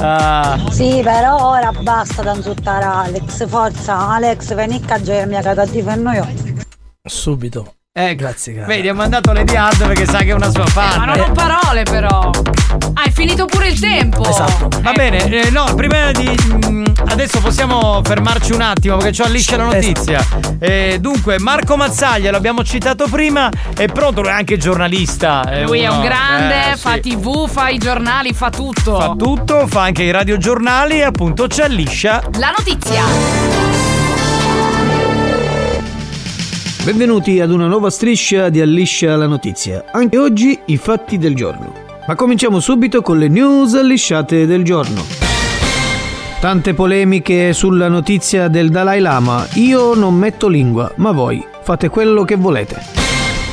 Ah.
Sì, però ora basta da insultare Alex. Forza, Alex, vieni a gemia che ti difendo io.
Subito.
Eh,
grazie, cara.
Vedi, ha mandato Lady Hard perché sa che è una sua fan.
Eh, Ma non ho parole però. Ah, è finito pure il tempo. Esatto.
Va bene, eh, no, prima di. mm, adesso possiamo fermarci un attimo perché c'ho liscia la notizia. Eh, dunque, Marco Mazzaglia, l'abbiamo citato prima, è pronto, lui è anche giornalista.
Lui è un
uno-
grande,
eh, sì.
fa tv, fa i giornali, fa tutto.
Fa tutto, fa anche i radiogiornali e appunto c'è liscia.
La notizia.
Benvenuti ad una nuova striscia di Alliscia la notizia. Anche oggi i fatti del giorno. Ma cominciamo subito con le news allisciate del giorno. Tante polemiche sulla notizia del Dalai Lama. Io non metto lingua, ma voi fate quello che volete.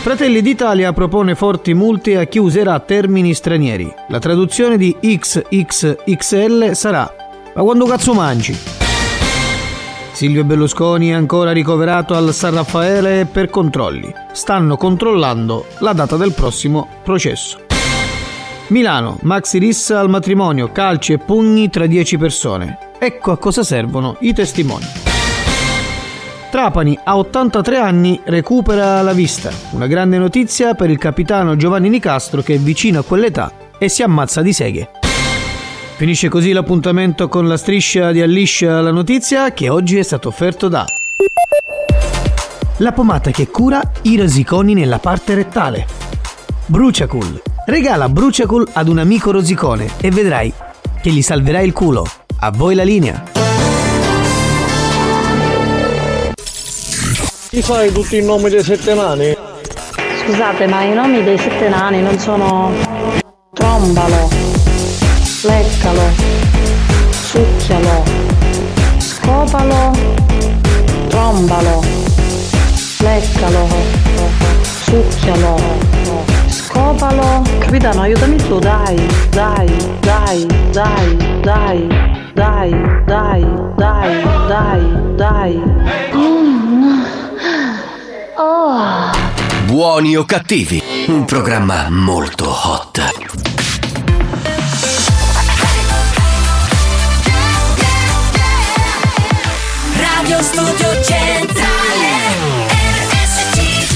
Fratelli d'Italia propone forti multe a chi userà termini stranieri. La traduzione di XXXL sarà Ma quando cazzo mangi? Silvio Berlusconi è ancora ricoverato al San Raffaele per controlli. Stanno controllando la data del prossimo processo. Milano, Maxi Rissa al matrimonio, calci e pugni tra 10 persone. Ecco a cosa servono i testimoni. Trapani, a 83 anni, recupera la vista. Una grande notizia per il capitano Giovanni Nicastro che è vicino a quell'età e si ammazza di seghe. Finisce così l'appuntamento con la striscia di Alliscia la notizia che oggi è stato offerto da La pomata che cura i rosiconi nella parte rettale. Bruciacool. Regala Bruciacool ad un amico rosicone e vedrai che gli salverai il culo. A voi la linea.
Ti fai tutti i nomi dei sette nani?
Scusate, ma i nomi dei sette nani non sono. Trombalo, leccalo, succhialo, scopalo, trombalo, leccalo, succhialo, scopalo. Capitano, aiutami tu, dai, dai, dai, dai, dai, dai, dai, dai, dai, dai. Mm. Oh.
Buoni o cattivi, un programma molto hot.
Radio Studio Centrale RSC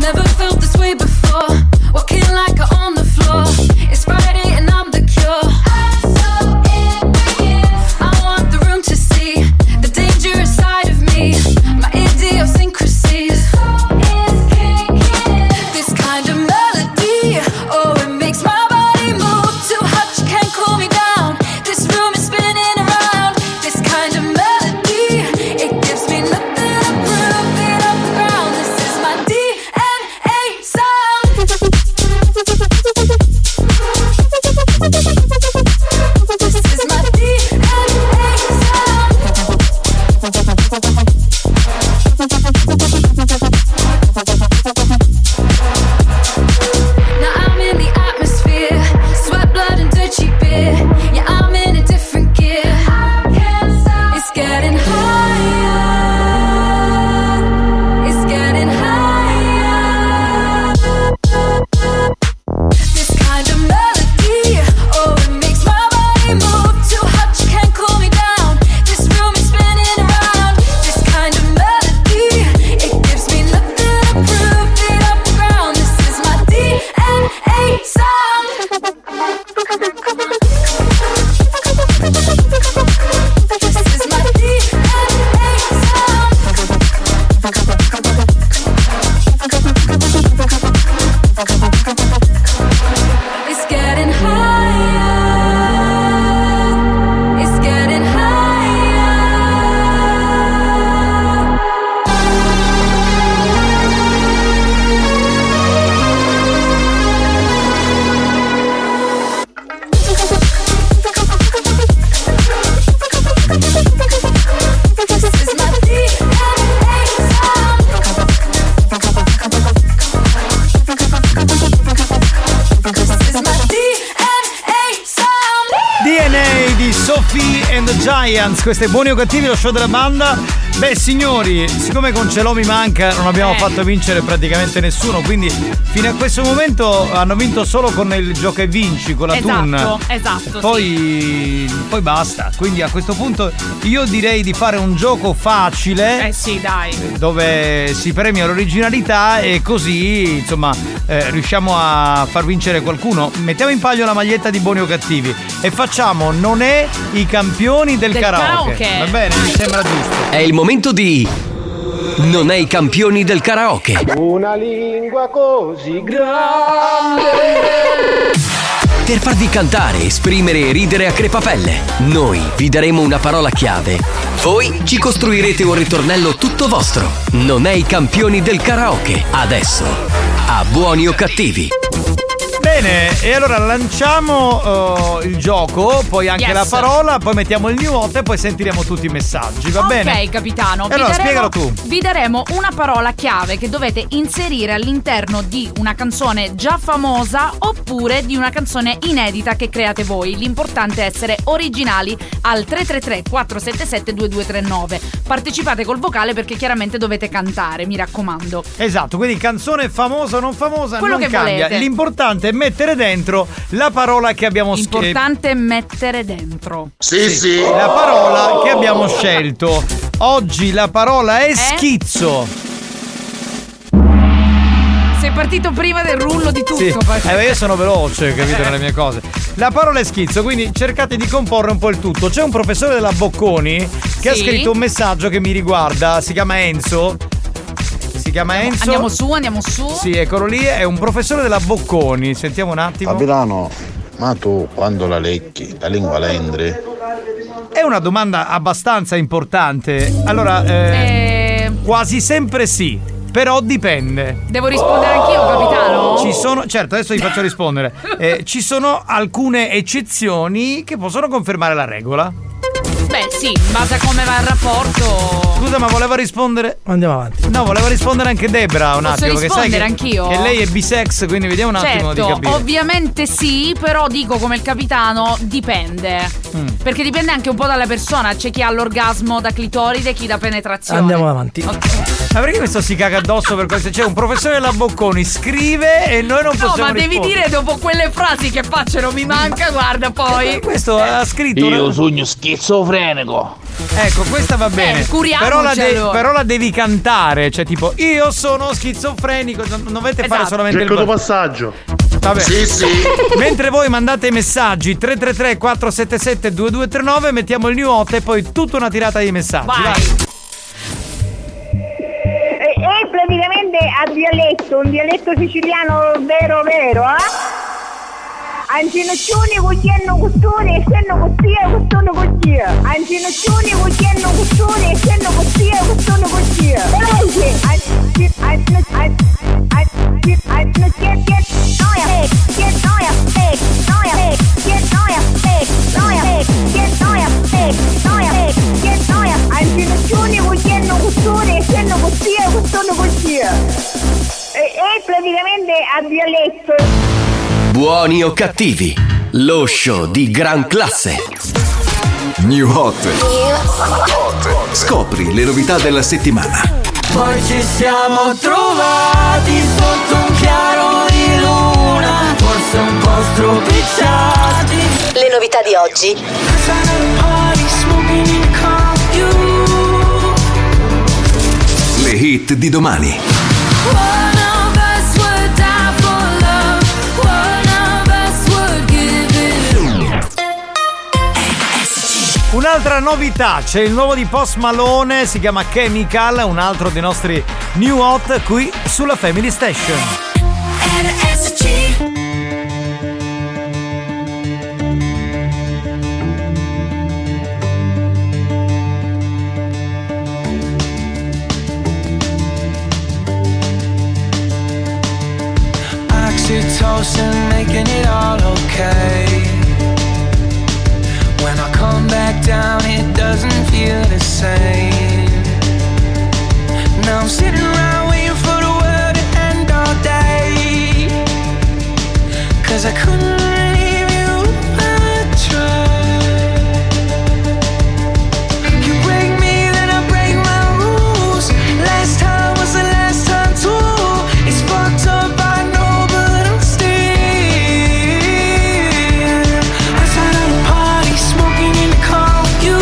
Never felt this way before. Walking like a on the floor. It's Friday and I'm the cure. I'm so in I want the room to see the dangerous side of me. My idiosyncrasies. This kind of melody, oh, it makes my body move. Too hot, you can't cool me down. This room is spinning around. This kind of melody, it gives me nothing to prove it up the ground. This is my DNA sound. This is my DNA Now I'm in the atmosphere, sweat, blood, and dirty beer. Yeah, I'm in a different gear. I can't stop. It's getting higher. It's getting higher. This kind of melody, oh, it makes my body move. Too hot, you can't cool me down. This room is spinning around. This kind of melody, it gives me nothing to prove it up the ground. This is my DNA sound. This is my DNA sound. It's getting higher. It's getting higher. This is my DNA sound. This is my DNA sound.
DNA di Sophie and the Giants, questo è Buoni o Cattivi, lo show della banda. Beh signori, siccome con Celò mi manca non
Eh.
abbiamo fatto vincere praticamente nessuno, quindi fino a questo momento hanno vinto solo con il gioco e vinci, con la
Esatto,
Tun.
esatto.
Poi, poi basta, quindi a questo punto io direi di fare un gioco facile.
Eh sì, dai.
dove si premia l'originalità e così insomma eh, riusciamo a far vincere qualcuno. Mettiamo in palio la maglietta di buoni o cattivi e facciamo non è i campioni del,
Del
karaoke.
karaoke.
Va bene, mi sembra giusto.
È il momento di Non è i campioni del karaoke.
Una lingua così grande.
Per farvi cantare, esprimere e ridere a crepapelle, noi vi daremo una parola chiave. Voi ci costruirete un ritornello tutto vostro. Non è i campioni del karaoke. Adesso, a buoni o cattivi.
Beh, Bene, e allora lanciamo eh, il gioco, poi anche
Yes.
la parola, poi mettiamo il new hot e poi sentiremo tutti i messaggi, va bene?
Ok, capitano.
E allora,
vi daremo-
spiegalo tu.
Vi daremo una parola chiave che dovete inserire all'interno di una canzone già famosa oppure di una canzone inedita che create voi. L'importante è essere originali al 333-477-2239. Partecipate col vocale perché chiaramente dovete cantare, mi raccomando.
Esatto, quindi canzone famosa o non famosa
Quello
non
che
cambia.
volete.
L'importante è mettere dentro la parola che abbiamo scelto.
L'importante è mettere dentro.
Sì, sì. Oh. La parola che abbiamo scelto. Oggi la parola
Eh?
è schizzo.
Sei partito prima del rullo di tutto.
Sì.
perché-
Eh, beh, io sono veloce, capito, nelle mie cose. La parola è schizzo, quindi cercate di comporre un po' il tutto. C'è un professore della Bocconi che ha
Sì.
scritto un messaggio che mi riguarda, si chiama Enzo. Si chiama Enzo.
Andiamo su, andiamo su.
Sì, eccolo lì, è un professore della Bocconi. Sentiamo un attimo.
Capitano, ma tu quando la lecchi, la lingua la entri?
È una domanda abbastanza importante. Allora, eh, quasi sempre sì, però dipende.
Devo rispondere anch'io, capitano?
Ci sono, certo, adesso vi faccio rispondere. Eh, ci sono alcune eccezioni che possono confermare la regola.
Beh, sì, in base a come va il rapporto.
Scusa, ma volevo rispondere.
Andiamo avanti.
No, volevo rispondere anche Debra un
Posso
attimo. Perché sai che,
rispondere anch'io?
che lei è bisex, quindi vediamo un attimo di
Certo,
capire.
ovviamente sì, però dico come il capitano, dipende.
Mm.
Perché dipende anche un po' dalla persona, c'è chi ha l'orgasmo da clitoride, chi da penetrazione.
Andiamo avanti.
Ma perché questo si caga addosso per questo? C'è un professore della Bocconi, scrive e noi non
No,
possiamo
ma devi
rispondere.
dire dopo quelle frasi che faccio non mi manca, guarda poi.
Questo ha scritto.
Eh, Io sogno schizofrenico.
Ecco, questa va bene.
Eh, curiamoci
però, la
allora.
però la devi cantare. Cioè, tipo, io sono schizofrenico. Non non dovete
Esatto.
fare solamente il
Cerco
coro.
il passaggio.
Vabbè.
Sì, sì.
Mentre voi mandate i messaggi 333 477 2239, mettiamo il new hot e poi tutta una tirata di messaggi.
Vai. E, e Eh, praticamente a dialetto, un dialetto siciliano vero vero, eh? Ancinoccioni cugliano costone, essendo costia, costone costia. Ancinoccioni cugliano costone, essendo costia, costone costia. Veloce! Anci- anci- anci- anci- anci- che- che- noia, che noia, che noia, che noia, che noia, che noia, che noia, che noia. Ancinoccioni cugliano costone, essendo costia, costone costia. E, e praticamente a dialetto.
Buoni o cattivi, lo show di gran classe. New Hot. Scopri le novità della settimana.
Poi ci siamo trovati sotto un chiaro di luna, forse un po' stropicciati. Le novità di oggi.
Le hit di domani.
Un'altra novità, c'è il nuovo di Post Malone, si chiama Chemical, un altro dei nostri new hot qui sulla Family Station.
Oxytocin making it all okay. When I come back down, it doesn't feel the same. Now I'm sitting around waiting for the world to end all day. Cause I couldn't leave you I tried. You break me, then I break my rules. Last time was the last time too. It's fucked up, I know, but I'm still outside of the party, smoking in the car with you.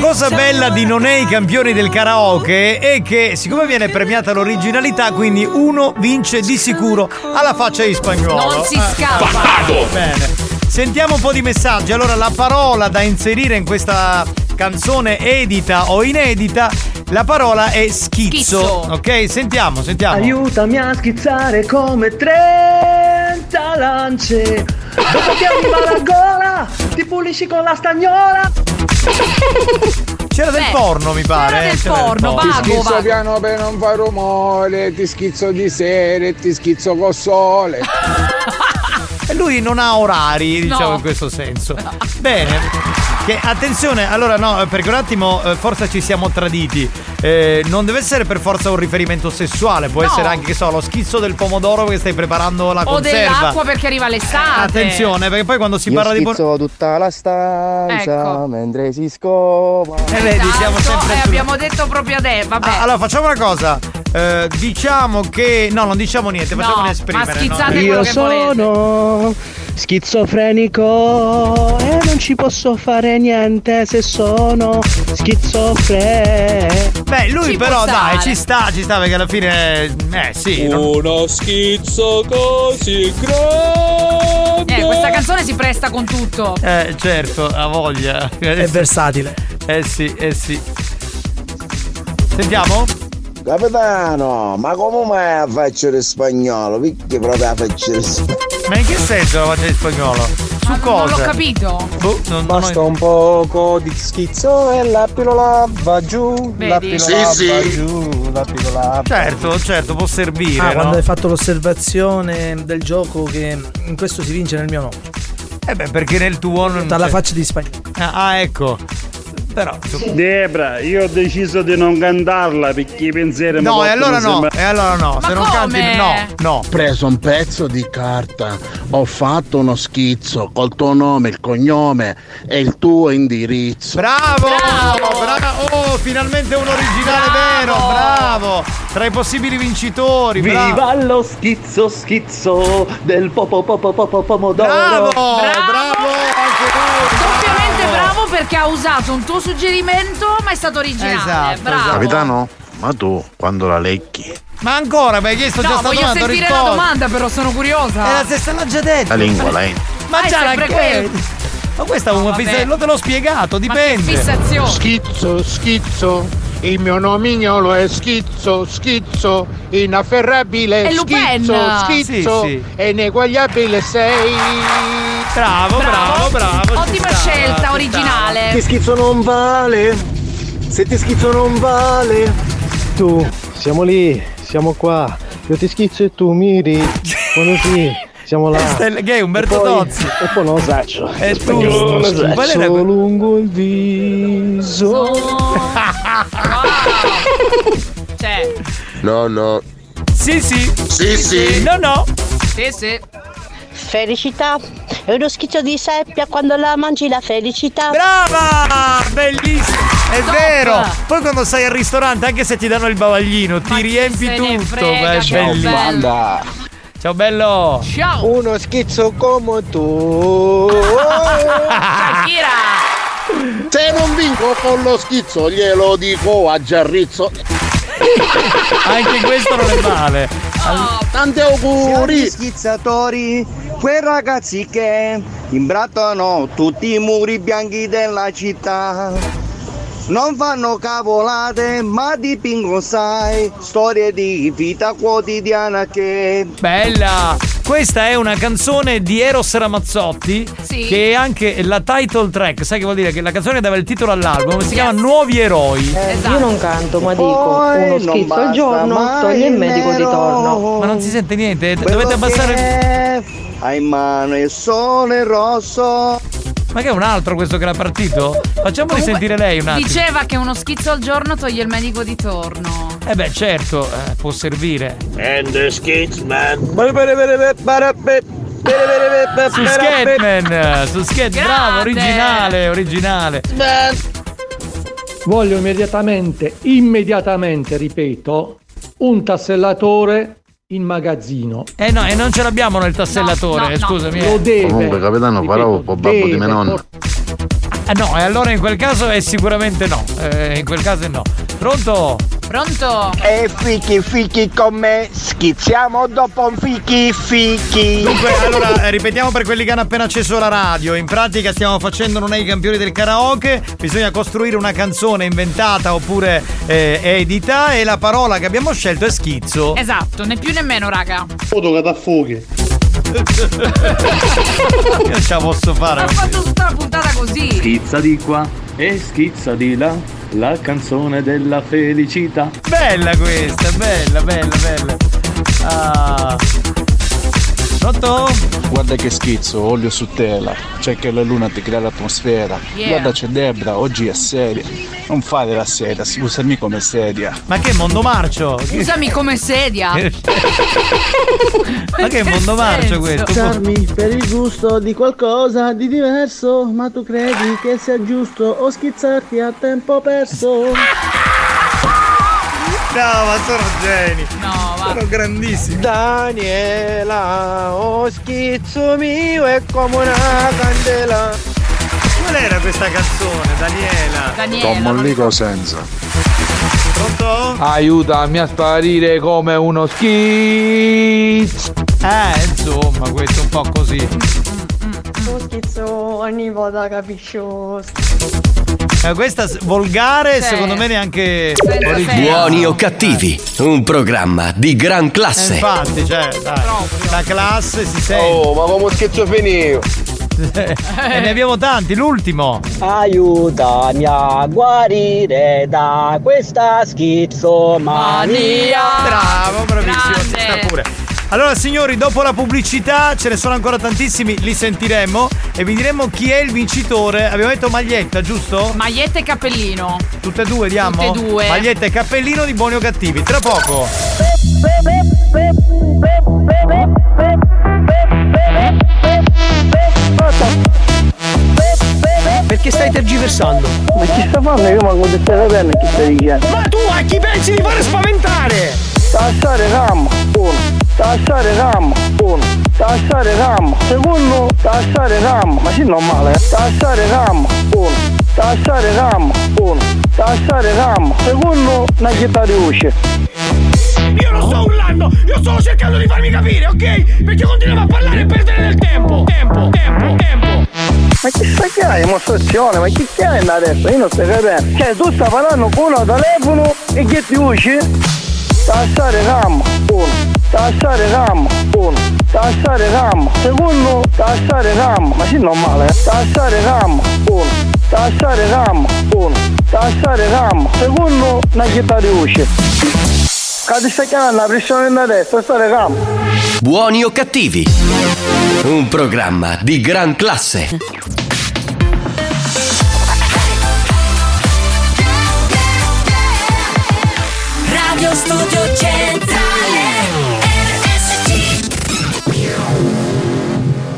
cosa bella di Non è i campioni del karaoke è che siccome viene premiata l'originalità, quindi uno vince di sicuro alla faccia di spagnolo.
Non si
Eh.
scappa. Bastardo!
Bene. Sentiamo un po' di messaggi. Allora, la parola da inserire in questa canzone edita o inedita, la parola è
Schizzo.
schizzo. Ok, sentiamo, sentiamo.
Aiutami a schizzare come 30 lance. Dopo ti arriva la gola, ti pulisci con la stagnola.
C'era del porno, mi pare. eh, c'era del
ti schizzo piano per non fare rumore, ti schizzo di sera e ti schizzo col sole.
E lui non ha orari, diciamo
No.
in questo senso. Bene. Che, attenzione, allora no, perché un attimo eh, forse ci siamo traditi. Eh, non deve essere per forza un riferimento sessuale, può
No.
essere anche, che so, lo schizzo del pomodoro che stai preparando la
o
conserva.
dell'acqua perché arriva l'estate.
Attenzione, perché poi quando si parla di por-
tutta la stanza
Ecco.
mentre si scova.
Eh, vedi, siamo
Esatto,
sempre
e
sul-
abbiamo detto proprio adesso, vabbè.
Ah, allora facciamo una cosa. Eh, diciamo che. No, non diciamo niente,
No,
facciamo
ma
esprimere. no?
schizzate
Io sono schizofrenico e non ci posso fare niente se sono schizofrenico.
Beh, lui però dai, ci sta, ci sta perché alla fine eh sì. Uno schizzo così grande.
Eh, questa canzone si presta con tutto.
Eh certo, ha voglia. È
versatile.
Eh sì, eh sì. Sentiamo?
Capitano, ma come mai la faccio il spagnolo? Perché proprio la faccio il spagnolo?
Ma in che senso la faccia di spagnolo? Su cosa?
Non l'ho capito.
Boh, non,
Basta
non-
un poco di schizzo e la pillola va giù,
Vedi?
la pillola
Sì, sì.
va giù, la pillola
Certo, certo, può servire,
Ah,
no?
quando hai fatto l'osservazione del gioco che in questo si vince nel mio nome.
Eh beh, perché nel tuo non
Dalla
c'è-
faccia di spagnolo.
Ah, ah, ecco. Però
Debra, io ho deciso di non cantarla perché i pensieri mi
No, e
portano
allora no,
sempre-
e allora no,
Ma
se non canti
come?
no, no.
Ho preso un pezzo di carta, ho fatto uno schizzo col tuo nome, il cognome e il tuo indirizzo.
Bravo! Bravo! Oh, finalmente un originale vero, bravo! Tra i possibili vincitori, bravo!
Viva lo schizzo schizzo del popo popo popo pomodoro.
Bravo!
Doppiamente bravo perché ha usato un tuo suggerimento, ma è stato originale.
Esatto.
bravo.
Capitano, ma tu quando la lecchi?
Ma ancora, mi hai chiesto
No,
già sta
voglio
domanda,
sentire
rispondi.
la domanda, però sono curiosa.
È la stessa, l'ha già
La
detto.
lingua la entri.
Ma
Ah, è
già la
sempre quello.
Ma questa è una
vabbè.
fissazione, te l'ho spiegato, dipende.
Schizzo, schizzo, il mio nomignolo è schizzo, schizzo, inafferrabile,
È Lupin.
schizzo, schizzo,
Sì, sì.
e ineguagliabile sei.
Bravo,
bravo, bravo.
Ottima scelta, originale.
Ti schizzo non vale, se ti schizzo non vale.
Tu, siamo lì, siamo qua, io ti schizzo e tu miri, quando sì, siamo là.
Stel- Che è Umberto Tozzi. Eh,
E poi non saccio.
E tu?
Spagnolo,
Qual era
schizzo
que-
lungo il viso.
Cioè,
No, no.
Sì, sì.
Sì, sì.
No, no.
sì, sì.
Felicità è uno schizzo di seppia quando la mangi la felicità.
Brava! Bellissimo! È vero! Poi quando sei al ristorante, anche se ti danno il bavaglino, ti riempi
se ne
tutto.
frega,
Beh,
che
bellissimo.
banda.
Ciao bello!
Ciao!
Uno schizzo come tu.
Se non vinco con lo schizzo glielo dico a Giarrizzo.
Anche questo non è male.
Tanti auguri! schizzatori, quei ragazzi che imbrattano tutti i muri bianchi della città. Non fanno cavolate, ma dipingono, sai, storie di vita quotidiana che...
Bella! Questa è una canzone di Eros Ramazzotti
Sì.
che è anche la title track, sai che vuol dire? Che la canzone dava il titolo all'album, si chiama Nuovi Eroi.
Esatto.
Io non canto, ma dico
Poi
uno
non
schizzo
basta
al giorno,
mai
toglie il medico di
nero.
torno.
Ma non si sente niente,
Quello
dovete abbassare.
che Ha in mano il sole rosso.
Ma che è un altro questo che l'ha partito? Facciamo risentire lei un attimo.
Diceva che uno schizzo al giorno toglie il medico di torno.
Eh beh, certo, eh, può servire.
And the skits, man.
Su Scatman, su Scat,
Grande.
bravo, originale, originale.
Voglio immediatamente, immediatamente, ripeto, un tassellatore in magazzino.
Eh no, e non ce l'abbiamo nel tassellatore,
No, no, no.
scusami. eh.
Lo deve.
Comunque, capitano, parlavo con babbo di mia nonna.
Eh, no, e allora in quel caso è sicuramente no. Eh, in quel caso è no. Pronto?
Pronto?
E fichi fichi con me, schizziamo dopo un fichi fichi.
Dunque, allora, eh, ripetiamo per quelli che hanno appena acceso la radio. In pratica stiamo facendo non è i campioni del karaoke, bisogna costruire una canzone inventata oppure eh, edita e la parola che abbiamo scelto è schizzo.
Esatto, né più né meno, raga.
Foto che da fuochi. Io ce la posso fare.
Ha fatto tutta la puntata così.
Schizza di qua e schizza di là, la canzone della felicità.
Bella questa, bella, bella, bella. Ah. Pronto?
Guarda che schizzo, olio su tela. C'è che la luna ti crea l'atmosfera.
Yeah.
Guarda c'è Debra, oggi è seria. Non fare la sedia, usami come sedia.
Ma che mondo marcio?
Usami come sedia.
Ma che mondo marcio questo?
Usarmi per il gusto di qualcosa di diverso, ma tu credi che sia giusto o schizzarti a tempo perso?
No, ma sono geni.
No,
ma sono grandissimi.
Daniela, oh schizzo mio è come una candela.
Qual era questa canzone, Cioè, Daniela?
Tommollico senza.
Pronto?
Aiutami a sparire come uno schizzo.
Eh, insomma, questo è un po' così.
Tu schizzo ogni volta capisci
Eh, questa s- volgare, secondo me neanche.
Buoni o cattivi, un programma di gran
Eh,
classe.
Infatti, cioè, dai, la classe si sente. Eh,
Oh, ma come schizzo finito?
e ne abbiamo tanti, l'ultimo.
Aiutami a guarire da questa schizomania.
Bravo, bravissimo, ci sta pure. Allora signori, dopo la pubblicità ce ne sono ancora tantissimi, li sentiremo e vi diremo chi è il vincitore. Abbiamo detto maglietta, giusto?
Maglietta e cappellino.
Tutte e due diamo?
Tutte e due.
Maglietta e cappellino di buoni o cattivi, tra poco.
Perché stai tergiversando?
Ma chi sta fanno? Io manco di stare bene chi sta dicendo.
Ma tu a chi pensi di fare spaventare?
Tassare RAM, uno. Tassare RAM, uno. Tassare RAM, secondo. Tassare RAM, ma sì normale. eh. Tassare RAM, uno. Tassare RAM, uno. Tassare RAM, secondo. Una città di usce.
Io non sto urlando, io sto cercando di farmi capire, ok? Perché continuiamo a parlare e perdere del tempo. Tempo, tempo, tempo.
Ma che sta che hai dimostrazione? Ma chi che hai adesso? Io non sto capendo. Cioè tu stai parlando con uno al telefono e che ti usci? Tassare RAM, uno, tassare RAM, uno, tassare RAM, secondo, tassare RAM, ma sì normale, eh? tassare RAM, uno, tassare RAM, uno, tassare RAM, secondo, una città di usci. Cade stai chiamando la pressione da destra, tassare RAM.
Buoni o cattivi, un programma di gran classe.
Radio Studio Centrale RSC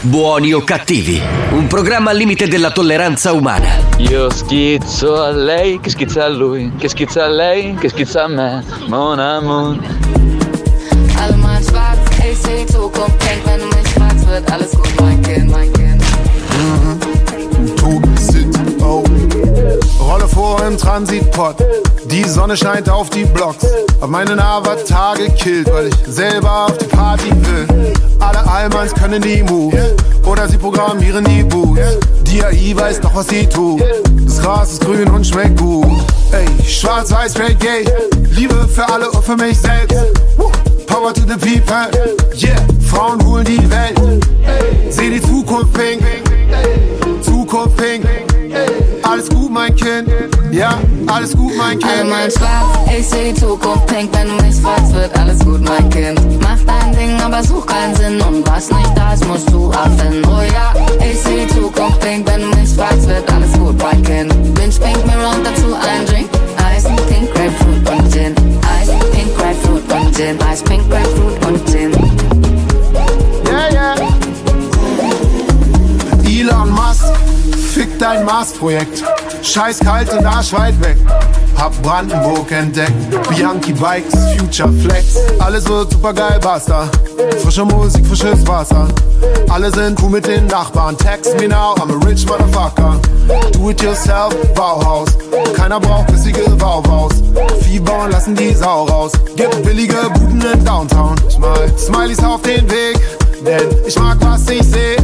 Buoni o cattivi, un programma al limite della tolleranza umana.
Io schizzo a lei, che schizza a lui, che schizza a lei, che schizza a me. Mon amor.
Alle mijn zwaard, EC, toekomst, kijk, wenn du mich fragst, wird alles gut, mein Kind, mein Kind.
Du sit, oh. Rolle vor im Transitpot. Die Sonne scheint auf die Blocks. Hab meinen Avatar gekillt, weil ich selber auf die Party will. Alle Almans können die Moves. Oder sie programmieren die Boots. Die AI weiß doch, was sie tut. Das Gras ist grün und schmeckt gut. Ey, schwarz-weiß, straight gay. Liebe für alle und für mich selbst. Woo. Power to the people. Yeah, Frauen holen die Welt. Seh die Zukunft pink. Zukunft pink. Alles gut, mein Kind. Ja, alles gut, mein Kind.
Einmal schwarz, ich seh die Zukunft pink, wenn du mich fragst, wird alles gut, mein Kind. Mach dein Ding, aber such keinen Sinn und was nicht da ist, musst du erfinden. Oh ja, ich seh die Zukunft pink, wenn du mich fragst, wird alles gut, mein Kind. Binge Pink Mirror und dazu ein Drink, Eis, Pink Grapefruit und Gin. Eis, Pink Grapefruit und Gin. Eis, Pink Grapefruit und Gin.
Yeah, yeah. Elon Musk, fick dein Mars-Projekt. Scheiß kalt und Arsch weit weg. Hab Brandenburg entdeckt. Bianchi Bikes, Future Flex. Alles wird super geil, basta. Frische Musik, frisches Wasser. Alle sind cool mit den Nachbarn. Text me now, I'm a rich motherfucker. Do it yourself, Bauhaus. Keiner braucht bissige Bauhaus. Viehbauern lassen die Sau raus. Gibt billige Buden in Downtown. Schmal- Smileys auf den Weg, denn ich mag, was ich seh.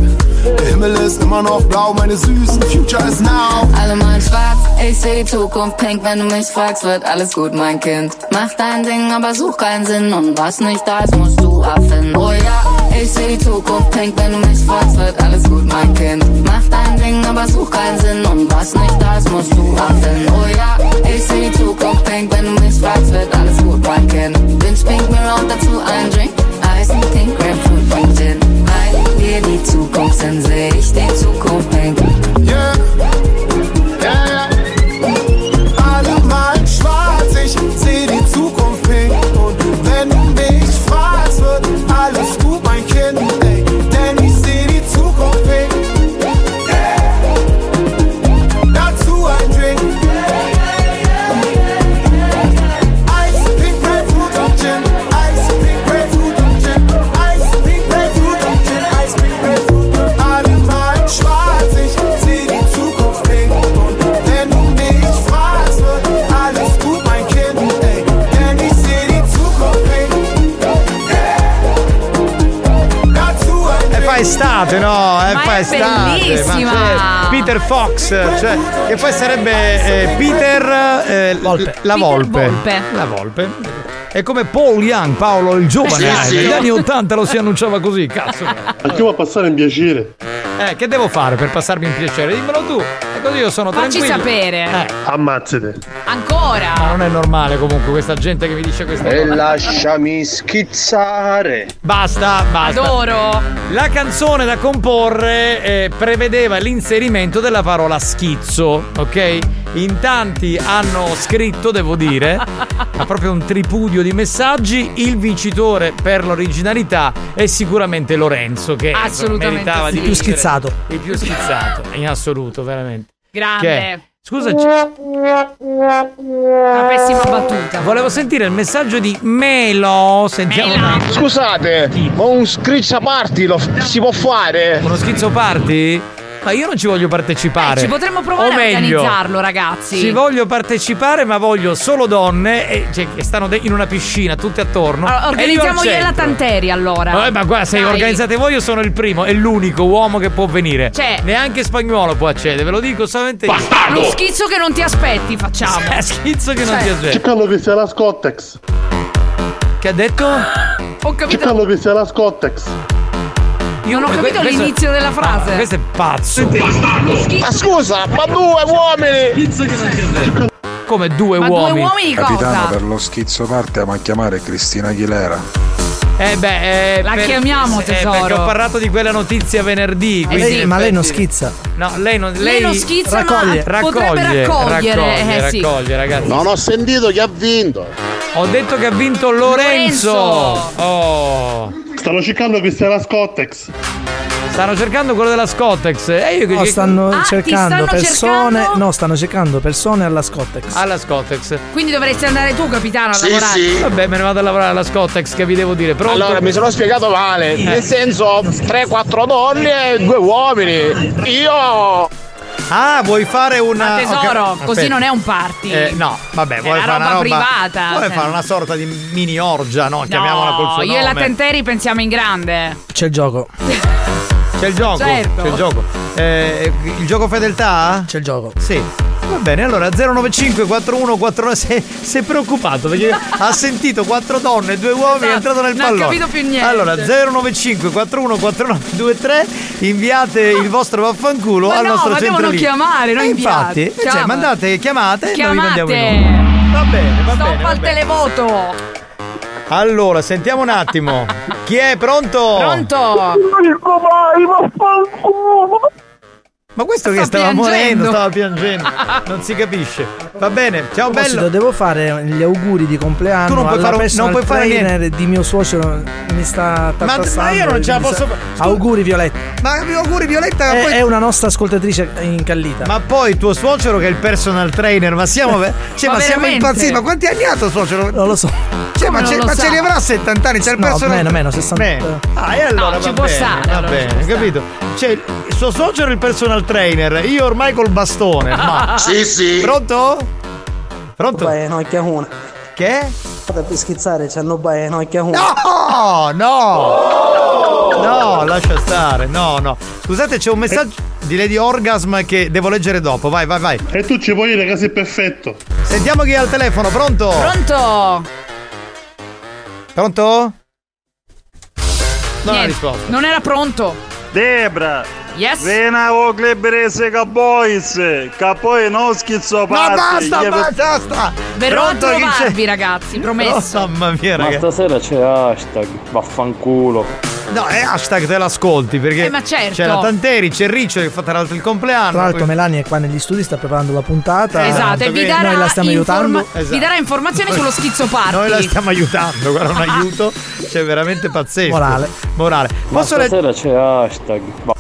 Der Himmel ist immer noch blau, meine Süßen. Future is now.
Alle mal schwarz, ich seh die Zukunft pink, wenn du mich fragst, wird alles gut, mein Kind. Mach dein Ding, aber such keinen Sinn und was nicht da ist, musst du erfinden. Oh ja, ich seh die Zukunft pink, wenn du mich fragst, wird alles gut, mein Kind. Mach dein Ding, aber such keinen Sinn und was nicht da ist, musst du erfinden. Oh ja, ich seh die Zukunft pink, wenn du mich fragst, wird alles gut, mein Kind. Binge Pink Mirror und dazu ein Drink, Eis, Pink Grapefruit und Gin. Ein dir die Zukunft, dann seh ich die Zukunft pink.
Yeah. Ja, ja. Alle malen schwarz, ich seh die Zukunft pink. Und wenn du mich fragst, wird alles gut, mein Kind. Ey, denn ich seh die Zukunft pink. Yeah. Dazu ein Drink. Eis, Pink Grapefruit und Gin. Eis, Pink Grapefruit und Gin. Eis, Pink Grapefruit und Gin. Eis, Pink Grapefruit und Gin. Alle malen schwarz, ich seh die Zukunft pink. Und wenn du mich fragst, wird alles gut, mein Kind. Ey, denn ich seh die Zukunft pink. Yeah. Dazu ein
E fa estate, no? E
Ma
fa
è
estate.
bellissima!
Ma c'è Peter Fox, cioè, che poi sarebbe eh, Peter eh, la volpe. La volpe. È come Paul Young, Paolo il giovane.
Eh,
eh,
Sì, sì.
Negli anni 80 lo si annunciava così, cazzo.
Andiamo a passare in piacere.
Eh, che devo fare per passarmi in piacere? Dimmelo tu. E così io sono
Facci
tranquillo. Eh.
sapere.
Ammazzate.
Ancora.
Ma non è normale comunque questa gente che mi dice queste
E
cose.
lasciami schizzare.
Basta, basta.
Adoro.
La canzone da comporre eh, prevedeva l'inserimento della parola schizzo, ok? In tanti hanno scritto, devo dire, ma proprio un tripudio di messaggi. Il vincitore per l'originalità è sicuramente Lorenzo, che insomma,
Assolutamente
meritava
sì.
di
Il più
vincere.
schizzato.
Il più schizzato, in assoluto, veramente. Che è?
Grande.
Scusa,
Una pessima battuta.
Volevo sentire il messaggio di Melo. Sentiamo.
Scusate, ma un scrizzaparti lo f- si può fare?
Uno schizzo party? Ma io non ci voglio partecipare.
Eh, Ci potremmo provare
o
a
meglio,
organizzarlo, ragazzi.
Ci voglio partecipare, ma voglio solo donne e- cioè, che stanno de- in una piscina tutte attorno.
Allora, organizziamo io e la
tantera.
Tanteri allora.
Eh, ma guarda, se
Dai.
organizzate voi, io sono il primo e l'unico uomo che può venire.
Cioè.
Neanche spagnolo può accedere, ve lo dico solamente io.
Lo schizzo che non ti aspetti, facciamo.
Eh, schizzo
Cioè,
che non ti aspetti.
Cercando che sia la Scottex.
Che ha detto?
Ho capito.
Cercando che sia la Scottex.
Non ho
Eh, Que-
capito
questo-
l'inizio della frase.
Ah, questo è pazzo.
Ma scusa, ma due uomini!
Come due
Ma due
uomini.
uomini di
Capitano,
cosa?
per lo schizzo parte a chiamare Cristina Aguilera.
Eh beh, eh,
La chiamiamo,
eh,
tesoro. Eh
perché ho parlato di quella notizia venerdì. quindi
Lei-
in
ma lei non
effetti-
schizza.
No, lei non,
Lei non schizza, ma
raccoglie,
potrebbe
raccoglie,
raccogliere,
raccoglie,
eh, sì.
raccoglie, ragazzi.
Non ho sentito chi ha vinto.
Ho detto che ha vinto Lorenzo.
Lorenzo.
Oh.
Stanno cercando che sia la Scottex.
Stanno cercando quello della Scottex. E io che
No,
che-
stanno cercando
Ah, stanno
persone. No, stanno cercando persone alla Scottex.
alla Scottex.
Cioè, Quindi dovresti andare tu, capitano, a lavorare.
Vabbè, me ne vado a lavorare alla Scottex, che vi devo dire. Pronto?
Allora, mi sono spiegato male.
Eh.
Nel senso, 3-4 donne e 2 uomini. Io.
Ah, vuoi fare una.
Ma tesoro,
Ok,
così
aspetta.
non è un party.
Eh, no, vabbè,
È
vuole
una
fare una
roba
roba
privata.
Vuole
Cioè.
fare una sorta di mini orgia, no? Chiamiamola col suo
io e la
nome.
Tenteri pensiamo in grande.
C'è il gioco.
C'è il gioco?
Certo.
C'è il gioco. Eh, il gioco fedeltà?
C'è il gioco.
Sì. Va bene, allora 095 41 41 sei, sei preoccupato perché ha sentito quattro donne e due uomini è entrato nel
Esatto, non ha
pallone.
capito più niente.
Allora 095 41 41 23 inviate il vostro vaffanculo
Ma
al
no,
nostro
ma devono
centralino.
chiamare, non
Eh,
inviate.
Infatti, cioè,
Chiamano.
mandate, chiamate, e noi vi
Chiamate!
mandiamo in onda. Va bene, va bene,
Stop
va
al
bene.
televoto!
Allora, sentiamo un attimo. Chi è pronto?
Pronto?
Ma questo che
Sta
stava morendo,
piangendo.
stava piangendo. Non si capisce. Va bene, ciao
A proposito,
bello.
devo fare gli auguri di compleanno
Tu non puoi
alla
fare un- non
personal
puoi fare
trainer di mio suocero mi sta
Ma- ma io
tartassando,
non ce la
mi sa-
posso fa-
auguri Violetta
Ma auguri Violetta
è, è una nostra ascoltatrice incallita
Ma poi tuo suocero che è il personal trainer, ma siamo,
Ma
cioè, ma siamo
veramente?
impazziti, ma quanti anni ha tuo suocero?
Non lo so.
Cioè, ma,
Come
ce,
non lo
ma
sa?
ce ne avrà 70 anni, c'è il
No,
personal
meno, meno, 60.
Ah, e allora
No, ci
va
può
bene,
stare,
va
allora ci
bene,
può stare.
capito? Cioè, il suo suocero è il personal trainer, io ormai col bastone, ma
Sì, sì.
Pronto? Pronto?
Beh, no, chiahuna.
Che?
State per schizzare, c'hanno beh, no, chiahuna.
No, no. No, lascia stare, no, no. Scusate, c'è un messaggio di Lady Orgasm che devo leggere dopo. Vai, vai, vai.
E tu ci vuoi dire che sei perfetto.
Sentiamo chi è al telefono, pronto?
Pronto?
Pronto? Non ha
Niente,
risposto.
Non era pronto.
Debra!
Yes?
Vena oh, o Glebrese Cowboys! Che poi non schizzo
Ma basta,
basta!
Verrò
Pronto,
a
chi c'è?
trovarvi, ragazzi, promesso.
mamma mia,
Ma
ragazzi.
stasera c'è hashtag, vaffanculo.
No, è hashtag te l'ascolti perché
Eh, ma certo.
c'è la Tanteri, c'è Riccio che fa tra l'altro il compleanno.
Tra l'altro
poi-
Melania è qua negli studi, sta preparando la puntata.
Esatto, e vi darà,
Noi la stiamo aiutando.
informa- vi darà informazioni sullo schizzo party.
Esatto. Noi la stiamo aiutando, guarda un aiuto, cioè veramente pazzesco.
Morale.
Morale.
Ma
Posso, le-
stasera c'è hashtag. va-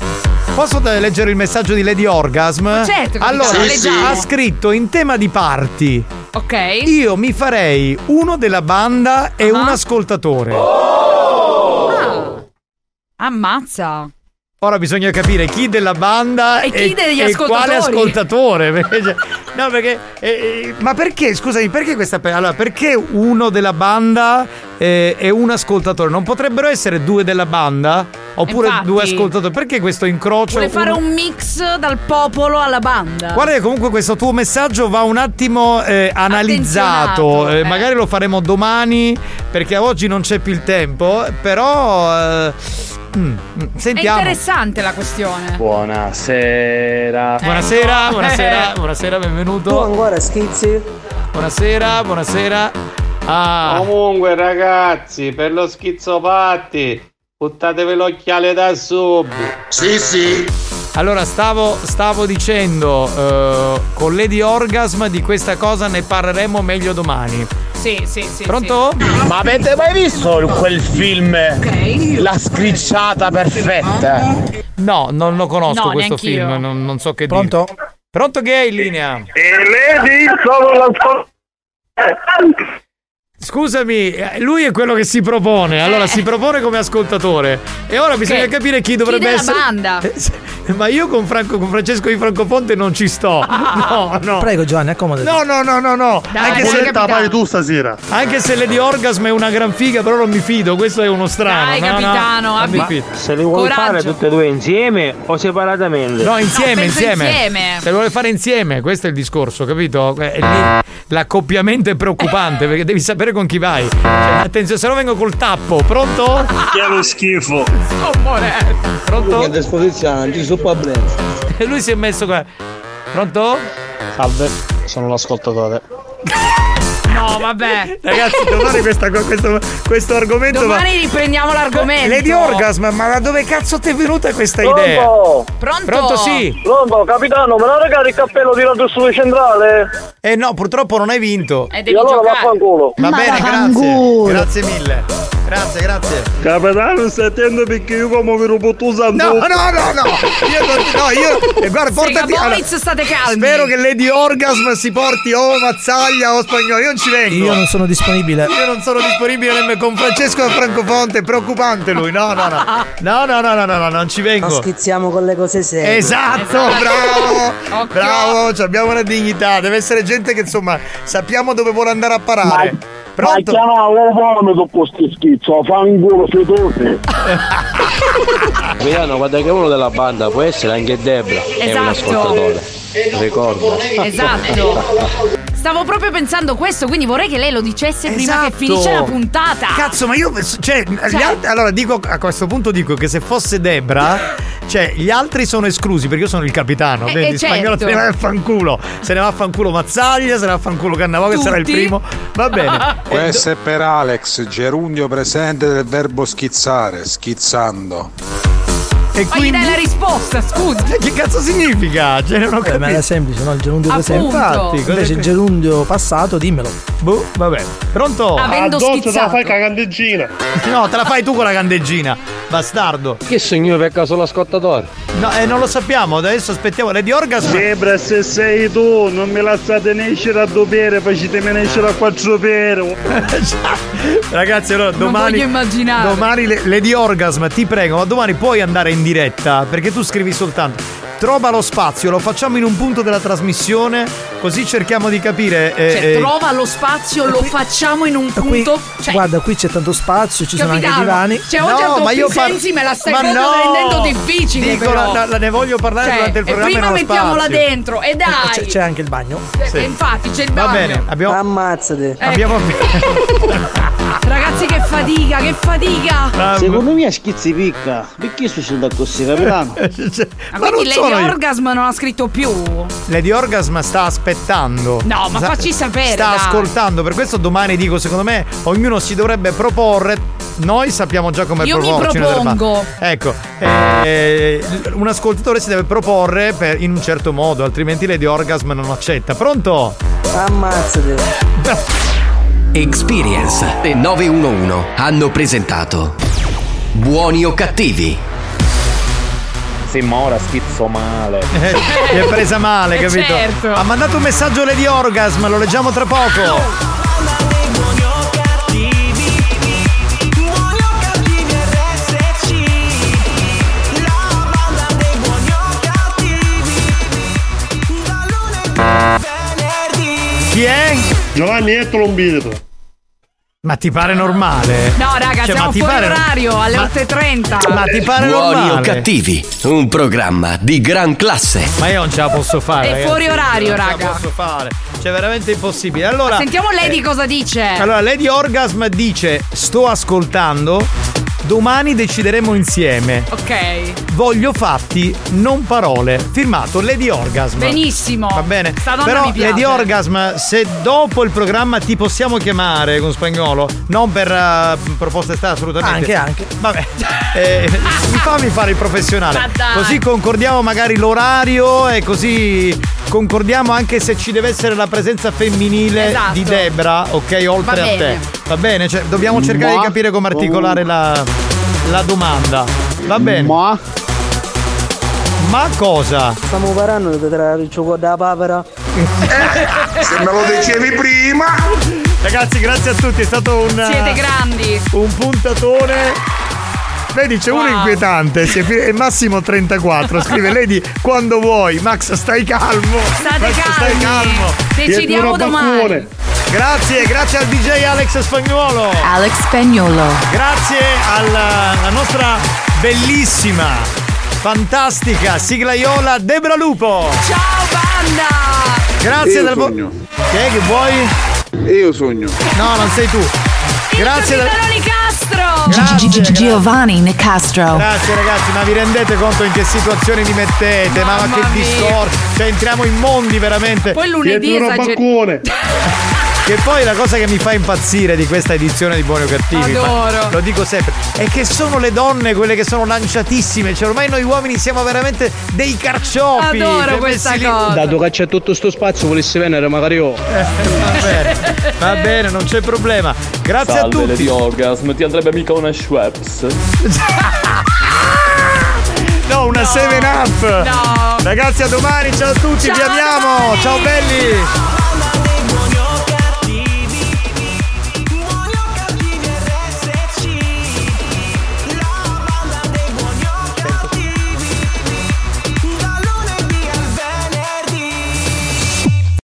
posso te- leggere il messaggio di Lady Orgasm?
certo che
allora,
lo leggiamo.
ha scritto in tema di party.
Ok.
Io mi farei uno della banda e un ascoltatore.
Ammazza.
Ora bisogna capire chi della banda
E chi degli
e quale
ascoltatori.
ascoltatore. perché, cioè, no, perché. eh, eh, ma perché, scusami, perché questa. pe- Allora, perché uno della banda eh, e un ascoltatore? Non potrebbero essere due della banda? Oppure
Infatti.
due ascoltatori? Perché questo incrocio?
Vuole fare
Uno-
un mix dal popolo alla banda.
Guarda che comunque questo tuo messaggio va un attimo eh, analizzato,
Attenzionato,
Eh,
eh.
magari lo faremo domani perché oggi non c'è più il tempo, però eh, mm, mm, sentiamo.
È interessante la questione.
Buonasera.
Buonasera, buonasera, buonasera, benvenuto.
ancora schizzi?
Buonasera, buonasera. Ah.
Comunque ragazzi, per lo schizzopatti, buttatevi l'occhiale da sub. Sì, sì.
Allora, stavo, stavo dicendo eh, con Lady Orgasm di questa cosa ne parleremo meglio domani.
Sì, sì, sì.
Pronto?
Ma avete mai visto quel film? La scricciata perfetta.
No, non lo conosco
No,
questo
neanch'io.
film, non, non so che Pronto? dire. Pronto che è in linea?
Lady sono la
Scusami, eh, lui è quello che si propone. Allora, si propone come ascoltatore. E ora bisogna
Che-
capire chi
chi
dovrebbe
della
essere.
banda.
Eh, sì. Ma io con, Franco, con Francesco di Francofonte non ci sto. No, no.
Prego Giovanni, accomodati.
No, no, no, no, no.
Dai,
anche, se,
Violetta, vai tu stasera.
anche se Lady Orgasm è una gran figa, però non mi fido. Questo è uno strano.
Dai,
no, no,
capitano,
non mi
abbi-
fido.
Se le vuoi
Coraggio.
fare tutte e due insieme o separatamente?
No, insieme,
penso
insieme.
insieme.
Se lo vuole fare insieme, questo è il discorso, capito? Eh, lì l'accoppiamento è preoccupante perché devi sapere con chi vai. Cioè, attenzione, se no vengo col tappo, pronto? Che lo schifo. Pronto?
A disposizione, non ci sono problemi.
E lui si è messo qua. Pronto?
Salve, sono l'ascoltatore.
No, vabbè.
Ragazzi, domani questa co- questo, questo argomento
Domani
va.
riprendiamo l'argomento.
Lady Orgasm, ma da dove cazzo ti è venuta questa
Pronto?
idea?
Pronto?
Pronto, sì.
Pronto, capitano, me la regala il cappello tirato sulle centrale?
Eh no, purtroppo non hai vinto.
E
E allora vaffanculo.
Va bene, grazie. Grazie mille. Grazie, grazie.
Capitano, stai attento perché io come vi rubato usando.
No, no, no, no! Io non- no, io. eh, Guarda, portati.
Sega
Cioè,
Boys, state calmi.
Spero che Lady Orgasm si porti o Mazzaglia o Spagnolo. Io non ci vengo.
Io non sono disponibile.
Io non sono disponibile nemmeno con Francesco da Francofonte, è preoccupante lui. No, no, no. No, no, no, no, no, no, non ci vengo.
schizziamo con le cose serie.
Esatto, bravo! Bravo, cioè, abbiamo una dignità. Deve essere gente che insomma sappiamo dove vuole andare a parare. Pronto?
chiamavo vomito questo schizzo, fanculo fetosi.
Milano, guarda che uno della banda può essere anche Debra. È un
Esatto.
ascoltatore.
Ricorda.
Esatto. Stavo proprio pensando questo, quindi vorrei che lei lo dicesse prima che
Esatto.
finisce la puntata.
Cazzo, ma io. penso- Cioè, gli alt- allora dico a questo punto dico che se fosse Debra, cioè, gli altri sono esclusi perché io sono il capitano.
Eh,
Quindi
eh,
il spagnolo
certo.
se ne va a fanculo. Se ne va a fanculo Mazzaglia, se ne va a fanculo Cannavò, che sarà il
Tutti.
primo. Va bene. Eh,
Questo è per Alex, gerundio presente del verbo schizzare, schizzando.
E
Ma gli dai la risposta, scusa.
Che cazzo significa? Cioè, non ho
capito. Ma era semplice, no? Il gerundio
Appunto.
presente.
Infatti, cosa
Invece il
che-
gerundio passato, dimmelo.
Boh, vabbè. Pronto?
Ah,
Avendo
Addosso Ah, te la fai
schizzato.
con la candeggina.
No, te la fai tu con la candeggina, bastardo. Che signore per caso l'ascoltatore? No, eh, non lo sappiamo, adesso aspettiamo. Lady Orgasm.
Debra, se sei tu, non mi lasciate ne uscire a due pere, facetemi ne uscire a quattro pere.
Ragazzi, allora domani.
voglio immaginare.
Domani, le- Lady Orgasm, ti prego, ma domani puoi andare in diretta perché tu scrivi soltanto. Trova lo spazio, lo facciamo in un punto della trasmissione, così cerchiamo di capire. eh,
Cioè,
eh,
trova lo spazio, lo facciamo in un punto. Cioè,
Guarda, qui c'è tanto spazio, ci sono anche i
Capitano,
divani.
cioè, oggi a doppi sensi me la stai proprio rendendo difficile,
Dico,
però.
la- la- ne voglio parlare
Cioè,
durante il
e
programma.
prima
nello
mettiamola
spazio. Eh, Ecco,
dentro, e dai.
C'è, c'è anche il bagno.
eh, Infatti, c'è il
Va
bagno.
bene, abbiamo. Ammazzate. Abbiamo
Ecco. Ragazzi, che fatica, che fatica.
Secondo me schizzi picca. Perché succede così, capitano?
Ma,
Cioè, Ma non
quindi
sono
Lady
io.
Orgasm non ha scritto più.
Lady Orgasm sta aspettando.
No, ma facci sapere,
Sta
dai.
ascoltando, per questo domani dico, secondo me ognuno si dovrebbe proporre. Noi sappiamo già come cioè,
Io mi
proporci. noi del
propongo.
fatto. Ecco, eh, un ascoltatore si deve proporre per- in un certo modo, altrimenti Lady Orgasm non accetta. Pronto?
Ammazzate.
Experience e 911 hanno presentato Buoni o cattivi?
Sì, ma ora schizzo male.
Eh, Gli è presa male,
Eh,
capito?
certo.
Ha mandato un messaggio Lady Orgasm, lo leggiamo tra poco. Chi è?
Giovanni è Trombito.
Ma ti pare normale?
No, raga,
Cioè, ma
siamo
ti
fuori
pare-
orario alle
ma-
8.30.
ma ti pare
Buoni o
normale?
cattivi? Un programma di gran classe.
Ma io non ce la posso fare.
È
ragazzi.
fuori orario,
Non ce la
raga.
posso fare. Cioè, veramente impossibile. Allora,
Sentiamo lei di
eh,
cosa dice.
Allora, Lady Orgasm dice: Sto ascoltando. Domani decideremo insieme.
ok.
Voglio fatti, non parole. Firmato Lady Orgasm.
Benissimo.
Va bene.
Sta donna
Però
mi piace.
Lady Orgasm, se dopo il programma ti possiamo chiamare con spagnolo, non per eh, proposte sta assolutamente.
Anche, anche.
Vabbè. Eh, fammi fare il
Ma
professionale.
dai.
Così concordiamo magari l'orario e così concordiamo anche se ci deve essere la presenza femminile
Esatto.
di Debra, ok, oltre
Va
a te.
bene.
Va bene, cioè, dobbiamo cercare di
Ma-
capire come articolare la, la domanda. Va bene. Ma ma cosa?
Stiamo parlando di tirare il cioccolato da papera.
Eh,
Se me lo dicevi prima. Ragazzi, grazie a tutti, è stato un eh,
Siete grandi.
un puntatone. Vedi, c'è uno
Wow.
inquietante, si è fi- è Massimo 34, scrive Lady quando vuoi, Max stai calmo.
State
Max, stai
calmi.
calmo.
Decidiamo domani.
Grazie, grazie al DJ Alex Spagnuolo.
Alex Spagnolo.
Grazie alla, alla nostra bellissima, fantastica siglaiola Debra Lupo.
Ciao banda!
Grazie
Io
del vo-
sogno.
Che che vuoi?
Io sogno.
No, non sei tu. Grazie del-
Nicastro!
Giovanni Nicastro.
Grazie ragazzi, ma vi rendete conto in che situazione vi mettete? Ma, ma che
Mamma mia.
discorso! Cioè entriamo in mondi veramente.
Poi lunedì Pietro esager- Baccone.
Che poi la cosa che mi fa impazzire di questa edizione di Buoni o Cattivi, ma
Adoro.
lo dico sempre, è che sono le donne quelle che sono lanciatissime, cioè ormai noi uomini siamo veramente dei carciofi.
Adoro
cioè,
questa
messi lì-
cosa.
Dato che c'è tutto sto spazio, volessi venire magari io.
Va bene, va bene, non c'è problema. Grazie
Salve
a tutti.
Lady Orgasm, ti andrebbe mica una Schweppes?
No, una 7 up.
No.
Ragazzi, a domani, ciao a tutti,
Ciao
vi amiamo. Ciao belli.